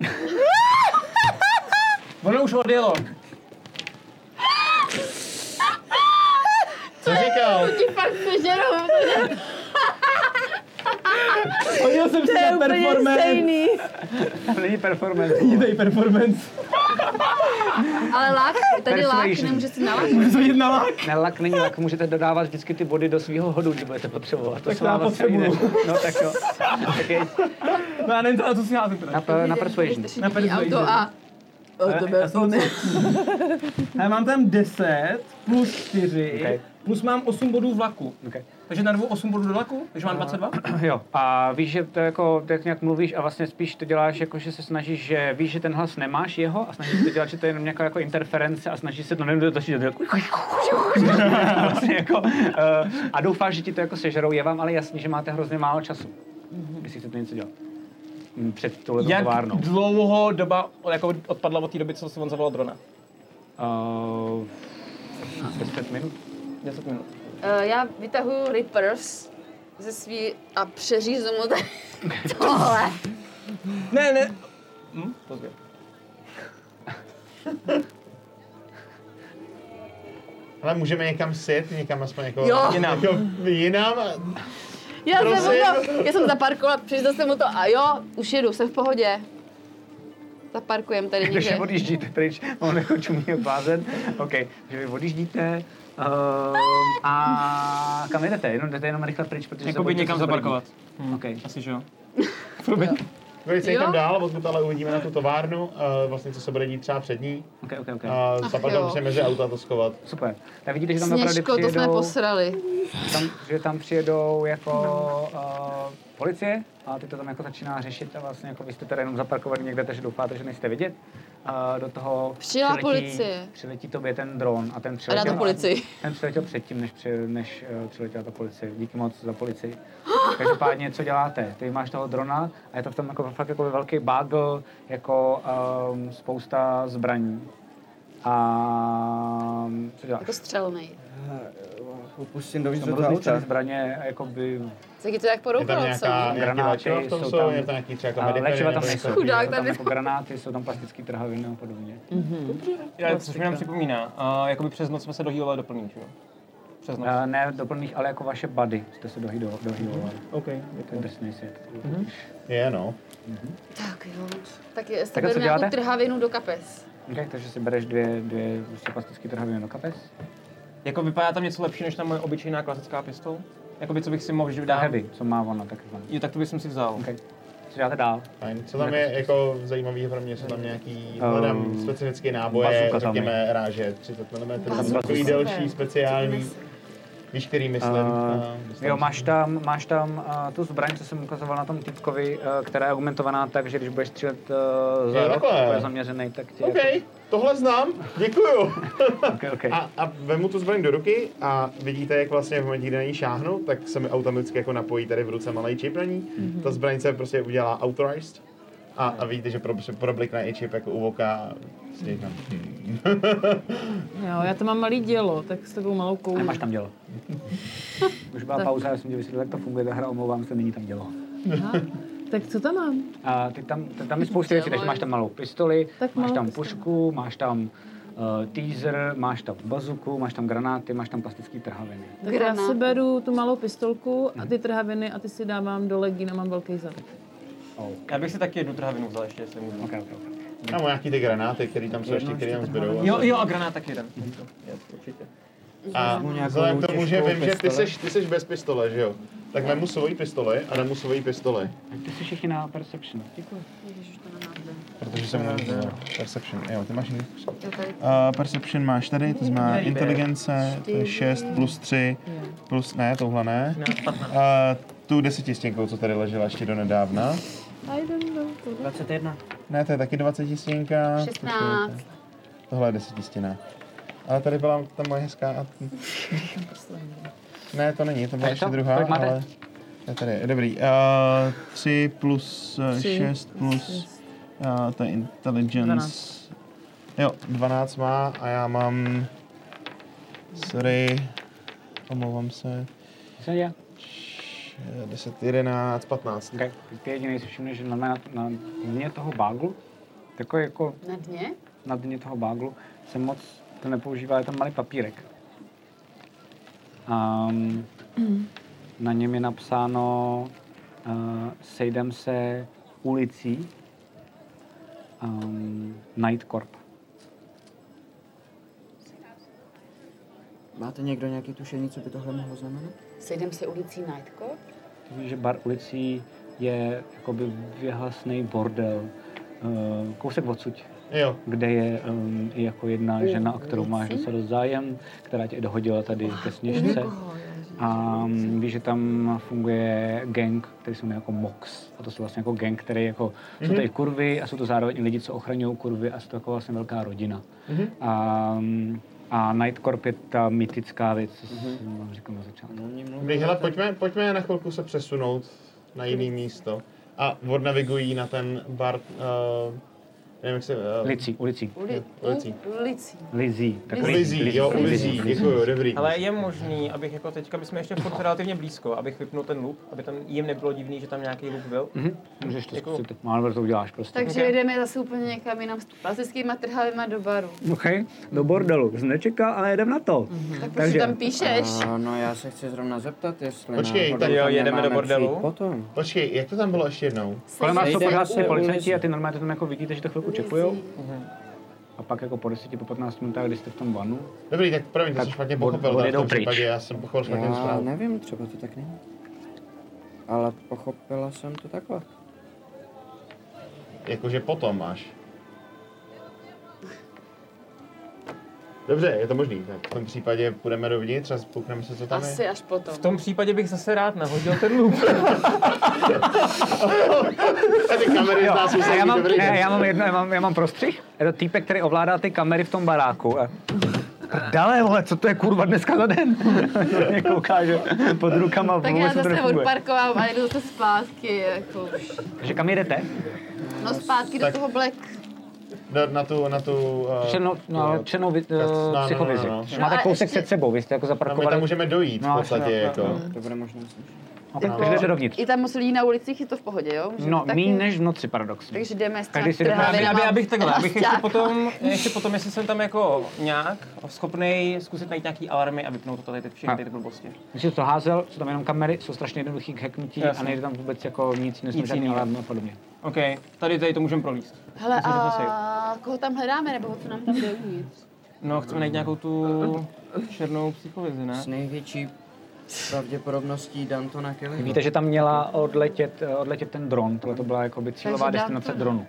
E: Ono už odjelo.
D: Co říkal?
C: Ti fakt sežerou.
E: Hodil jsem si na performance.
B: Není performance.
E: Není tady performance.
L: Ale lák, tady lák,
B: Persuasion.
L: nemůže si nalát.
E: Můžu jít na lák.
B: Ne, lak není lak, můžete dodávat vždycky ty body do svého hodu, když budete potřebovat. To
E: Tak
B: se
E: já
B: vám vlastně
E: potřebuju.
B: vyjde. No tak jo. Tak jeď.
E: No já nevím, to- a co si házím teda.
B: Na, pe- na persuasion.
E: Na persuasion.
F: auto a...
E: Ale já jsem co? [LAUGHS] Já mám tam 10 plus 4,
B: Okay.
E: plus mám 8 bodů vlaku.
B: Okay.
E: Takže narvu 8 bodů do vlaku, takže mám 22.
B: [CLEARS THROAT] Jo, a víš, že to jako, tak nějak mluvíš a vlastně spíš to děláš, jako, že se snažíš, že víš, že ten hlas nemáš jeho a snažíš se to dělat, že to je jenom nějaká jako interference a snažíš se to nedotačit. [LAUGHS] vlastně jako, eh, a doufáš, že ti to jako sežerou. Je vám ale jasný, že máte hrozně málo času, když si chcete něco dělat. Mm, Před touhle
E: Jak
B: továrnou.
E: dlouho doba jako odpadla od té doby, co jsem on zavolal drona?
B: Uh, přes pět minut.
E: 10 minut.
C: Eh, já vytahuju Rippers ze svý a přeřízu mu tady [LAUGHS] tohle.
E: Ne, ne. Hm? Pozdě.
D: Ale můžeme někam sjet, někam aspoň jako...
C: Jo.
E: Jinam.
D: Jako, jinam. a-
C: Já jsem, mu
D: Prosím.
C: to, já jsem zaparkovala, přišla jsem mu to a jo, už jedu, jsem v pohodě. Zaparkujem tady
B: Takže
C: někde.
B: že odjíždíte pryč, on jako čumí jak blázen. OK, že vy odjíždíte ehm, a kam jedete? Jenom jdete jenom rychle pryč, protože...
E: Jakoby
B: zapojíte
E: někam
B: se za brýlí.
E: zaparkovat.
B: OK.
E: Asi, že jo.
D: Velice
L: Jo.
D: někam dál, odkud ale uvidíme na tu továrnu, eh, vlastně co se bude dít třeba před ní. Eh,
B: OK, OK, OK.
D: A zapadnou
L: jo.
D: se mezi auta to schovat.
B: Super. Tak vidíte, že tam opravdu
L: Sněžko, to jsme
B: přijedou,
L: posrali.
B: tam, že tam přijedou jako eh, policie a ty to tam jako začíná řešit a vlastně jako vy jste tady jenom zaparkovaný někde, takže doufáte, že nejste vidět. A do toho
L: Přijela policie.
B: Přiletí tobě ten dron a ten přiletěl.
L: to policii.
B: [LAUGHS] Ten přiletěl předtím, než, při, než eh, přiletěla ta policie. Díky moc za policii. [GASPS] Každopádně, co děláte? Ty máš toho drona a je to v tom jako, fakt jako velký bagl, jako um, spousta zbraní. A co děláš?
L: Jako střelnej.
A: Opustím do
B: Tam
A: do
B: rozličné
A: auta.
B: zbraně, jako jakoby
L: Tak je to jak
D: Je tam
L: porouchalo
D: nějaká,
L: celý.
D: nějaký
B: Granáty
D: léčiva v tom
B: jsou
D: jsou,
B: tam.
D: je tam nějaký třeba jako
B: a
D: medikament
B: léčiva tam
D: nebo
B: nejsou.
D: něco
B: Jsou
L: Chudák
B: tam
L: tady.
B: jako granáty, jsou tam plastické trhaviny a podobně.
E: Já, což mi nám připomíná, a jakoby přes noc jsme se dohýlovali do plný, že jo? Přes noc.
B: A ne doplných, ale jako vaše body jste se dohydo- dohýlovali.
E: OK,
B: To je drsný svět.
D: Je, no.
L: Tak jo. Tak je, si
B: Tak a co
L: beru
B: děláte?
L: nějakou trhavinu do kapes.
B: Okay, takže si bereš dvě, dvě prostě plastické trhaviny do kapes.
E: Jako vypadá tam něco lepší než ta moje obyčejná klasická pistol? Jakoby co bych si mohl vždy
B: A
E: dát?
B: heavy, co má ona, tak vám.
E: Jo, tak to bych si vzal.
B: Okay. Co děláte dál?
D: Fajn. Co tam je jako zajímavý pro mě, jsou tam nějaký,
B: Ehm,
D: hledám specifické náboje,
B: bazooka tam
D: řekněme ráže 30 mm, tam
B: Bazooka.
D: takový delší, speciální, víš, který myslím. No, a
B: Uh,
D: myslím,
B: jo,
D: že-
B: máš tam, máš tam uh, tu zbraň, co jsem ukazoval na tom typkovi, uh, která je augmentovaná tak, že když budeš střílet uh,
D: Jo,
B: za rok,
D: takhle.
B: bude zaměřený, tak ti...
D: OK, tohle znám,
B: [LAUGHS]
D: děkuju.
B: Okay, okay.
D: A, a vemu tu zbraň do ruky a vidíte, jak vlastně v momentě, kdy na ní šáhnu, tak se mi automaticky jako napojí tady v ruce malý čip na ní. Ta zbraň se prostě udělá authorized a, a vidíte, že pro, problikne i čip jako u voka a prostě říkám,
B: Mhm.
D: "Hmm."
F: Jo, já to mám malý dělo, tak s takovou malou koulí.
B: Nemáš tam dělo. [LAUGHS] Už byla
F: Tak.
B: pauza, já jsem ti vysvětlil, jak to funguje ta hra, omlouvám se, není tam dělo.
F: Aha. Tak co tam mám?
B: A ty tam, ty, tam je spousta věcí, takže máš tam malou pistoli, máš
F: Tak malou
B: tam
F: pistoli.
B: pušku, máš tam uh, teaser, máš tam bazuku, máš tam granáty, máš tam plastický trhaviny.
F: Tak já
L: Granát.
F: si beru tu malou pistolku a ty trhaviny a ty si dávám do legín a mám velký zadek.
B: Oh.
E: Já bych si taky jednu trhavinu vzal ještě, jestli můžu.
B: Okay, okay, okay.
D: Tam má nějaký ty granáty, které tam jsou ještě, které tam zbydou.
E: Jo, jo, a granát tak jeden. Jo, Určitě.
D: A vzhledem k tomu, že vím, že ty seš, ty seš bez pistole, že jo? Tak vemu svoji pistoli a dám mu svoji pistoli.
B: Ty jsi všichni na Perception. Děkuji.
D: Protože jsem měl Perception. Jo, ty máš uh,
L: Jo, tady.
D: Perception máš tady, to znamená inteligence, to je 6 plus 3, plus ne, tohle ne. Uh, tu desetistěnkou, co tady ležela ještě do nedávna.
A: 21.
D: Ne, to je taky dvacetistěnka.
L: 16.
D: Tohle je desetistěná. Ale tady byla ta moje hezká a... ne, to není, to byla
B: je
D: ještě
B: to?
D: druhá,
B: Kolik máte?
D: ale... Ne, tady je, dobrý. Uh, 3 plus uh,
F: Tři.
D: 6 plus... Uh, to je intelligence...
F: Dvanáct.
D: Jo, 12 má a já mám... Sorry, omlouvám se. Eh,
B: Co já?
D: 10, 11, 15.
B: Okay. Ty jediný si všimneš, že na, na, na dně toho baglu, takový jako
L: Na dně?
B: na dně toho baglu, se moc to nepoužívá, je tam malý papírek. A na něm je napsáno Uh, sejdem se ulicí um, Night Corp.
A: Máte někdo nějaký tušení, co by tohle mohlo znamenat?
C: Sejdem se ulicí Nightcore?
B: Ty víš, že bar ulicí je jakoby vyhlasný bordel. Uh, kousek odsuť.
D: Jo.
B: Kde je um, i jako jedna žena, o kterou máš
D: ulici?
B: docela dost zájem, která tě dohodila tady ke sněžce. A um, víš, že tam funguje gang, který se jmenuje jako MOX. A to jsou vlastně jako gang, který jako, jsou
M: Mhm.
B: tady kurvy a jsou to zároveň i lidi, co ochraňují kurvy a jsou to jako vlastně velká rodina.
M: Mhm.
B: A, um, a Nightcorp je ta mytická věc, co
D: Mhm.
B: jsem vám říkal na začátku.
D: No, Bych, hele, pojďme, pojďme na chvilku se přesunout na jiné místo. A odnavigují na ten bar, uh, nevím, jak se... Uh,
B: Licí, ulicí.
C: Uli,
D: ulicí.
C: ulicí.
B: Lizí.
D: Tak Lizí, jo, u Lizí, děkuju, dobrý.
E: Ale je možný, abych jako teďka, my jsme ještě furt relativně blízko, abych vypnul ten loop, aby tam jim nebylo divný, že tam nějaký loop byl.
B: Mhm, můžeš to
D: Jako-
E: Děkuju.
B: zkusit. Málo to uděláš prostě.
L: Takže
E: Ok.
L: jedeme zase úplně někam jinam s plastickýma trhavýma do baru.
B: OK, do bordelu. Jsem nečekal, ale jedem na to.
D: Mhm.
L: Tak proč to tam píšeš?
A: A, no já se chci zrovna zeptat, jestli
D: Počkej,
A: náhodou
D: tak
A: tam nemáme přijít Potom.
D: Počkej, jak to tam bylo ještě jednou?
B: Kolem vás jsou
A: Sejdeme
B: pořád
A: se
B: ty
A: u
B: policajti
A: Lizí.
B: a ty normálně to tam jako vidíte, že to chvilku čekujou. A pak jako po 10, po 15 minutách, když jste v tom vanu.
D: Dobrý, tak promiň, to jsem špatně pochopil. tak v tom případě já jsem pochopil špatně tu
A: Já
D: zprávu.
A: nevím, třeba to tak není. Ale pochopila jsem to takhle.
D: Jakože potom máš. Dobře, je to možný. Tak v tom případě půjdeme dovnitř a spukneme se, co tam
L: Asi
D: je.
L: až potom.
E: V tom případě bych zase rád nahodil ten loop.
D: A ty kamery z
B: Jo,
D: nás
B: a
D: musí
B: já
D: být
B: mám,
D: dobrý.
B: ne, já mám jedno, já mám, já mám prostřih. Je to týpek, který ovládá ty kamery v tom baráku. A... Dále, vole, co to je kurva dneska za den? [LAUGHS] Mě kouká, že pod rukama
L: Tak já
B: vůbec to
L: zase
B: nefunguje.
L: odparkovám a jdu zase zpátky, jako už.
B: Takže kam jedete?
L: No zpátky do
D: Tak.
L: toho Black.
D: Na, na tu, na tu... Uh,
B: Černou, no, černou vi,
D: no, no,
B: uh,
D: no,
B: psychovizi.
D: no, no.
B: Že
D: No,
B: Máte
D: ale
B: kousek
D: ještě-
B: před sebou, vy jste jako
D: no, my
B: zaparkovali.
D: tam můžeme No. dojít v podstatě, jako.
A: To bude možná slyšet.
B: Okay, takže jdete dovnitř.
L: I tam moc lidí na ulicích, je to v pohodě, jo? Můžeme
B: No,
L: taky-
B: míň než v noci paradoxně.
L: Takže jdeme s
B: Každý si
L: třeba
E: Aby, aby,
L: trhavinama
E: abych takhle,
L: a
E: abych ještě
L: šťákama.
E: potom, ještě potom, jestli jsem tam jako nějak schopnej zkusit najít nějaký alarmy a vypnout to tady ty všechny ty blbosti.
B: Když jsi to házel, jsou tam jenom kamery, jsou strašně jednoduchý k hacknutí a
E: Jasně.
B: nejde tam vůbec jako nic, nesmí
E: Nic
B: žádný
E: jiného.
B: alarm a podobně.
E: OK, tady, tady to můžeme prolíst.
L: Hele,
E: Myslím, že to safe.
L: a koho tam hledáme, nebo o co nám tam jde uvnitř?
E: No, chceme najít nějakou tu černou psychovizi, ne?
A: S největší pravděpodobností Dantona Kellyho.
B: Víte, že tam měla odletět, eh, odletět ten dron, tohle to byla jakoby cílová
A: Takže dám
B: destinace
A: to-
B: dronu.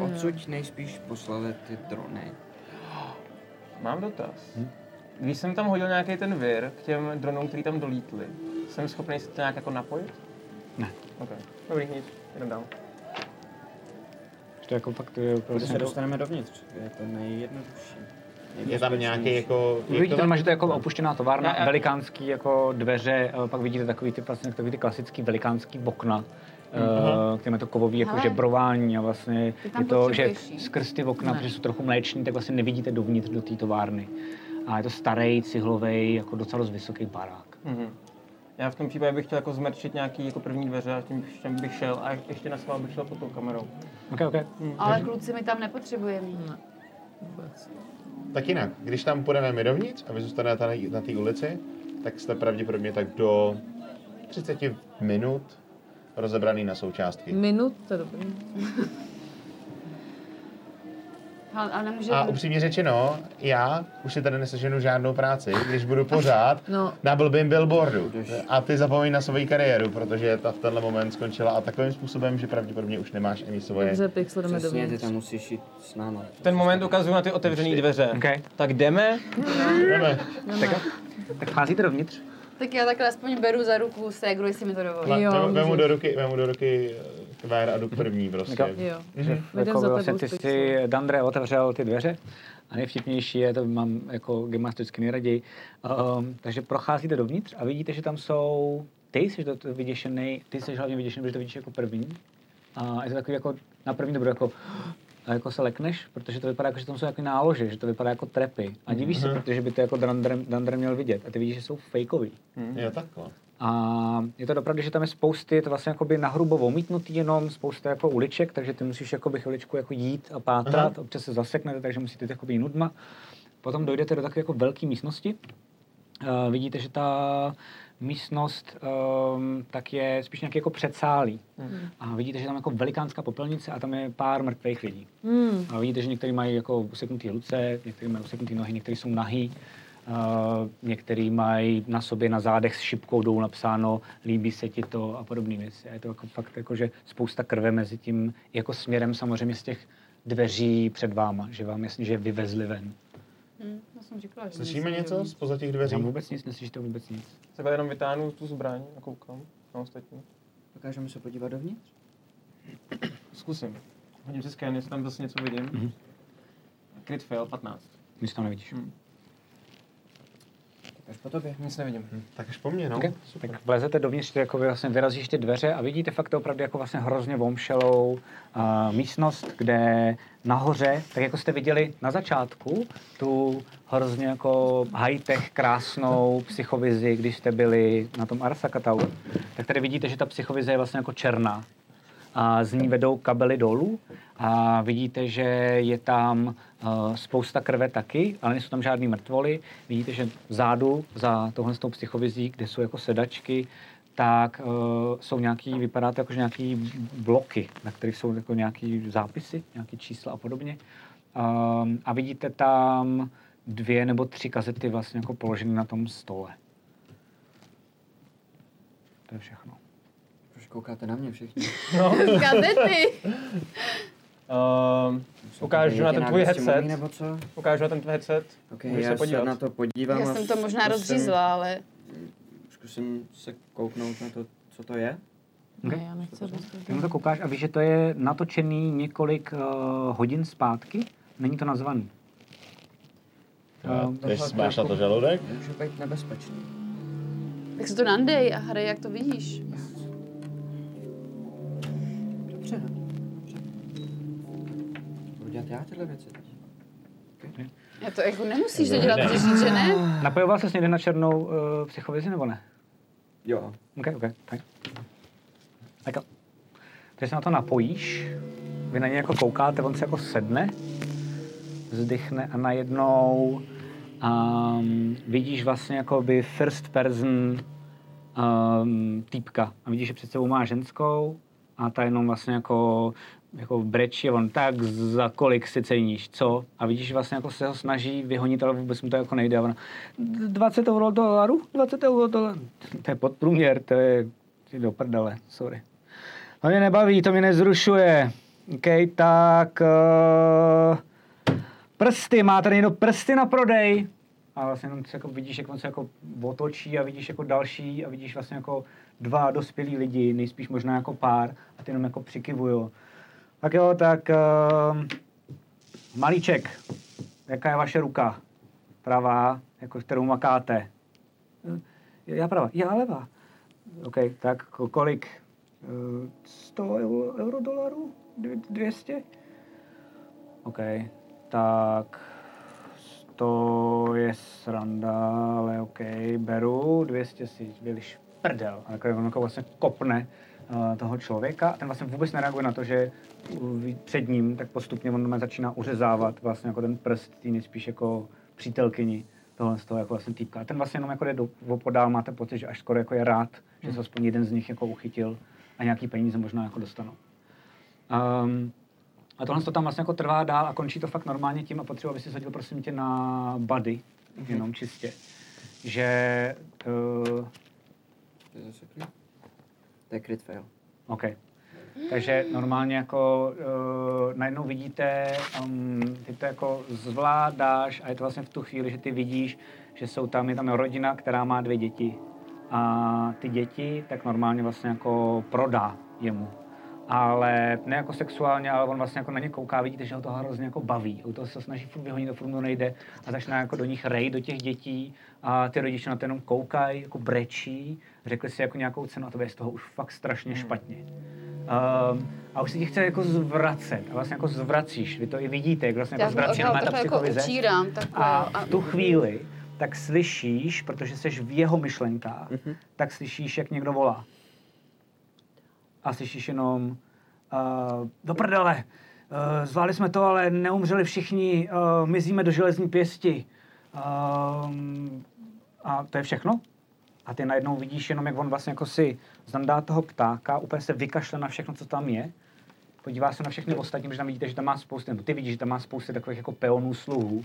A: Odsud nejspíš poslali ty drony.
E: Mám dotaz. Když jsem tam hodil nějaký ten vir k těm dronům, který tam dolítli, jsem schopný se to nějak jako napojit?
B: Ne.
E: OK. Dobrý, nic, jdem dál.
B: To jako fakt je
A: Když se
B: jako-
A: dostaneme dovnitř, je to nejjednodušší.
D: Je tam nějaký jako... jak
B: Vidíte,
D: to-
B: tam, že to je jako opuštěná továrna,
D: Ne, já-
B: velikánský jako dveře, eh, pak vidíte takový ty, vlastně, takový ty klasický velikánský okna,
D: Mhm.
B: eh, které má to kovový jako
L: Hele.
B: žebrování a vlastně
L: Ty tam
B: je to, že
L: potřebuješ jít?
B: skrz ty okna,
L: Ne.
B: protože jsou trochu mléční, tak vlastně nevidíte dovnitř do té továrny. A je to starý, cihlový, jako docela dost vysoký barák.
E: Mhm. Já v tom případě bych chtěl jako zmerčit nějaký jako první dveře a tím, tím bych šel a ještě na schvál bych šel pod tou kamerou.
B: Okay, okay.
L: Ale kluci my tam nepotřebujeme.
D: Tak jinak, když tam půjdeme my dovnitř a vy zůstanete na, na té ulici, tak jste pravděpodobně tak do 30 minut rozebraný na součástky.
F: Minut, to je dobrý.
L: Ale, ale nemůžeme...
D: A upřímně řečeno, já už si tady neseženu žádnou práci, když budu [LAUGHS] pořád
F: No.
D: na blbým billboardu. A ty zapomeň na svoji kariéru, protože ta v tenhle moment skončila a takovým způsobem, že pravděpodobně už nemáš ani svoje.
F: pixel
A: Přesně, ty tam musíš jít s náma.
E: V ten moment ukazuju na ty otevřené dveře.
B: Okay.
E: Tak jdeme.
D: Jdeme.
B: Tak, tak vcházíte dovnitř?
L: Tak já takhle aspoň beru za ruku ségru, jestli mi to dovolí.
D: Jo, vemu, vemu do ruky, vemu do ruky eh, kvér a jdu první prostě.
L: Jo.
D: Mhm.
L: Jdem
B: Jako
L: za
B: vlastně
L: tebou
B: ty
L: s
B: si Dandre otevřel ty dveře a nejvtipnější je, to mám jako gymnasticky nejraději, um, takže procházíte dovnitř a vidíte, že tam jsou, ty jsi do toho vyděšený, ty jsi hlavně vyděšený, protože to vidíš jako první a je to takový jako na první dobro jako a jako se lekneš, protože to vypadá jako, že tam jsou jako nálože, že to vypadá jako trepy. A divíš se,
D: Mhm.
B: protože by to jako Dandre, Dandre měl vidět. A ty vidíš, že jsou fakeový.
D: Mhm. Jo, takhle.
B: A je to opravdu, že tam je spousty, je to vlastně jakoby nahrubo omítnutý jenom, spousta jako uliček, takže ty musíš jakoby chviličku jako jít a pátrat,
D: Aha.
B: občas se zaseknete, takže musíte jít jakoby nudma. Potom dojdete do takové jako velké místnosti. Uh, vidíte, že ta místnost, um, tak je spíš nějak jako předsálí. A vidíte, že tam je jako velikánská popelnice a tam je pár mrtvých lidí.
F: Hmm.
B: A vidíte, že někteří mají jako useknutý ruce, někteří mají useknutý nohy, někteří jsou nahý. Uh, některý mají na sobě na zádech s šipkou dolů napsáno líbí se ti to a podobné věci. A je to jako fakt jako, že spousta krve mezi tím jako směrem samozřejmě z těch dveří před váma, že vám jasně, že je vyvezli ven.
L: Hm, já jsem říkala, že
D: Slyšíme
L: nejsem
D: něco
L: dobrý.
D: spoza těch dveří?
B: Tam vůbec nic, neslyšíte vůbec nic.
E: Sebe jenom vytáhnu tu zbraň a koukám na ostatní.
A: Dokážeme se podívat dovnitř?
E: Zkusím. Hodím si scan, jestli tam zase něco vidím.
B: Mhm.
E: Crit fail, 15.
B: Nic tam nevidíš.
A: Až po tobě.
E: Nic nevidím.
D: Tak až po mně, no.
B: Okay. Tak vlezete dovnitř, ty jako vy vlastně vyrazíš ty dveře a vidíte fakt opravdu jako vlastně hrozně vomšelou uh, místnost, kde nahoře, tak jako jste viděli na začátku, tu hrozně jako high-tech krásnou psychovizi, když jste byli na tom Arsaka Tower, tak tady vidíte, že ta psychovize je vlastně jako černá. A z ní vedou kabely dolů a vidíte, že je tam uh, spousta krve taky, ale nejsou tam žádný mrtvoly. Vidíte, že vzadu za tohle s tou psychovizí, kde jsou jako sedačky, tak uh, jsou nějaký, vypadá to jako že nějaký bloky, na kterých jsou jako nějaký zápisy, nějaký čísla a podobně. Um, a vidíte tam dvě nebo tři kazety vlastně jako položené na tom stole. To je všechno.
A: Proč koukáte na mě všichni?
L: [LAUGHS] Kazety!
E: Ehm, [LAUGHS] ukážu na ten tvůj headset.
A: Nebo co?
E: Ukážu na ten tvůj headset.
A: Ok,
E: Můžeš
A: já
E: se
A: se,
E: podívat.
A: na to podívám.
L: Já
A: a
L: jsem to možná
A: zkusím-
L: rozřízla, ale...
A: Zkusím se kouknout na to, co to je.
F: Ne, já nechci rozkoukat.
B: Jenom to koukáš a víš, že to je natočený několik uh, hodin zpátky? Není to nazvaný. Uh,
A: Ty
J: máš na to žaludek?
A: Může být nebezpečný.
L: Tak se to nandej a hry, jak to vidíš.
A: Dobře, no. Dobře. Budu dělat já tyhle věci. teď.
L: Já to jako nemusíš to dělat, protože říct, že ne.
B: napojoval jsi někdy na černou uh, psychovizi nebo ne?
A: Jo.
B: OK, OK, tak. Tak jo. Ty se na to napojíš, vy na něj jako koukáte, on se jako sedne, vzdychne a najednou um, vidíš vlastně jako by first person um, týpka. A vidíš, že před sebou má ženskou a ta jenom vlastně jako, jako brečí a on tak za kolik si ceníš, co? A vidíš, že vlastně jako se ho snaží vyhonit, ale vůbec mu to jako nejde. A ona, 20 euro dolarů? 20 euro dolarů? To je podprůměr, to je ty do prdele, sorry. To mě nebaví, to mě nezrušuje. OK, tak... Uh, prsty, má tady někdo prsty na prodej? A vlastně jenom se jako vidíš, jak on se jako otočí a vidíš jako další a vidíš vlastně jako dva dospělí lidi, nejspíš možná jako pár a ty jenom jako přikivuju. Tak jo, tak uh, malíček, jaká je vaše ruka? Pravá, jako kterou makáte. Eh, Já pravá, já levá. OK, tak ko- kolik? Eh, 100 euro, euro dolarů? Dvě- 200? OK, tak to je sranda, ale OK, beru, 200 si byliš prdel. A takhle on jako vlastně kopne eh, toho člověka a ten vlastně vůbec nereaguje na to, že v- před ním tak postupně on začíná uřezávat vlastně jako ten prst, tý nejspíš jako přítelkyni tohle z toho jako vlastně týpka. A ten vlastně jenom jako jde do, opodál, máte pocit, že až skoro jako je rád, že se aspoň jeden z nich jako uchytil a nějaký peníze možná jako dostanou. Um, a tohle to tam vlastně jako trvá dál a končí to fakt normálně tím a potřeba, aby si sadil prosím tě na body, jenom čistě. Že, uh,
A: To je zase crit. To je crit fail.
B: OK. Takže normálně jako uh, najednou vidíte, um, ty to jako zvládáš a je to vlastně v tu chvíli, že ty vidíš, že jsou tam, je tam rodina, která má dvě děti. A ty děti tak normálně vlastně jako prodá jemu. Ale ne jako sexuálně, ale on vlastně jako na ně kouká, vidíte, že ho to hrozně jako baví. U toho se snaží furt vyhonit, to furt mu nejde a začíná jako do nich rej, do těch dětí a ty rodiče na to jenom koukají, jako brečí, řekli si jako nějakou cenu a to je z toho už fakt strašně špatně. Um, a už se ti chce jako zvracet. A vlastně jako zvracíš. Vy to i vidíte, jak vlastně
L: Já
B: jako
L: jsem
B: zvrací
L: opravdu
B: normálně ta
L: takhle jako
B: psychovize.
L: utírám. Takhle,
B: A
L: a
B: v tu chvíli tak slyšíš, protože jsi v jeho myšlenkách, tak slyšíš, jak někdo volá. A slyšíš jenom uh, do prdele, uh, zvládli jsme to, ale neumřeli všichni, uh, Ehm, mizíme do železní pěsti. Um, a to je všechno? A a ty najednou vidíš jenom, jak on vlastně jako si zandá toho ptáka, úplně se vykašle na všechno, co tam je, podívá se na všechny ostatní, protože tam vidíte, že tam má spousty, nebo ty vidíš, že tam má spousty takových jako peonů sluhů.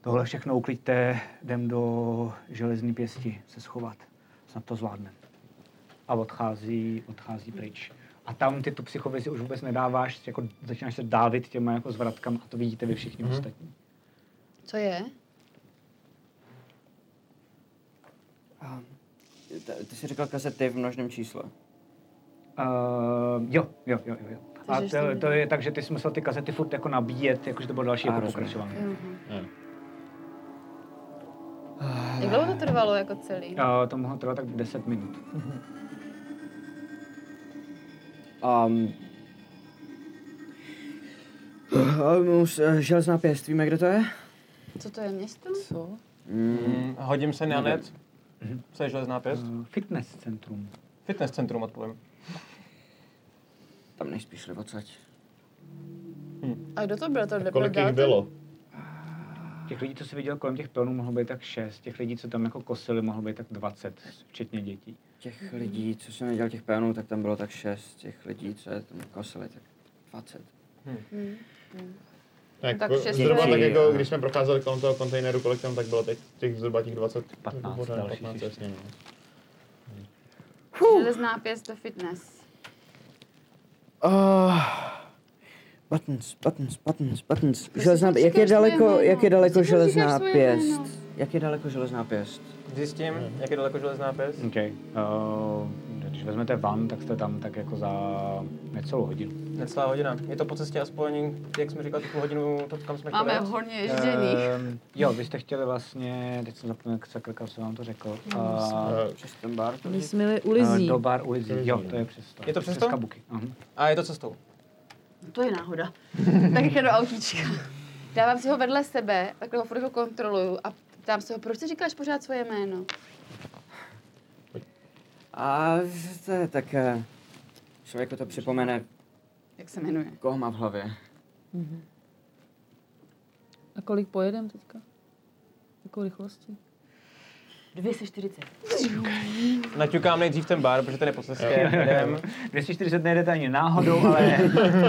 B: Tohle všechno ukliďte, jdem do železní pěsti se schovat, snad to zvládne. A odchází, odchází pryč. A tam ty tu psychovizi už vůbec nedáváš, jako začínáš se dávit těma jako zvratkama a to vidíte vy všichni
L: Mhm.
B: ostatní.
L: Co je?
A: A Um, t- ty jsi říkal kazety v množném čísle.
B: Uh, jo, jo, jo, jo. jo. A
A: Takže
B: to,
A: jste-
B: to, je tak, že ty jsi musel ty kazety furt jako nabíjet, jakože to bylo další
A: A,
B: jako
A: rozumím.
B: pokračování.
L: Jak dlouho to trvalo jako celý?
B: Uh, to mohlo trvat tak 10 minut.
A: Um, Um, eh, železná pěst, víme, kde to je?
L: Co to je město?
F: Co?
E: Mm, hodím se na net.
A: Mhm.
E: Co je železná pěst?
B: Eh, Fitness centrum.
E: Fitness centrum odpovím.
A: Tam nejspíš šli odsaď.
L: A kdo to byl? To byl
B: Kolik jich
L: Dalton?
B: bylo? Těch lidí, co jsi viděl kolem těch pilnů, mohlo být tak 6. Těch lidí, co tam jako kosili, mohlo být tak 20, včetně dětí.
A: Těch lidí, co jsem viděl těch pénů, tak tam bylo tak šest. Těch lidí, co je tam kosili, tak 20.
L: No
A: Tak
D: Tak, tak
A: šest
D: zhruba
A: lidí.
D: tak jako, když jsme procházeli kolem toho kontejneru, kolik tam tak bylo teď, těch zhruba těch 20, 15, pořád, 15 jasně, no.
L: Železná pěst do fitness.
A: Uh, buttons, buttons, buttons, buttons.
L: si
A: Železná,
L: říkáš
A: jak je
L: svoje
A: daleko,
L: jméno.
A: jak je daleko
L: Ty si
A: železná
L: říkáš svoje
A: pěst?
L: jméno.
A: Jak je daleko železná pěst?
E: Zjistím,
A: Mhm.
E: jak je daleko železná pěst.
B: OK. Uh, když vezmete van, tak jste tam tak jako za necelou hodinu.
E: Necelá hodina. Je to po cestě aspoň, jak jsme říkali, tu půl hodinu, to, kam jsme
L: Máme
E: chtěli. jet?
L: hodně ježdění.
B: Ehm, jo, vy jste chtěli vlastně, teď jsem zapomněl, jak se klikal, co vám to řekl.
L: No,
E: jsme-
D: Eh,
A: přes ten bar?
F: My jsme jeli
A: Eh,
F: u Lizí.
B: eh, do bar u Lizí, jo, to je přesto.
E: Hmm. Je to přesto?
B: Kabuky. Mhm. Aha.
E: A je to cestou.
L: To je náhoda. tak jde do autíčka. Dávám si ho vedle sebe, takhle ho furt ho kontroluju a ptám se ho, proč si říkáš pořád svoje jméno?
A: A to je tak... eh, Člověku to připomene,
L: Jak se jmenuje?
A: koho má v hlavě.
F: A kolik pojedem teďka? Jakou rychlostí?
C: 240.
E: Naťukám nejdřív ten bar, protože ten je
D: [LAUGHS]
E: po cestě.
B: Jo, jo, jo.
E: Jdem.
B: 240 nejdete ani náhodou,
E: [LAUGHS]
B: ale,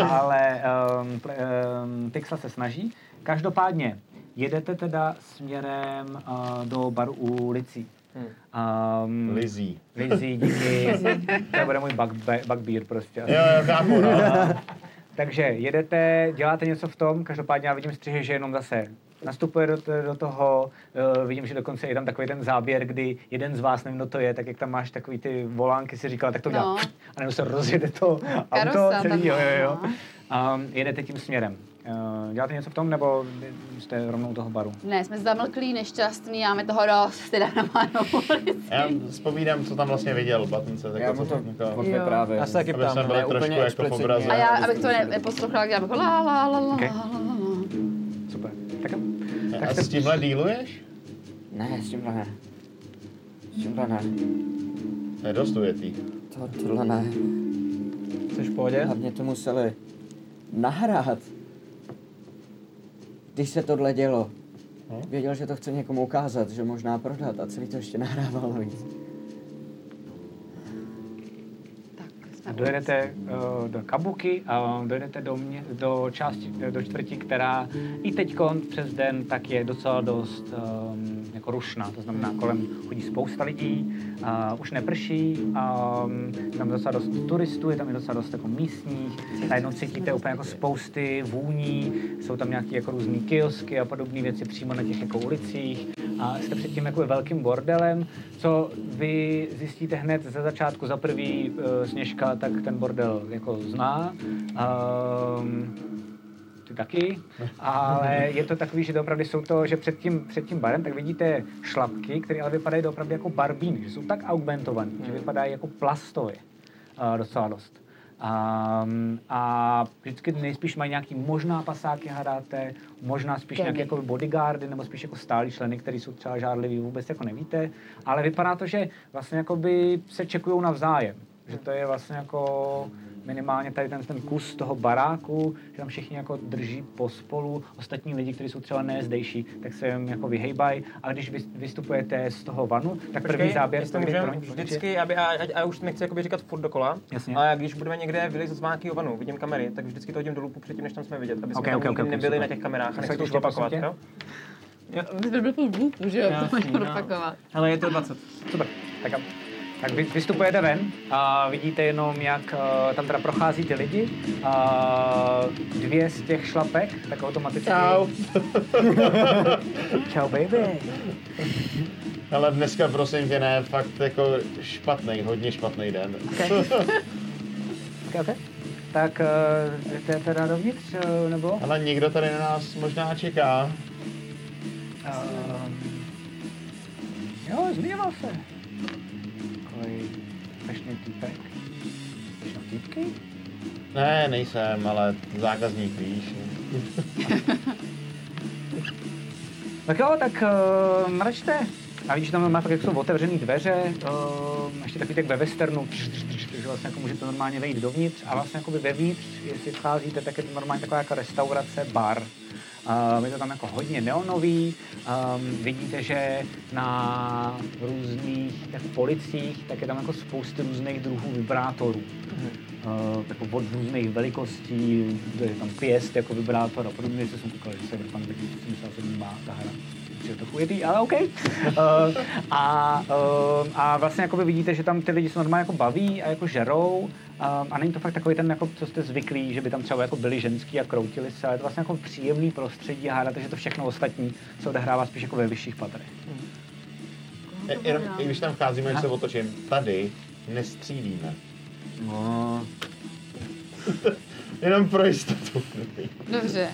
B: ale um, ple, um, Pixel se snaží. Každopádně jedete teda směrem uh, do baru u Licí.
E: Hmm.
B: Um,
D: Lizí.
B: Lizí, díky. to bude můj bugbe- bugbear prostě.
D: Jo, jo, chápu, no.
B: A- takže jedete, děláte něco v tom, každopádně já vidím střihy, že jenom zase nastupuje do, t- do toho, uh, vidím, že dokonce je tam takový ten záběr, kdy jeden z vás, nevím, kdo to je, tak jak tam máš takový ty volánky, si říkal, tak to dělá.
L: No.
B: A nebo se rozjede to auto
L: Karosa tam
B: celý, jo,
L: má,
B: jo, jo.
L: no.
B: A jedete tím směrem. Uh, děláte něco v tom, nebo jste rovnou u toho baru?
L: Ne, jsme zamlklí, nešťastný, máme toho dost, teda na pánu.
D: Já vzpomínám, co tam vlastně viděl, Batence. Tak
A: Já mu to odvyprávím.
D: Já se taky ptám. Aby jsme byli trošku jako v obraze.
L: A já, abych to ne, neposlouchala, jak dělám jako la la la la
D: Ok.
L: la la.
B: Super. Tak,
D: a s tímhle dealuješ?
A: Ne, s tímhle ne. S tímhle ne.
D: To je dost ujetý.
A: To, tohle ne.
E: Jsi v pohodě?
A: Hlavně to museli nahrát. Když se tohle dělo, věděl, že to chce někomu ukázat, že možná prodat a celý to ještě nahrával navíc.
B: A Dojedete uh, do Kabuki a dojedete do, mě, do části, eh, do čtvrti, která i teď přes den tak je docela dost um, jako rušná. To znamená, kolem chodí spousta lidí, uh, už neprší, um, je tam docela dost turistů, je tam i docela dost jako místních. Najednou cítíte úplně jako spousty vůní, jsou tam nějaké jako různé kiosky a podobné věci přímo na těch jako ulicích. A jste před tím jako velkým bordelem, co vy zjistíte hned ze začátku. Za prvý eh, Sněžka, tak ten bordel jako zná. Ehm, ty taky, ale je to takový, že opravdu jsou to, že před tím, před tím barem, tak vidíte šlapky, které ale vypadají opravdu jako barbíny, že jsou tak augmentované, že vypadají jako plastově uh, docela dost. Um, a vždycky nejspíš mají nějaký možná pasáky hledáte, možná spíš
H: Kemi.
B: nějaké jako bodyguardy, nebo spíš jako stálí členy, který jsou třeba žárliví, vůbec jako nevíte, ale vypadá to, že vlastně jakoby se čekují navzájem, že to je vlastně jako minimálně tady ten, ten kus toho baráku, že tam všichni jako drží pospolu, ostatní lidi, kteří jsou třeba nezdejší, tak se jim jako vyhejbají a když vy, vystupujete z toho vanu, tak první záběr...
E: jestli
B: první-
E: můžem
B: promiň, promiň,
E: vždycky, aby, a, a, a, už nechci jakoby říkat furt dokola,
B: Jasně.
E: ale když budeme někde vylezet z nějakého vanu, vidím kamery, tak vždycky to hodím dolů předtím, než tam jsme vidět, aby jsme
B: Ok,
E: tam
B: ok, ok,
E: nikdy
B: ok,
E: nebyli
B: super.
E: na těch kamerách a
B: Tak se
E: nechci to už
B: tě, prosím
E: opakovat,
B: tě.
E: jo?
F: By to byl půl blůku, že jo?
E: Jasný,
F: To mají
E: no.
F: propakovat.
E: Ale je to 20.
B: Super. Tak, a- tak vy, vystupujete ven a vidíte jenom, jak eh, tam teda prochází ty lidi. A dvě z těch šlapek, tak automaticky...
D: Čau.
B: Čau, baby.
D: Ale dneska prosím tě ne, fakt jako špatný, hodně špatný den.
B: Okay, okay. Tak eh, jdete teda dovnitř, eh, nebo?
D: Ale někdo tady na nás možná čeká.
B: Ehm, jo, zmiňoval se. Takový pešný týpek. Pešný týpky?
D: Ne, nejsem, ale zákazník víš.
B: Tak jo, tak uh, mračte. A vidíš, že tam má tak, jak jsou otevřený dveře, uh, ještě takový tak ve westernu, takže vlastně jako můžete normálně vejít dovnitř a vlastně jako vevnitř, jestli vcházíte, tak je to normálně taková jako restaurace, bar. Uh, je to tam jako hodně neonový, um, vidíte, že na různých těch policích, tak je tam jako spousty různých druhů vibrátorů. Uh, jako od různých velikostí, je tam pěst jako vibrátor a podobně, jestli jsem koukal, že se tam myslel, že má ta hra. Že je to chujetý, ale OK. Uh, a, uh, a vlastně jakoby vidíte, že tam ty lidi se normálně jako baví a jako žerou um, a není to fakt takový ten, jako, co jste zvyklí, že by tam třeba jako byli ženský a kroutili se, ale je to vlastně jako příjemný prostředí a hádáte, že to všechno ostatní se odehrává spíš jako ve vyšších patrech.
D: E, Jenom, i když tam vcházíme, když se otočím, tady nestřílíme.
B: No.
D: [LAUGHS] Jenom pro jistotu.
L: Dobře.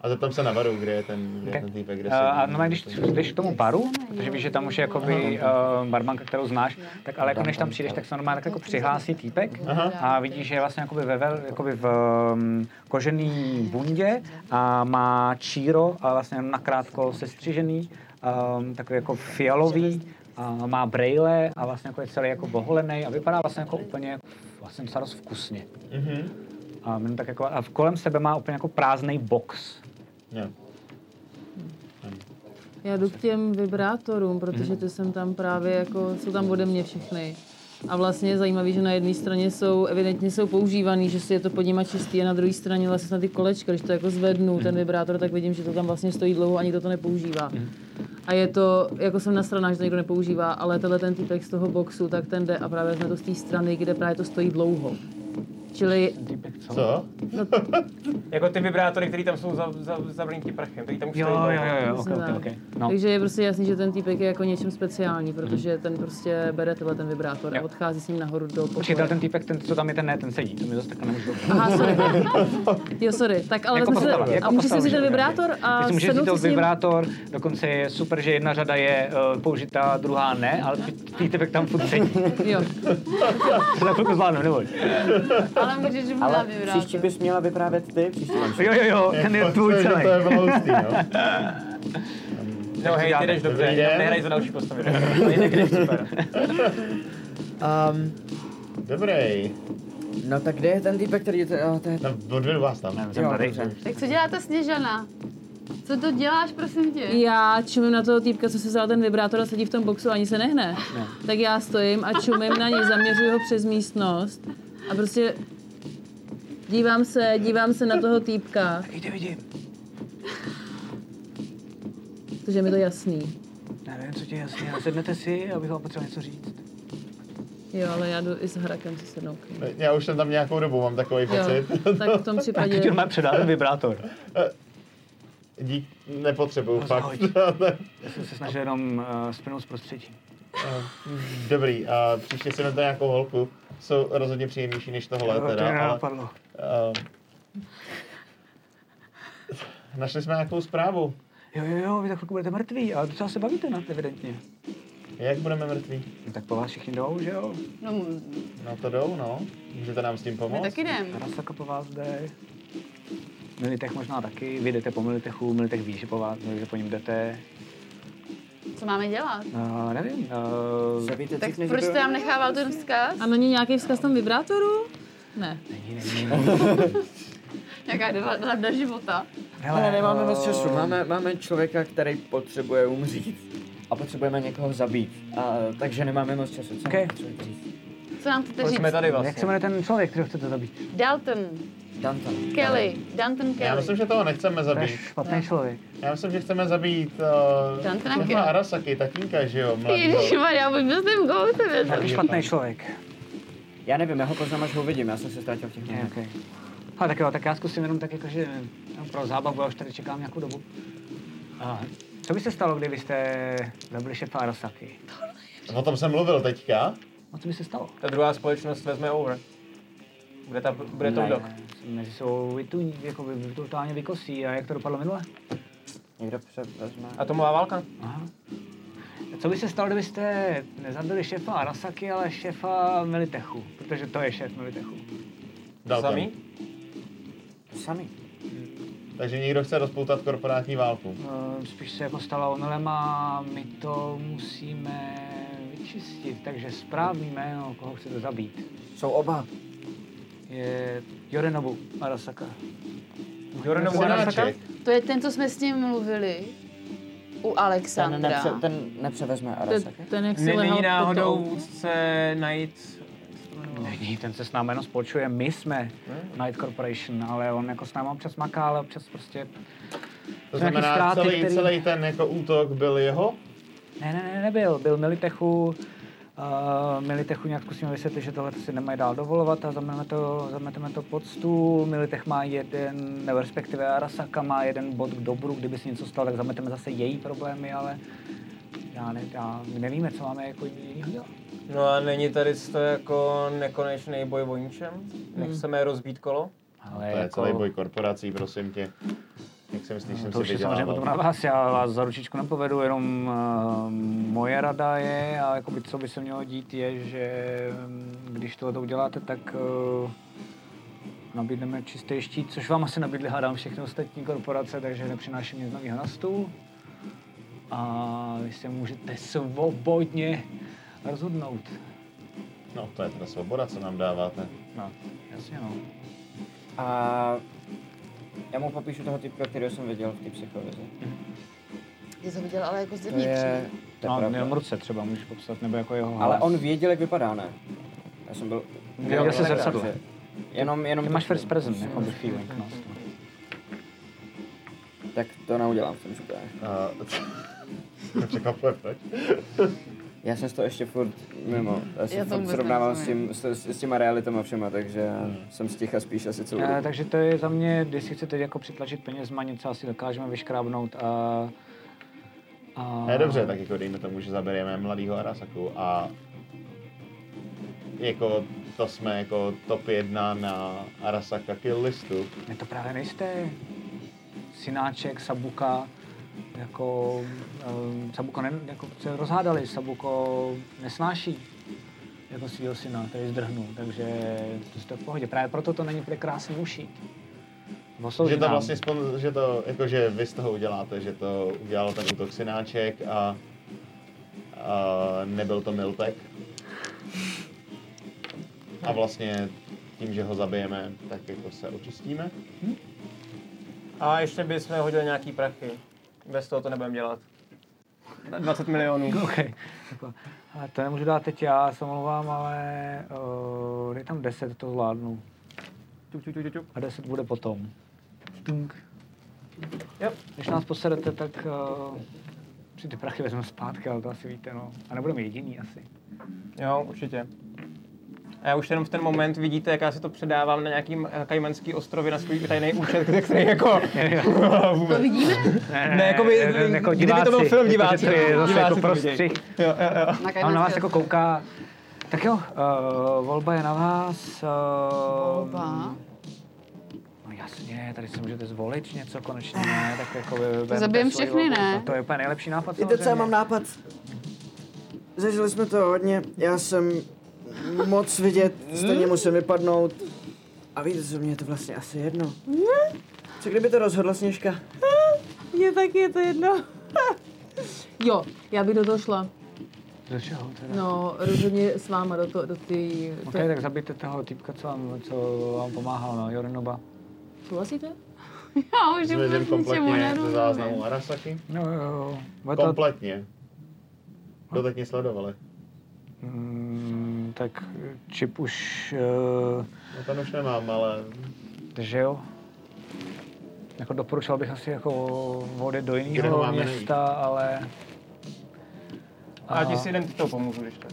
D: A zeptám se na baru, kde je ten, kde je ten týpek, kde
B: Eh, A
D: se...
B: no, když jdeš k tomu baru, protože víš, že tam už je jakoby uh, barmanka, kterou znáš, tak ale jako než tam přijdeš, tak se normálně tak jako přihlásí týpek
D: Aha.
B: a vidíš, že je vlastně jakoby ve, vel- jakoby v um, kožený bundě a má číro a vlastně jenom nakrátko sestřižený, um, takový jako fialový a má brejle a vlastně jako je celý jako boholený a vypadá vlastně jako úplně vlastně docela dost vkusně.
D: Mhm.
B: A, jenom tak jako, a kolem sebe má úplně jako prázdný box.
D: Jo.
F: Já jdu k těm vibrátorům, protože ty jsem tam právě jako, jsou tam ode mě všechny. A vlastně je zajímavý, že na jedné straně jsou, evidentně jsou používaný, že si je to pod nima čistý a na druhé straně vlastně na ty kolečka, když to jako zvednu, ten vibrátor, tak vidím, že to tam vlastně stojí dlouho a nikdo to nepoužívá. A je to, jako jsem nasraná, že to nikdo nepoužívá, ale tenhle ten typek z toho boxu, tak ten jde a právě jsme to z té strany, kde právě to stojí dlouho. Čili
D: Co?
E: Jako ty vibrátory, které tam jsou za, za, zabrnitý prachem, který tam už
B: Jo,
E: stojí.
B: jo, jo, jo, ok,
F: Přesně
B: ok,
F: tak.
B: ok. No. Mhm.
F: Takže je prostě jasný, že ten týpek je jako něčím speciální, protože ten prostě bere tenhle ten vibrátor a
B: Jo.
F: odchází s ním nahoru do
B: Počkej,
F: pokoje.
B: tenhle ten týpek, ten, co tam je, ten ne, ten sedí, to mi zase takhle nemůžu
F: Aha, sorry. Jo, sorry. Tak ale
B: Jako
F: vezmu si ten-
B: postava, jako
F: a můžu si
B: postava,
F: vzít ten
B: že?
F: vibrátor
B: Ty
F: a
B: si můžeš
F: sednout
B: vzít
F: si
B: ten
F: s ním?
B: vibrátor, dokonce je super, že jedna řada je uh, použitá, druhá ne, ale ty- ty týpek tam furt sedí. [LAUGHS]
F: Jo.
B: To na to zvládnu, neboj.
L: Ale můžeš mu dát vybrat.
A: Příští bys měla vyprávět ty, příští mám
B: Jo, jo, jo, ten je tvůj celý.
D: To je bylo hustý, no.
B: [LAUGHS]
E: No hej, ty jdeš dobře,
D: Dobrý den.
E: nehraj za další postavy. Ale jinak jdeš super.
A: Um,
D: Dobrý.
A: no tak kde je ten týpek, který... To, jo, to je...
D: No, odvedu vás tam.
A: Jo, dobře.
L: Tak co dělá ta Sněžana? Co to děláš, prosím tě?
F: Já čumím na toho týpka, co si vzal ten vibrátor a sedí v tom boxu a ani se nehne. Tak já stojím a čumím na něj, zaměřuji ho přes místnost a prostě dívám se, dívám se na toho týpka,
B: Vidím, vidím.
F: protože je mi to jasný.
B: Nevím, co tě je jasně, ale sednete si, abych vám potřeboval něco říct.
F: Jo, ale já jdu i s hrakem si sednout. k němu.
D: Já už jsem tam nějakou dobu, mám takový
F: Jo,
D: pocit.
F: tak v tom
B: Tak teď
F: případě...
B: on má předá ten vibrátor.
D: Dík, nepotřebuju fakt. [LAUGHS]
B: Zahoď. Já jsem se snažil jenom uh, splynout z prostředí.
D: Dobrý, a příště si vemte nějakou holku. Jsou rozhodně příjemnější než tohle
B: to mě
D: teda, ale,
B: nenapadlo.
D: ehm, Našli jsme nějakou zprávu.
B: Jo, jo, jo, vy za chvilku budete mrtví, ale docela se bavíte na evidentně.
D: Jak budeme mrtví?
B: No, tak po vás všichni jdou, že jo?
L: No,
D: No to jdou, no. Můžete nám s tím
L: my
D: pomoct?
L: taky jdem.
B: Rasaka po vás jde. Militech možná taky, vy jdete po Militechu, Militech ví, že po vás, že po ním jdete.
L: Co máme dělat?
B: No, nevím.
A: Zavíte
L: Tak proč jste nám nechával ten vzkaz?
F: A není nějaký vzkaz tam vibrátoru? Ne.
L: Jaká rada života?
A: Hele, Ale nemáme moc
B: Oh.
A: času. Máme, máme člověka, který potřebuje umřít. A potřebujeme někoho zabít. A, takže nemáme moc času. Co
B: Okay.
A: chcete říct?
L: Co nám chcete říct?
B: Eh,
E: vlastně.
B: Jak se jmenuje ten člověk, kterého chcete zabít?
L: Dalton,
A: Danton.
L: Kelly, Dalton
D: Já
L: Kelly.
D: myslím, že toho nechceme
B: To je
D: zabít.
B: špatný člověk.
D: Já myslím, že chceme zabít...
L: Dantana
D: Uh,
L: Kera.
D: Arasaki, tatínka, že jo, mladýho.
L: Ježišmarja, já bych byl s tím
B: To je
L: goutem.
B: špatný člověk.
A: Já nevím, já ho poznám, až ho uvidím. Já jsem se ztratil v těch
B: Je,
A: novinách.
B: okay. Ale tak jo, tak já zkusím jenom tak jako, že jenom pro zábavu, já už tady čekám nějakou dobu. A co by se stalo, kdybyste zabili šefa Arasaki?
D: O tom jsem mluvil teďka.
B: No co by se stalo?
E: Ta druhá společnost vezme over. Bude, ta, bude to
B: Ne,
E: dok.
B: Mezi sebou vytu, jako by totálně vykosí. A jak to dopadlo minule?
A: Někdo převezme.
E: A to má válka.
B: Aha. Co by se stalo, kdybyste nezabili šefa Arasaki, ale šefa Militechu? Protože to je šéf Militechu.
D: Dalton.
E: Samý?
A: Sami.
D: Takže někdo chce rozpoutat korporátní válku.
B: Eh, Spíš se jako stalo omylem a my to musíme vyčistit. Takže správný jméno, koho chcete zabít,
A: Jsou oba.
B: je Yorenobu Arasaka.
E: Jorinovu Arasaka?
D: Synáček.
L: To je ten, co jsme s ním mluvili. U
A: Ten,
L: Alexandra.
A: nepře, ten nepřevezme
F: Ten,
A: Arasaka.
F: ten jak si
E: Není
F: lehal
E: náhodou
F: pitou.
E: vůdce najít...
B: Není, ten se s námi jenom spolčuje, my jsme Night Corporation, ale on jako s námi občas maká, ale občas prostě...
D: To
B: To nějaký
D: znamená,
B: ztráty,
D: celý,
B: který-
D: celý ten jako útok byl jeho.
B: Ne, ne, ne, nebyl, byl Militechu, Uh, Militechu nějak zkusíme vysvětlit, že tohle si nemají dál dovolovat a zameteme to, zameteme to pod stůl. Militech má jeden, nebo respektive Arasaka má jeden bod k dobru, kdyby se něco stalo, tak zameteme zase její problémy, ale já, ne, já my nevíme, co máme jako jinýho dělat.
E: No a není tady to jako nekonečný boj o ničem? Nechceme rozbít kolo?
B: Ale
D: To je celý boj korporací, prosím tě. Jak si myslíš, jsem
B: jako- No, to
D: si
B: už je samozřejmě potom na
D: vydělával?
B: vás, já vás za ručičku nepovedu, jenom uh, moje rada je, a jakoby co by se mělo dít, je, že mm, když tohle uděláte, tak uh, nabídneme čistý štít, což vám asi nabídli, hádám, všechny ostatní korporace, takže nepřináším nic nového na stůl. A vy se můžete svobodně rozhodnout.
D: No, to je teda svoboda, co nám dáváte.
B: No, jasně no.
A: A já mu popíšu toho typka, kterého jsem viděl v té psychovizi.
L: Mhm. Ty to viděl, ale jako
A: To
L: zevnitř.
A: je... To je
B: No,
A: pravda.
B: jenom ruce třeba můžeš popsat, nebo jako jeho hlas.
A: Ale on věděl, jak vypadá, ne? Já jsem byl...
B: Viděl jsi
A: jsem
B: zrcadlo.
A: reakci. Jenom, jenom...
B: Ty máš first present, jako by feeling, no.
A: Tak to neudělám v tom případě.
D: A... [LAUGHS] Mě Překvapuje, proč?
A: Já jsem z toho ještě furt mimo. Já se
L: Já to
A: furt
L: vůbec
A: srovnávám s, tím,
L: nerozumím.
A: s, s, s těma realitama všema, takže já jsem sticha spíš asi celou
B: Eh,
A: dobu.
B: takže to je za mě, když si chcete jako přitlačit penězma, něco asi dokážeme vyškrábnout a... a
D: Ne, dobře, tak jako dejme tomu, že zabereme mladýho Arasaku a jako to jsme jako top jedna na Arasaka kill listu.
B: Ne, to právě nejste synáček, sabuka, jako um, Sabuko ne, jako se rozhádali, Sabuko nesnáší jako svého syna, který zdrhnul, takže to jste v pohodě. Právě proto to není prekrásný uší.
D: že to vlastně spon- že to, jako že vy z toho uděláte, že to udělal ten útok synáček a, a nebyl to Miltek. A vlastně tím, že ho zabijeme, tak jako se očistíme.
E: A ještě bychom hodili nějaký prachy. Bez toho to nebudeme dělat. Na 20 milionů.
B: OK. Jako, ale to nemůžu dát teď já, se omlouvám, ale uh, dej tam 10, to zvládnu.
E: Čup, čup, čup, čup, čup.
B: A 10 bude potom. Tink.
E: Jo.
B: Když nás posedete, tak uh, si ty prachy vezmeme zpátky, ale to asi víte, no. A nebudeme jediný asi.
E: Jo, určitě. A já už jenom v ten moment vidíte, jak já si to předávám na nějaký eh, kajmanský ostrově na svůj tajný účet, kde který jako... [LAUGHS]
L: To vidíme?
E: Ne, jako by, kdyby to byl film diváci. no.
B: Jako, že to je zase
E: diváci
B: jako
E: to vidějí.
B: prostřih.
E: Jo, jo, jo.
L: Na
B: A on na vás
L: Kajmanské
B: jako kouká. Tak jo, uh, volba je na vás. Uh,
L: Volba?
B: No jasně, tady si můžete zvolit něco konečně, ne? Tak jako vy vyberte
L: zabijem
B: svoji
L: všechny,
B: volbu.
L: ne?
B: To je úplně nejlepší nápad.
A: Víte, co já
B: samozřejmě.
A: mám nápad? Zažili jsme to hodně, já jsem moc vidět, stejně musím vypadnout. A víte, co mě je to vlastně asi jedno. Co kdyby to rozhodla Sněžka?
F: Mně taky je to jedno. [LAUGHS] Jo, já bych do toho šla.
B: Do čeho teda?
F: No, rozhodně s váma do, to, do ty...
B: OK,
F: To,
B: tak zabijte toho týpka, co vám, co vám pomáhal, no, Jorinoba.
F: Souhlasíte?
L: Já už
D: Zmizím
L: vůbec ničemu
D: kompletně ze
L: nerozumím.
D: záznamu Arasaki.
B: No jo, jo. Bude to-
D: Kompletně. To teď mě sledovali.
B: Mm, tak čip už... Uh,
D: No ten už nemám, ale...
B: že jo? Jako doporučoval bych asi jako vody do
D: Kde ho
B: jiného
D: máme
B: města, ale...
E: A ti si jeden to pomůžu, když tak.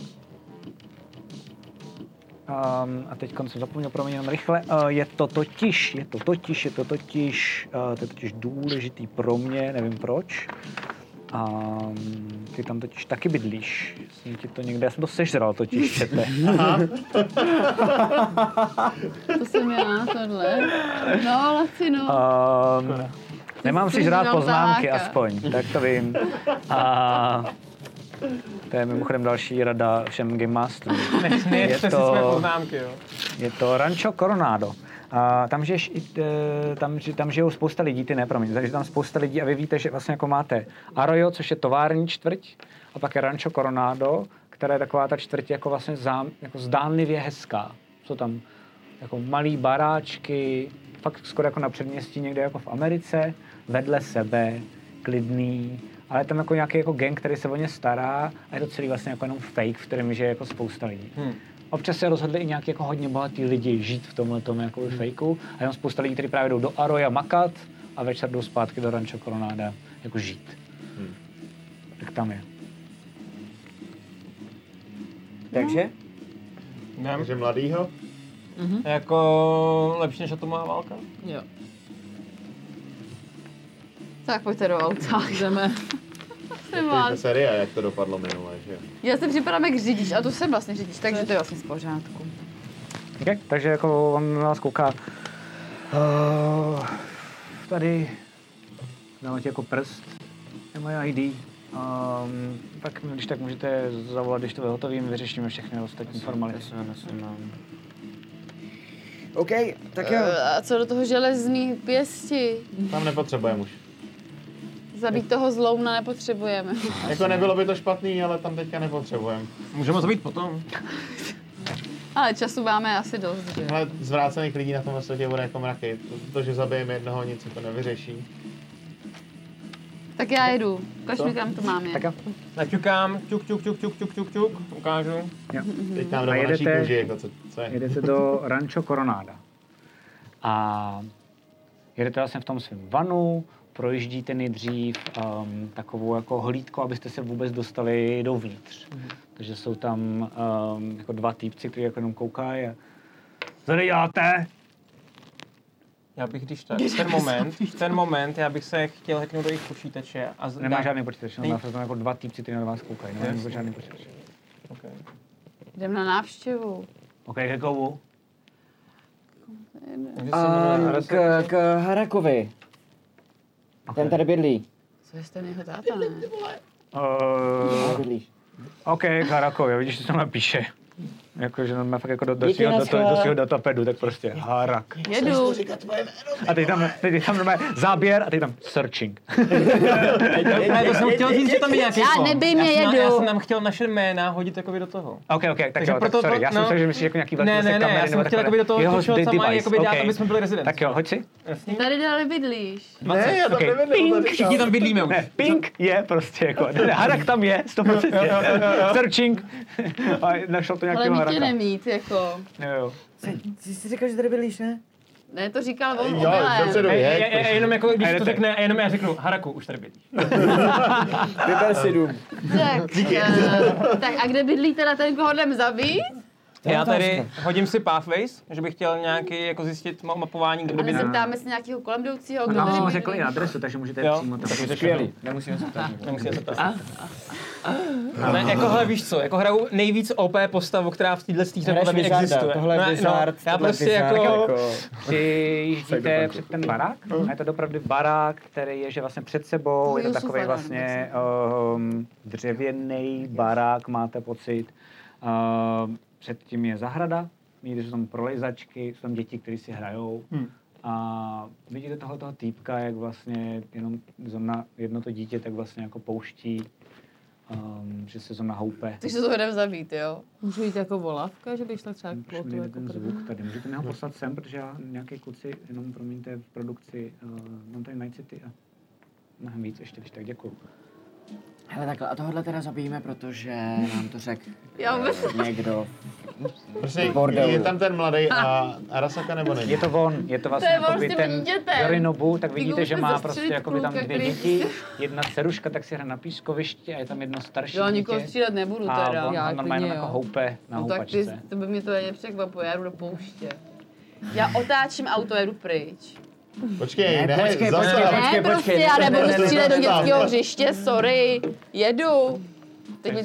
B: Um, a teď jsem zapomněl, promiň, jenom rychle. Uh, je to totiž, je to totiž, je to totiž, uh, to je totiž důležitý pro mě, nevím proč. Um, ty tam totiž taky bydlíš. Jsem ti to někde, já jsem to sežral totiž, čete.
D: Aha.
L: To jsem já, tohle. No, Lacino.
B: Um, nemám si žrát
L: Sežral
B: poznámky
L: taháka.
B: aspoň, tak to vím. A to je mimochodem další rada všem game masterům.
E: [LAUGHS] Nechte si své poznámky, jo.
B: Je to Rancho Coronado. A tam, žiješ, i, eh, tam, ži- tam žijou spousta lidí, ty ne, promiň, takže tam spousta lidí a vy víte, že vlastně jako máte Arroyo, což je tovární čtvrť, a pak je Rancho Coronado, která je taková ta čtvrť jako vlastně zám, jako zdánlivě hezká. Jsou tam jako malý baráčky, fakt skoro jako na předměstí někde jako v Americe, vedle sebe, klidný, ale je tam jako nějaký jako gang, který se o ně stará a je to celý vlastně jako jenom fake, v kterém žije jako spousta lidí.
E: Hmm.
B: Občas se rozhodli i nějaký jako hodně bohatí lidi žít v tomhle tom jako fejku a jenom spousta lidí, kteří právě jdou do Aroja makat a večer jdou zpátky do Rancho Coronáda jako žít.
D: Hmm.
B: Tak tam je.
A: Takže?
D: Takže mladýho?
E: Mhm. Jako lepší než atomová válka?
F: Jo.
L: Tak pojďte do auta.
F: Jdeme.
L: Jsem
D: To je
L: vás.
D: ta série, jak to dopadlo minule, že jo?
L: Já se připadám jak řidič, a to jsem vlastně řidič, takže to je vlastně v pořádku.
B: Okay? Takže jako on na nás kouká uh, tady dává ti jako prst, je moje ID. Um, tak mi když tak můžete zavolat, když to bude hotovým, vyřešíme všechny ostatní formality.
A: OK, tak jo.
L: Eh, A co do toho železný pěsti?
D: Tam nepotřebujeme už.
L: Zabít toho zlouna nepotřebujeme.
D: Jako nebylo by to špatný, ale tam teďka nepotřebujeme.
E: Můžeme to být potom.
L: Ale času máme asi dost, že?
D: Ale zvrácených lidí na tomhle světě bude jako mraky. To, to že zabijeme jednoho, nic se to nevyřeší.
L: Tak já jedu. Ukaž
D: Co?
L: mi, kam to mám je.
B: Tak jo.
E: Naťukám, ťuk, ťuk, ťuk, ťuk, ťuk, ťuk, ťuk, ukážu.
B: Jo.
F: Mhm.
D: Teď nám
B: A
D: doma naší
B: jedete-
D: kůži, jako co, co je.
B: Jedete do Rancho Coronada. A jedete vlastně v tom svém vanu, projíždíte nejdřív um, takovou jako hlídku, abyste se vůbec dostali dovnitř. Takže jsou tam um, jako dva týpci, kteří jako jenom koukají a co tady děláte?
E: Já bych když tak, v ten moment, [LAUGHS] v ten moment, já bych se chtěl hacknout do jejich počítače a z-
B: Nemá
E: dát-
B: žádný počítač, no,
E: Není.
B: má jsou tam jako dva týpci, kteří na vás koukají, no, nemá
E: Jasně.
B: vůbec žádný počítač.
E: Okay.
L: Jdem na návštěvu.
B: OK, ke komu?
E: Takže se
A: A
E: jmenuje Arasaki.
A: k, k Harakovi. Ten tady bydlí.
L: Co je ten jeho táta, ne?
A: Tady
B: Uh,
A: bydlíš.
B: OK, Harakovi, vidíš, že to napíše. Jako, že normálně fakt jako do, do,
A: Díky,
B: svýho, do,
A: naschle.
B: do svýho datapedu, tak prostě Harak.
L: Jedu.
B: A teď tam, teď je tam normálně záběr a teď tam searching.
E: Ne, to jsem chtěl říct, že tam je nějaký
L: Já
E: slon.
L: nebím,
E: já, jsem-
L: jedu.
E: Já jsem tam chtěl naše jména hodit jakoby do toho.
B: OK, OK, tak
E: Takže
B: jo,
E: proto-
B: tak sorry, já jsem
E: no.
B: myslel, že myslíš jako nějaký
E: Ne, ne, ne,
B: kamery
E: já jsem
B: nebo
E: chtěl
B: takové.
E: jakoby do toho
B: Jo,
E: něčeho,
B: the
E: co mají
B: device,
E: jakoby dát,
B: OK.
E: aby jsme byli rezidenti.
B: Tak jo, hoď si.
E: Jasně.
L: Tady dále bydlíš.
D: Ne, já tam
B: okay.
D: nevím, tady
E: Všichni tam bydlíme už.
B: Ne, Pink je prostě
E: [LAUGHS]
B: jako, ne, ne, Harak tam je, 100%. Searching. [LAUGHS] A našel to
L: Ale my
B: nějakého
L: tě
B: Haraka.
L: nemít, jako.
B: Jo, jo.
A: Ty jsi říkal, že tady bydlíš, ne?
L: Ne, to říkal on
D: Jo, dobře,
L: omylem.
E: A
D: dobrý,
E: já-
D: hej,
E: já- já jenom jako, když
B: A
E: to
B: jdete.
E: řekne, a jenom já řeknu, Haraku, už tady bydlíš.
A: Vyber si dům.
L: Tak, eh, tak a kde bydlí teda ten, koho jdem zabít?
E: Já tady hodím si pathways, že bych chtěl nějaký jako zjistit ma- mapování,
L: A
E: kde bydlí.
L: nezeptáme se nějakého kolem jdoucího, kdo tady
B: No,
L: bydlí.
B: řekl i adresu, takže můžete
E: Jo.
B: přímo tam.
A: Skvělý.
J: Nemusíme se ptát.
E: Nemusíme se ptát. Ne, jako hele, víš co, jako hraju nejvíc OP postavu, která v této tý
A: Hraješ
E: podle mě
A: Wizarda,
E: existuje.
A: tohle je
E: No, no,
A: Wizard,
E: Já
A: tohle je
E: prostě
A: Wizard,
E: jako...
B: Přijíždíte před ten barák a je to opravdu barák, který je že vlastně před sebou,
L: To je
B: je to
L: Jusuf
B: takový
L: barák,
B: vlastně um, dřevěný barák, máte pocit. Ehm, Um, předtím je zahrada, vidíte, že jsou tam prolejzačky, jsou tam děti, které si hrajou. A vidíte tohle toho týpka, jak vlastně jenom zrovna jedno to dítě tak vlastně jako pouští, um, že se zrovna houpe.
F: Takže to jdem zabít, jo? Můžu jít jako volavka, že bych šla třeba k
B: Už
F: plotu
B: mi jde
F: jako
B: ten
F: první?
B: zvuk tady. Můžete mi ho poslat sem, protože já nějaký kluci, jenom promiňte, v produkci, uh, mám tady Night City a mnohem víc ještě, když tak děkuju.
M: Hele, takhle, a tohle teda zabijeme, protože nám to řekl
F: Já vůbec-
M: eh, někdo.
D: Prostě
M: Bordelu.
D: je tam ten mladý a Arasaka nebo není?
B: Je to on, je to
D: vlastně
B: vlastně
D: To je on
B: jako
D: jako by s tím ten
B: ten
D: dítětem.
B: Jorinobu,
D: Yorinobu,
B: tak
D: tak Ty
B: vidíte, že má
D: můžete prostě
B: prostě
D: zastřelit
B: jako by
D: jakoby
B: tam
D: tam kluka,
B: dvě
D: dvě který-
B: děti,
D: děti,
B: jedna ceruška, tak si hraje na pískovišti a je tam jedno starší
F: Jo, nikoho dítě. střílet nebudu A teda.
B: A on
F: on Já normálně
B: normálně
F: klidně jenom
B: jako
F: jo. jako
B: houpe na
F: No tak ty,
B: houpačce.
F: to by mě to ani překvapilo, já jdu do pouště.
C: Já otáčím auto a jedu pryč.
D: Počkej,
M: Ne,
D: ne,
M: počkej,
D: zase.
M: počkej, počkej,
C: Ne, prostě já nebudu střílet do dětského
D: tam.
C: hřiště, sorry. Jedu. Teď mi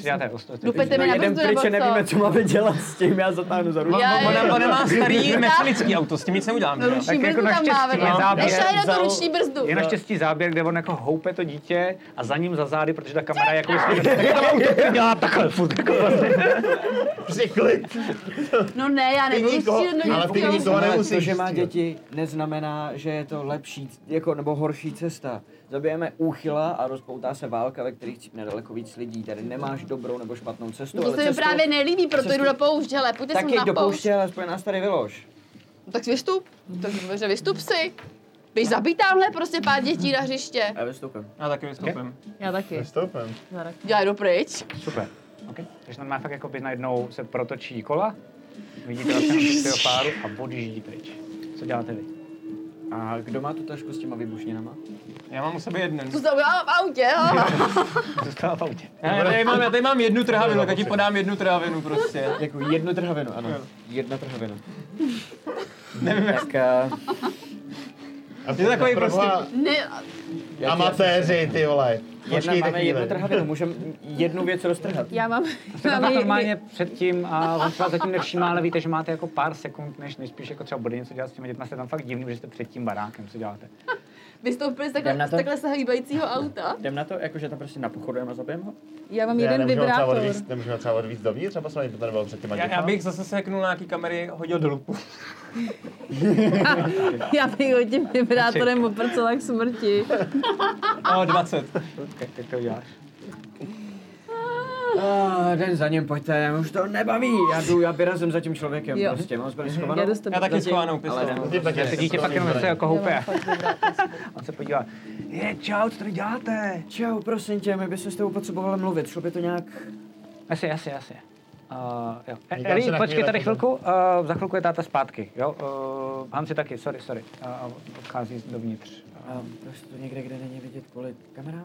C: Dupete mi na
A: Jeden
C: brzdu
A: pryč a
C: nebo
A: nevíme,
C: co?
A: co máme dělat s tím, já zatáhnu za ruku.
C: Já-
E: Ona, ona má starý
C: Já-
E: mechanický auto, s tím nic neudělám. že jo?
C: Ruční brzdu tam má vedle. Nešla jenom tu ruční brzdu.
B: Je naštěstí záběr, kde on jako houpe to dítě a za ním za zády, protože ta kamera je jako by tak je to auto, který dělá takhle, furt jako vlastně.
D: Prostě klid.
C: No ne, já nebudu střílet do dětského
A: To, že má děti, neznamená, že je to lepší, jako, nebo horší cesta. Zabijeme úchyla a rozpoutá se válka, ve kterých cípne daleko víc lidí. Tady nemáš dobrou nebo špatnou cestu,
C: No to
A: ale
C: se mi
A: cestu,
C: právě nelíbí, proto
A: cestou-
C: jdu do poušť, hele, pojďte
A: tak
C: sem
A: jeď
C: na
A: do
C: poušť.
A: pouště, ale aspoň nás tady vylož.
C: No Tak vystup, tak že vystup si. Běž zabít tamhle prostě pár dětí na hřiště.
A: Já vystoupím.
E: Já taky vystoupím.
C: Já taky.
D: Vystoupím.
C: Já jdu pryč.
B: Super. Okay. Takže normálně fakt jakoby najednou se protočí kola, vidíte vlastně svého páru a odjíždí pryč. Co děláte vy?
A: A kdo má tu tašku s těma vybušninama?
E: Já mám u sebe jeden.
C: Tu jsem byla v autě, hele.
B: Zůstává v autě.
E: Já, já, tady mám, já tady mám jednu trhavinu, tak ti podám jednu trhavinu prostě.
A: Jako jednu trhavinu, ano. Jedna trhavina.
E: Nevím,
A: jak... A...
E: Je to takový prostě...
D: Proboha,
C: Ne,
D: Amatéři, ty vole.
A: Jedna,
D: Počkejte
A: máme jednu
D: chvíli.
A: trhavinu,
B: [LAUGHS]
A: můžeme jednu věc roztrhat.
F: [LAUGHS] Já mám...
B: Jste tam tak normálně předtím a on se vás zatím nevšímá, ale víte, že máte jako pár sekund, než, než spíš jako třeba bude něco dělat s těmi dětmi. Jste tam fakt divný, že jste před tím barákem, co děláte.
C: Vystoupili z
A: Jdem na
C: takhle, z
A: to?
C: takhle se hýbajícího auta.
A: Jdem na to, jakože tam prostě napochodujeme a zabijeme ho?
F: Já mám
D: Ne,
F: jeden
D: nemůžeme ho třeba
F: vibrátor.
D: odvízt- Nemůžeme ho třeba odvízt dovnitř, a poslat potřeboval před těma
E: Já,
D: dětma.
E: já bych zase seknul na nějaký kamery, hodil do lupu.
F: [LAUGHS] Já bych ho tím vibrátorem oprcela k smrti.
E: O, 20.
B: Tak, tak to uděláš.
A: Ah, den za ním, pojďte, já už to nebaví. Já jdu, já vyrazím za tím člověkem
F: Jo.
A: prostě, mám zbraň schovanou.
F: Já jdu s tebou. Já taky schovanou
A: Ale jdem.
D: Ty taky
B: Se dítě pak jenom se jako houpe. On se podívá.
A: Je, čau, co tady děláte? Čau, prosím tě, my bychom s tebou potřebovali mluvit, šlo by to nějak...
B: Asi, asi, asi. Uh, jo. E-
A: Někam se
B: Eli,
A: na
B: počkej
A: chvíli
B: tady
A: jako-
B: chvilku, uh, za chvilku je táta zpátky, jo? Uh, Hanci taky, sorry, sorry. A uh, odchází dovnitř.
A: A prostě to někde, kde není vidět kvůli kamerám?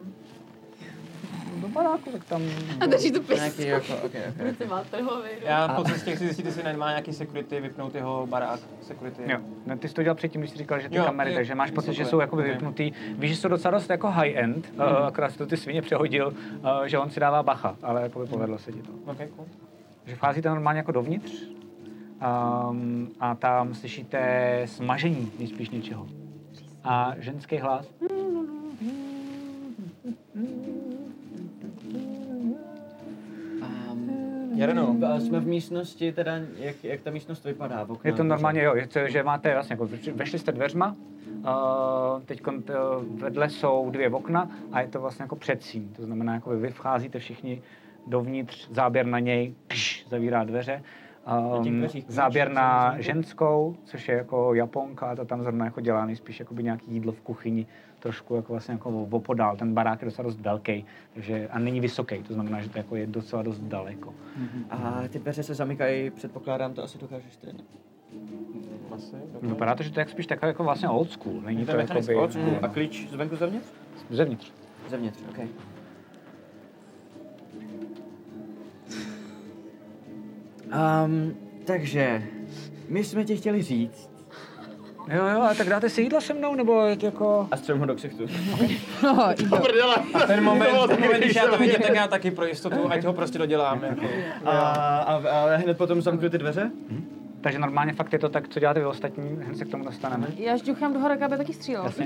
B: Do baráku, tak tam...
C: A drží tu pistoli.
A: Nějaký, jako, okay, okay.
C: Ruce má trhovej.
E: Já
B: A-
E: po cestě chci zjistit, jestli nemá nějaký security, vypnout jeho barák security.
B: Jo, no, ty jsi to dělal předtím, když jsi říkal, že ty
E: Jo,
B: kamery,
E: jo, Mhm.
B: takže máš pocit, že
E: super,
B: jsou jakoby
E: ok.
B: vypnutý. Víš, že jsou docela dost jako high-end, mm. uh, akorát si to ty svině přehodil, uh, že on si dává bacha, ale jakoby povedlo se ti to.
E: Okay, cool.
B: Že vcházíte normálně jako dovnitř um, a tam slyšíte smažení nejspíš něčeho. A ženský hlas.
E: Jareno.
A: A jsme v místnosti, teda, jak, jak ta místnost vypadá? Okna,
B: Je to normálně, jo, je to, že máte vlastně, jako vešli jste dveřma, uh, teď vedle jsou dvě okna a je to vlastně jako předsíň. To znamená, jako vy vcházíte všichni dovnitř, záběr na něj, kš, zavírá dveře.
A: těch
B: Um,
A: dveřích klíč,
B: záběr
A: co
B: na
A: myslím, že-
B: ženskou, což je jako Japonka, a ta tam zrovna jako dělá nejspíš jakoby nějaký jídlo v kuchyni, trošku jako vlastně jako opodál. Ten barák je docela dost velký, takže, a není vysoký, to znamená, že to jako je docela dost daleko.
A: A ty dveře se zamykají, předpokládám, to asi dokážeš ty. ne?
E: Asi, dobře.
B: Vypadá to, že to je jak spíš takový jako vlastně old school. Není
A: No. Je
B: to,
A: to
B: jako
A: mechanický old school. A klíč zvenku zevnitř?
B: Zevnitř.
A: Zevnitř, OK. Um, takže, my jsme ti chtěli říct.
B: Jo, jo, ale tak dáte si jídlo se mnou, nebo jako...
A: A střelím ho do [LAUGHS] ksichtu.
F: No,
E: A ten moment, ten moment, když já to vidím, tak já taky pro jistotu, ať ho prostě dodělám. Jako.
A: A, a, a hned potom zamknu ty dveře?
B: Takže normálně fakt je to tak, co děláte vy ostatní, hned se k tomu dostaneme.
F: Já šťuchám do horaka, aby taky střílel.
B: Co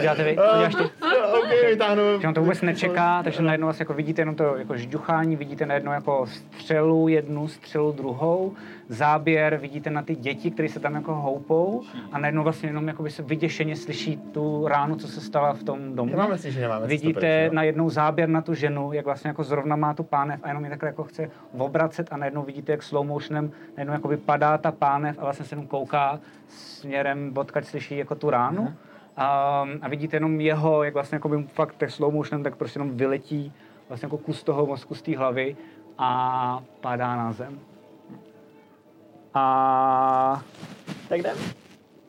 B: děláte vy? Co děláš ty?
D: [LAUGHS] OK, vytáhnu.
B: Že on to vůbec nečeká, takže najednou vlastně jako vidíte jenom to jako žďuchání, vidíte najednou jako střelu jednu, střelu druhou, záběr, vidíte na ty děti, které se tam jako houpou a najednou vlastně jenom jakoby se vyděšeně slyší tu ránu, co se stala v tom domu.
D: Nemáme si, že nemáme
B: Vidíte najednou záběr na tu ženu, jak vlastně jako zrovna má tu pánev a jenom ji takhle jako chce obracet a najednou vidíte, jak slow motionem najednou jakoby padá ta pánev a vlastně se jenom kouká směrem, odkaď slyší jako tu ránu. A, a vidíte jenom jeho, jak vlastně jako by fakt tak slow motionem, tak prostě jenom vyletí vlastně jako kus toho mozku z té hlavy a padá na zem. A...
A: Tak jdem.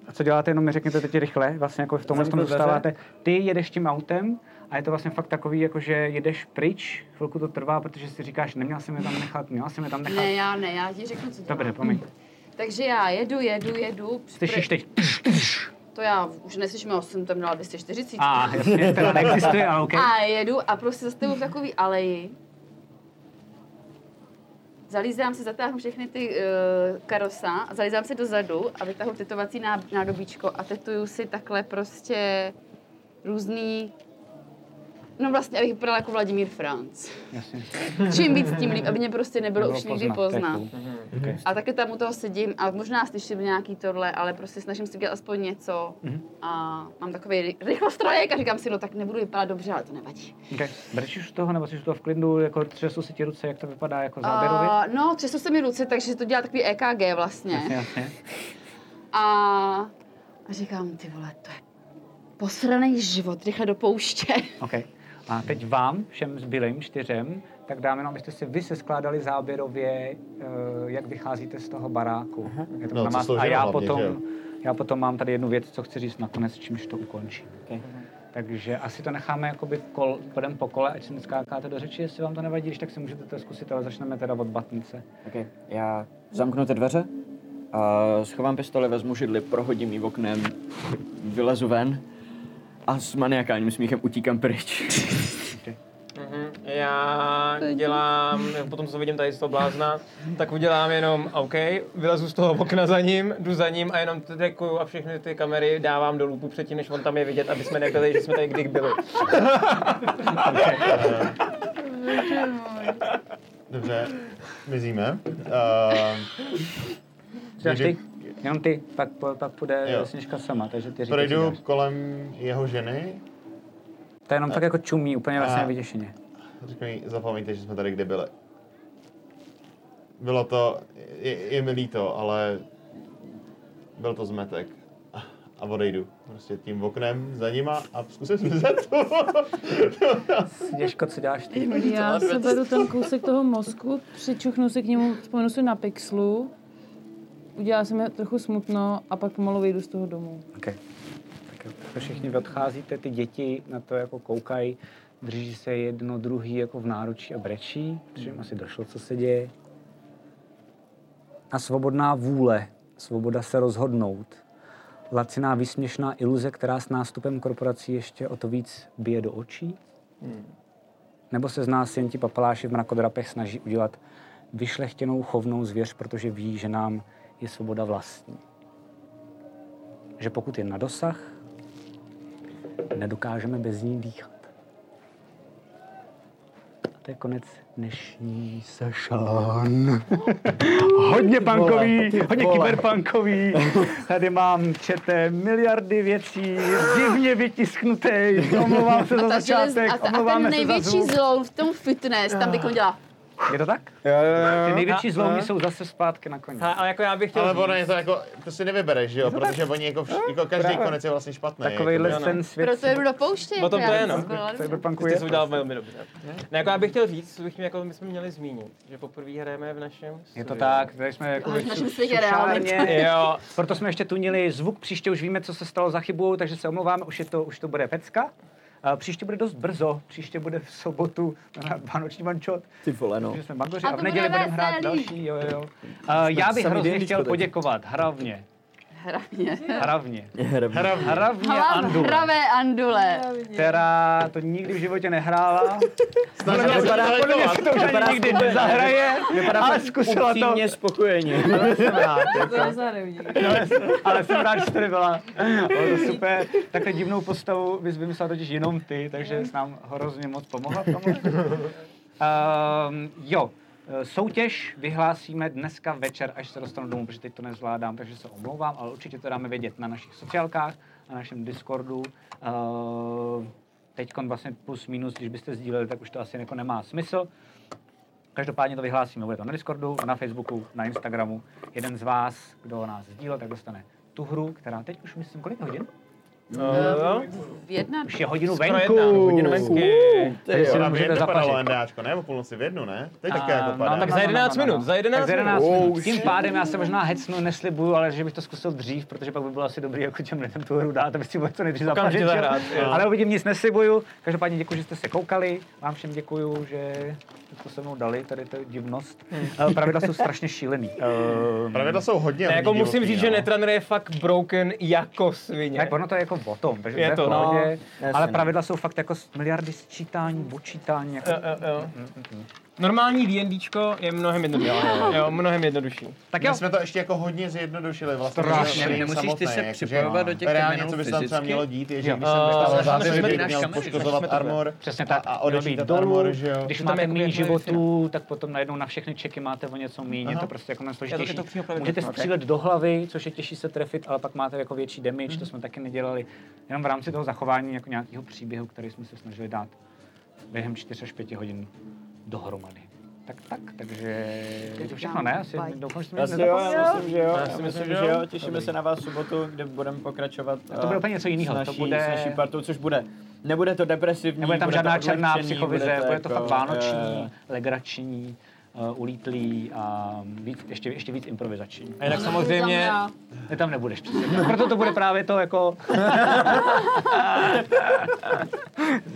B: A co děláte, jenom mi řekněte teď rychle, vlastně jako v tomhle
A: Zamknu
B: tom
A: dveře.
B: dostáváte. Ty jedeš tím autem a je to vlastně fakt takový, jako že jedeš pryč, chvilku to trvá, protože si říkáš, neměl jsem je tam nechat, měl jsem je tam nechat.
C: Ne, já ne, já ti řeknu, co dělám.
B: Dobře, promiň.
C: Takže já jedu, jedu, jedu.
B: Slyšíš teď,
C: To já už neslyším, já jsem tam dala 240.
B: A, jasně, teda neexistuje, ale OK.
C: A jedu a prostě zastavu v takový aleji. Zalízám se, zatáhnu všechny ty uh, karosa, a zalízám se dozadu a vytáhnu tetovací ná- nádobíčko a tetuju si takhle prostě různý... No vlastně, abych vypadala jako Vladimír Franc.
B: Jasně.
C: Čím víc, tím líp, aby mě prostě nebylo
B: Nebylo
C: už nikdy
B: poznat, to je
C: poznat.
B: cool. Okay.
C: A taky tam u toho sedím a možná slyším nějaký tohle, ale prostě snažím si dělat aspoň něco.
B: Mhm.
C: A mám takový ry- rychlostrojek a říkám si, no tak nebudu vypadat dobře, ale to nevadí.
B: Okay. Brečíš z toho, nebo jsi z toho v klidu, jako třesu si ti ruce, jak to vypadá jako záběrově?
C: A, no, třesu se mi ruce, takže to dělá takový EKG
B: Jasně,
C: vlastně.
B: jasně.
C: A, a říkám, ty vole, to je posraný život, rychle do pouště.
B: Okay. A teď vám, všem zbylým čtyřem, tak dám jenom, abyste si vy se skládali záběrově, eh, jak vycházíte z toho baráku. Je to
D: No,
B: na
D: co
B: vás.
D: sloužilo
B: a já
D: hlavně,
B: potom,
D: že jo?
B: já potom mám tady jednu věc, co chci říct nakonec, čímž to ukončím.
A: Okay.
B: Takže asi to necháme jakoby kol, půjdem po kole, ať se neskákáte do řeči, jestli vám to nevadí, když tak si můžete to zkusit, ale začneme teda od batnice.
A: Okay. Já zamknu ty dveře, a schovám pistoli, vezmu židli, prohodím ji oknem, vylezu ven a s maniakálním smíchem utíkám pryč.
E: Mhm. Já dělám, potom co vidím tady z toho blázna, tak udělám jenom OK, vylezu z toho okna za ním, jdu za ním a jenom trekuju a všechny ty kamery dávám do lupu předtím, než on tam je vidět, aby jsme nebyli, že jsme tady kdy byli.
D: Dobře, mizíme. Uh,
B: Dáš ty? Jenom ty, pak, po- pak půjde
D: Jo.
B: sněžka sama, takže ty říkáš,
D: Projdu
B: že-
D: kolem jeho ženy.
B: To jenom tak jako čumí, úplně vlastně
D: A-
B: vyděšeně.
D: Řekni, zapamějte, že jsme tady kdy byli. Bylo to, je, je mi líto, ale byl to zmetek. A odejdu prostě tím oknem za nima a zkusím zmizet.
B: Sněžko, co děláš ty?
F: Já se beru ten kousek toho mozku, přičuchnu si k němu, vzpomenu si na pixlu, udělá se mi trochu smutno a pak pomalu vyjdu z toho domu.
B: Okay. Tak jo, tak všichni odcházíte, ty děti na to jako koukají, drží se jedno druhý jako v náručí a brečí, protože jim asi došlo, co se děje. A svobodná vůle, svoboda se rozhodnout, laciná výsměšná iluze, která s nástupem korporací ještě o to víc bije do očí, nebo se z nás jen ti papaláši v mrakodrapech snaží udělat vyšlechtěnou chovnou zvěř, protože ví, že nám je svoboda vlastní. Že pokud je na dosah, nedokážeme bez ní dýchat. A to je konec dnešní sešan. [LAUGHS] hodně
N: Vole,
B: punkový,
N: ty
B: hodně
N: vole.
B: kyberpunkový. Tady mám čete miliardy věcí, divně vytisknuté, omlouvám se za
C: [LAUGHS] a ta želez-
B: začátek,
C: a, ta, a ten
B: omlouváme se za
C: největší
B: zvuk. Ah,
C: zloun v tom fitness, tam teď dělá.
B: Je to tak?
D: jo.
B: Ty největší
D: A-
B: zlomy
D: a-
B: jsou zase zpátky na koni.
E: Ale jako já bych
D: Ale ono je to jako, to si nevybereš, že jo? Protože oni jako, vš, jako každý
B: Právě.
D: konec je vlastně špatný.
B: Takovejhle
D: jako,
B: ten svět.
C: Proto jdu do pouště.
E: Potom to
C: já
E: je, no.
C: jsem byla-
B: Cyberpunku
E: Ty
B: je.
E: jsi udělal velmi dobře. Ne, jako já bych chtěl říct, co bych mě, jako my jsme měli zmínit, že poprvé hrajeme v našem
B: Je to
E: studiu.
B: tak, tady jsme jako
E: Ale v
B: šu-
E: našem světě
B: šušárně.
E: reality. [LAUGHS] Jo.
B: Proto jsme ještě tunili zvuk, příště už víme, co se stalo za chybou, takže se omlouváme, už, je to, už to bude pecka. A příště bude dost brzo, příště bude v sobotu na Vánoční mančot.
A: Ty vole, no.
B: Takže jsme mangoři
A: A
B: a,
A: to
B: v neděli
A: bude
B: budeme hrát
A: veselý.
B: další, jo, jo. Uh, já bych
A: samý
B: hrozně
A: denníčko
B: chtěl
A: tady.
B: poděkovat hravně,
C: Hravně.
B: hravně,
A: Hravně.
B: hravně Andu,
C: Hravé andule.
B: která to nikdy v životě nehrála.
A: Snad
B: Podle mě-
A: vypadá-
B: podle mě si to už
A: vypadá
B: ani nikdy
A: spokojeně.
B: nezahraje,
A: Vypadá
B: ale
A: fakt
B: zkusila to.
A: upřímně spokojeně.
B: Ale jsem rád, jako.
F: Zahraju.
B: Ale jsem- ale jsem rád, že jsi tady byla. Bylo to super. Takhle divnou postavu bys vymyslela totiž jenom ty, takže jsi nám hrozně moc pomohla v tomhle. Um, jo, Eh, Soutěž vyhlásíme dneska večer, až se dostanu domů, protože teď to nezvládám, takže se omlouvám, ale určitě to dáme vědět na našich sociálkách, na našem Discordu. Teď vlastně plus minus, když byste sdíleli, tak už to asi jako nemá smysl. Každopádně to vyhlásíme, bude to na Discordu, na Facebooku, na Instagramu. Jeden z vás, kdo nás sdílel, tak dostane tu hru, která teď už myslím, kolik je hodin?
L: V jedna...
B: Už je hodinu
D: Skoro
B: venku.
D: jedna, hodinu venku.
B: Uh, takže si
D: Takže
B: to
D: nám
B: můžete
D: jedno padalo
B: zapařit.
D: NDAčko, ne? O půlnoci v jednu, ne? Teď
B: A,
D: také jako padá.
B: no, tak za 11 minut, za 11 minut. Oh, Tím pádem já se možná hecnu, neslibuju, ale že bych to zkusil dřív, protože pak by bylo asi dobrý, jako těm lidem tu hru dát, aby si vůbec co nejdřív
E: Okamžitě
B: zapařit. že jo?
E: zahrát, jo.
B: Ale uvidím, nic neslibuju. Každopádně děkuji, že jste se koukali. Vám všem děkuji, že to se mnou dali, tady to je divnost. Eh, Pravidla jsou strašně šílený. Ehm,
D: Pravidla jsou hodně no.
E: Ne, jako musím říct, že Netrunner je fakt broken jako svině.
B: Tak ono to je jako o tom, takže
E: je
B: je
E: to,
B: v
E: no.
B: pohodě, ale pravidla jsou fakt jako s- miliardy sčítání, počítání. Jako...
E: Jo, jo, jo. Normální D&Dčko je mnohem jednodušší.
D: Jo.
E: jo, mnohem jednodušší.
D: Tak jo. My jsme to ještě jako hodně zjednodušili vlastně.
E: Strašně.
D: ten
E: Nemusíš ty
D: samotný,
E: se
D: jakože
E: připojovat do těch
D: Reálně,
E: terminálů
D: co by se tam třeba
E: fyzicky.
D: mělo dít, je, že
E: Jo.
D: když jsem
E: Eh,
D: dostal
E: snažme
D: závěr,
E: se
D: že bych
E: naš
D: měl
E: kamery,
D: poškozovat
E: snažme se to
D: armor
B: Přesně
D: a,
B: tak.
D: a
B: Mělo být
D: odečítat
B: dolů, jako
D: armor, že jo.
B: Když máte méně životů, tak potom najednou na všechny čeky máte o něco méně, je
E: Aha.
B: to No, prostě jako mnohem
E: Já to- je to
B: složitější.
E: přímo pravidlo.
B: Můžete
E: Ok.
B: střílet do hlavy, což je těžší se trefit, ale pak máte jako větší damage, to jsme taky nedělali. Jenom v rámci toho zachování jako nějakého příběhu, který jsme se snažili dát během 4 až 5 hodin dohromady. Tak, tak, takže je to všechno, ne? Asi doufám, že jsme
A: Já
B: nic
A: si jo, já
B: nezapomněli.
A: myslím, že jo. Já si myslím, že jo. Těšíme se na vás v sobotu, kde budeme pokračovat.
B: Tak to bude
A: eh,
B: úplně něco jinýho,
A: S
B: to
A: naší,
B: bude-
A: s naší partou, což bude. Nebude to depresivní,
B: Nebude tam
A: bude
B: žádná
A: to
B: černá
A: odlehčený,
B: psychovize, bude to fakt
A: jako,
B: vánoční,
A: eh,
B: legrační, uh, ulítlý a víc, ještě, ještě víc improvizační.
E: A jinak samozřejmě-
B: Ne, tam nebudeš přesně. tak. Proto to bude právě to jako... [LAUGHS]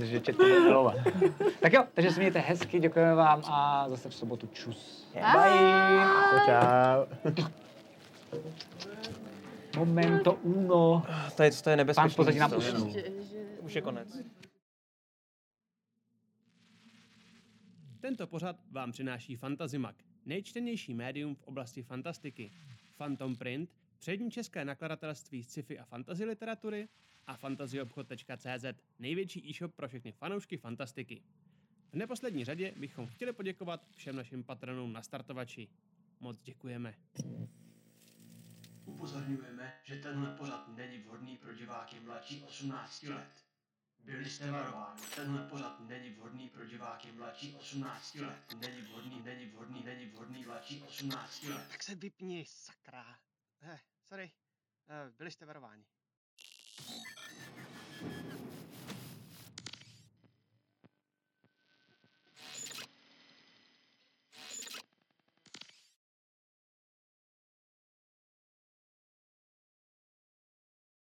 B: že tě to bude milovat. Tak jo, takže se mějte hezky, děkujeme vám a zase v sobotu čus.
D: Bye. Čau.
B: Momento uno.
E: Tady to je nebezpečné.
B: Pán pozadí nám
E: místo.
B: usnul.
E: Už je konec.
O: Tento pořad vám přináší Fantazimak, nejčtenější médium v oblasti fantastiky. Phantom Print, přední české nakladatelství sci-fi a fantasy literatury a fantazyobchod.cz, největší e-shop pro všechny fanoušky fantastiky. V neposlední řadě bychom chtěli poděkovat všem našim patronům na startovači. Moc děkujeme.
P: Upozorňujeme, že tenhle pořad není vhodný pro diváky mladší 18 let. Byli jste varováni, tenhle pořad není vhodný pro diváky mladší 18 let. Není vhodný, není vhodný, není vhodný mladší 18 let.
Q: Tak se vypni, sakra. Eh, sorry, eh, byli jste varováni.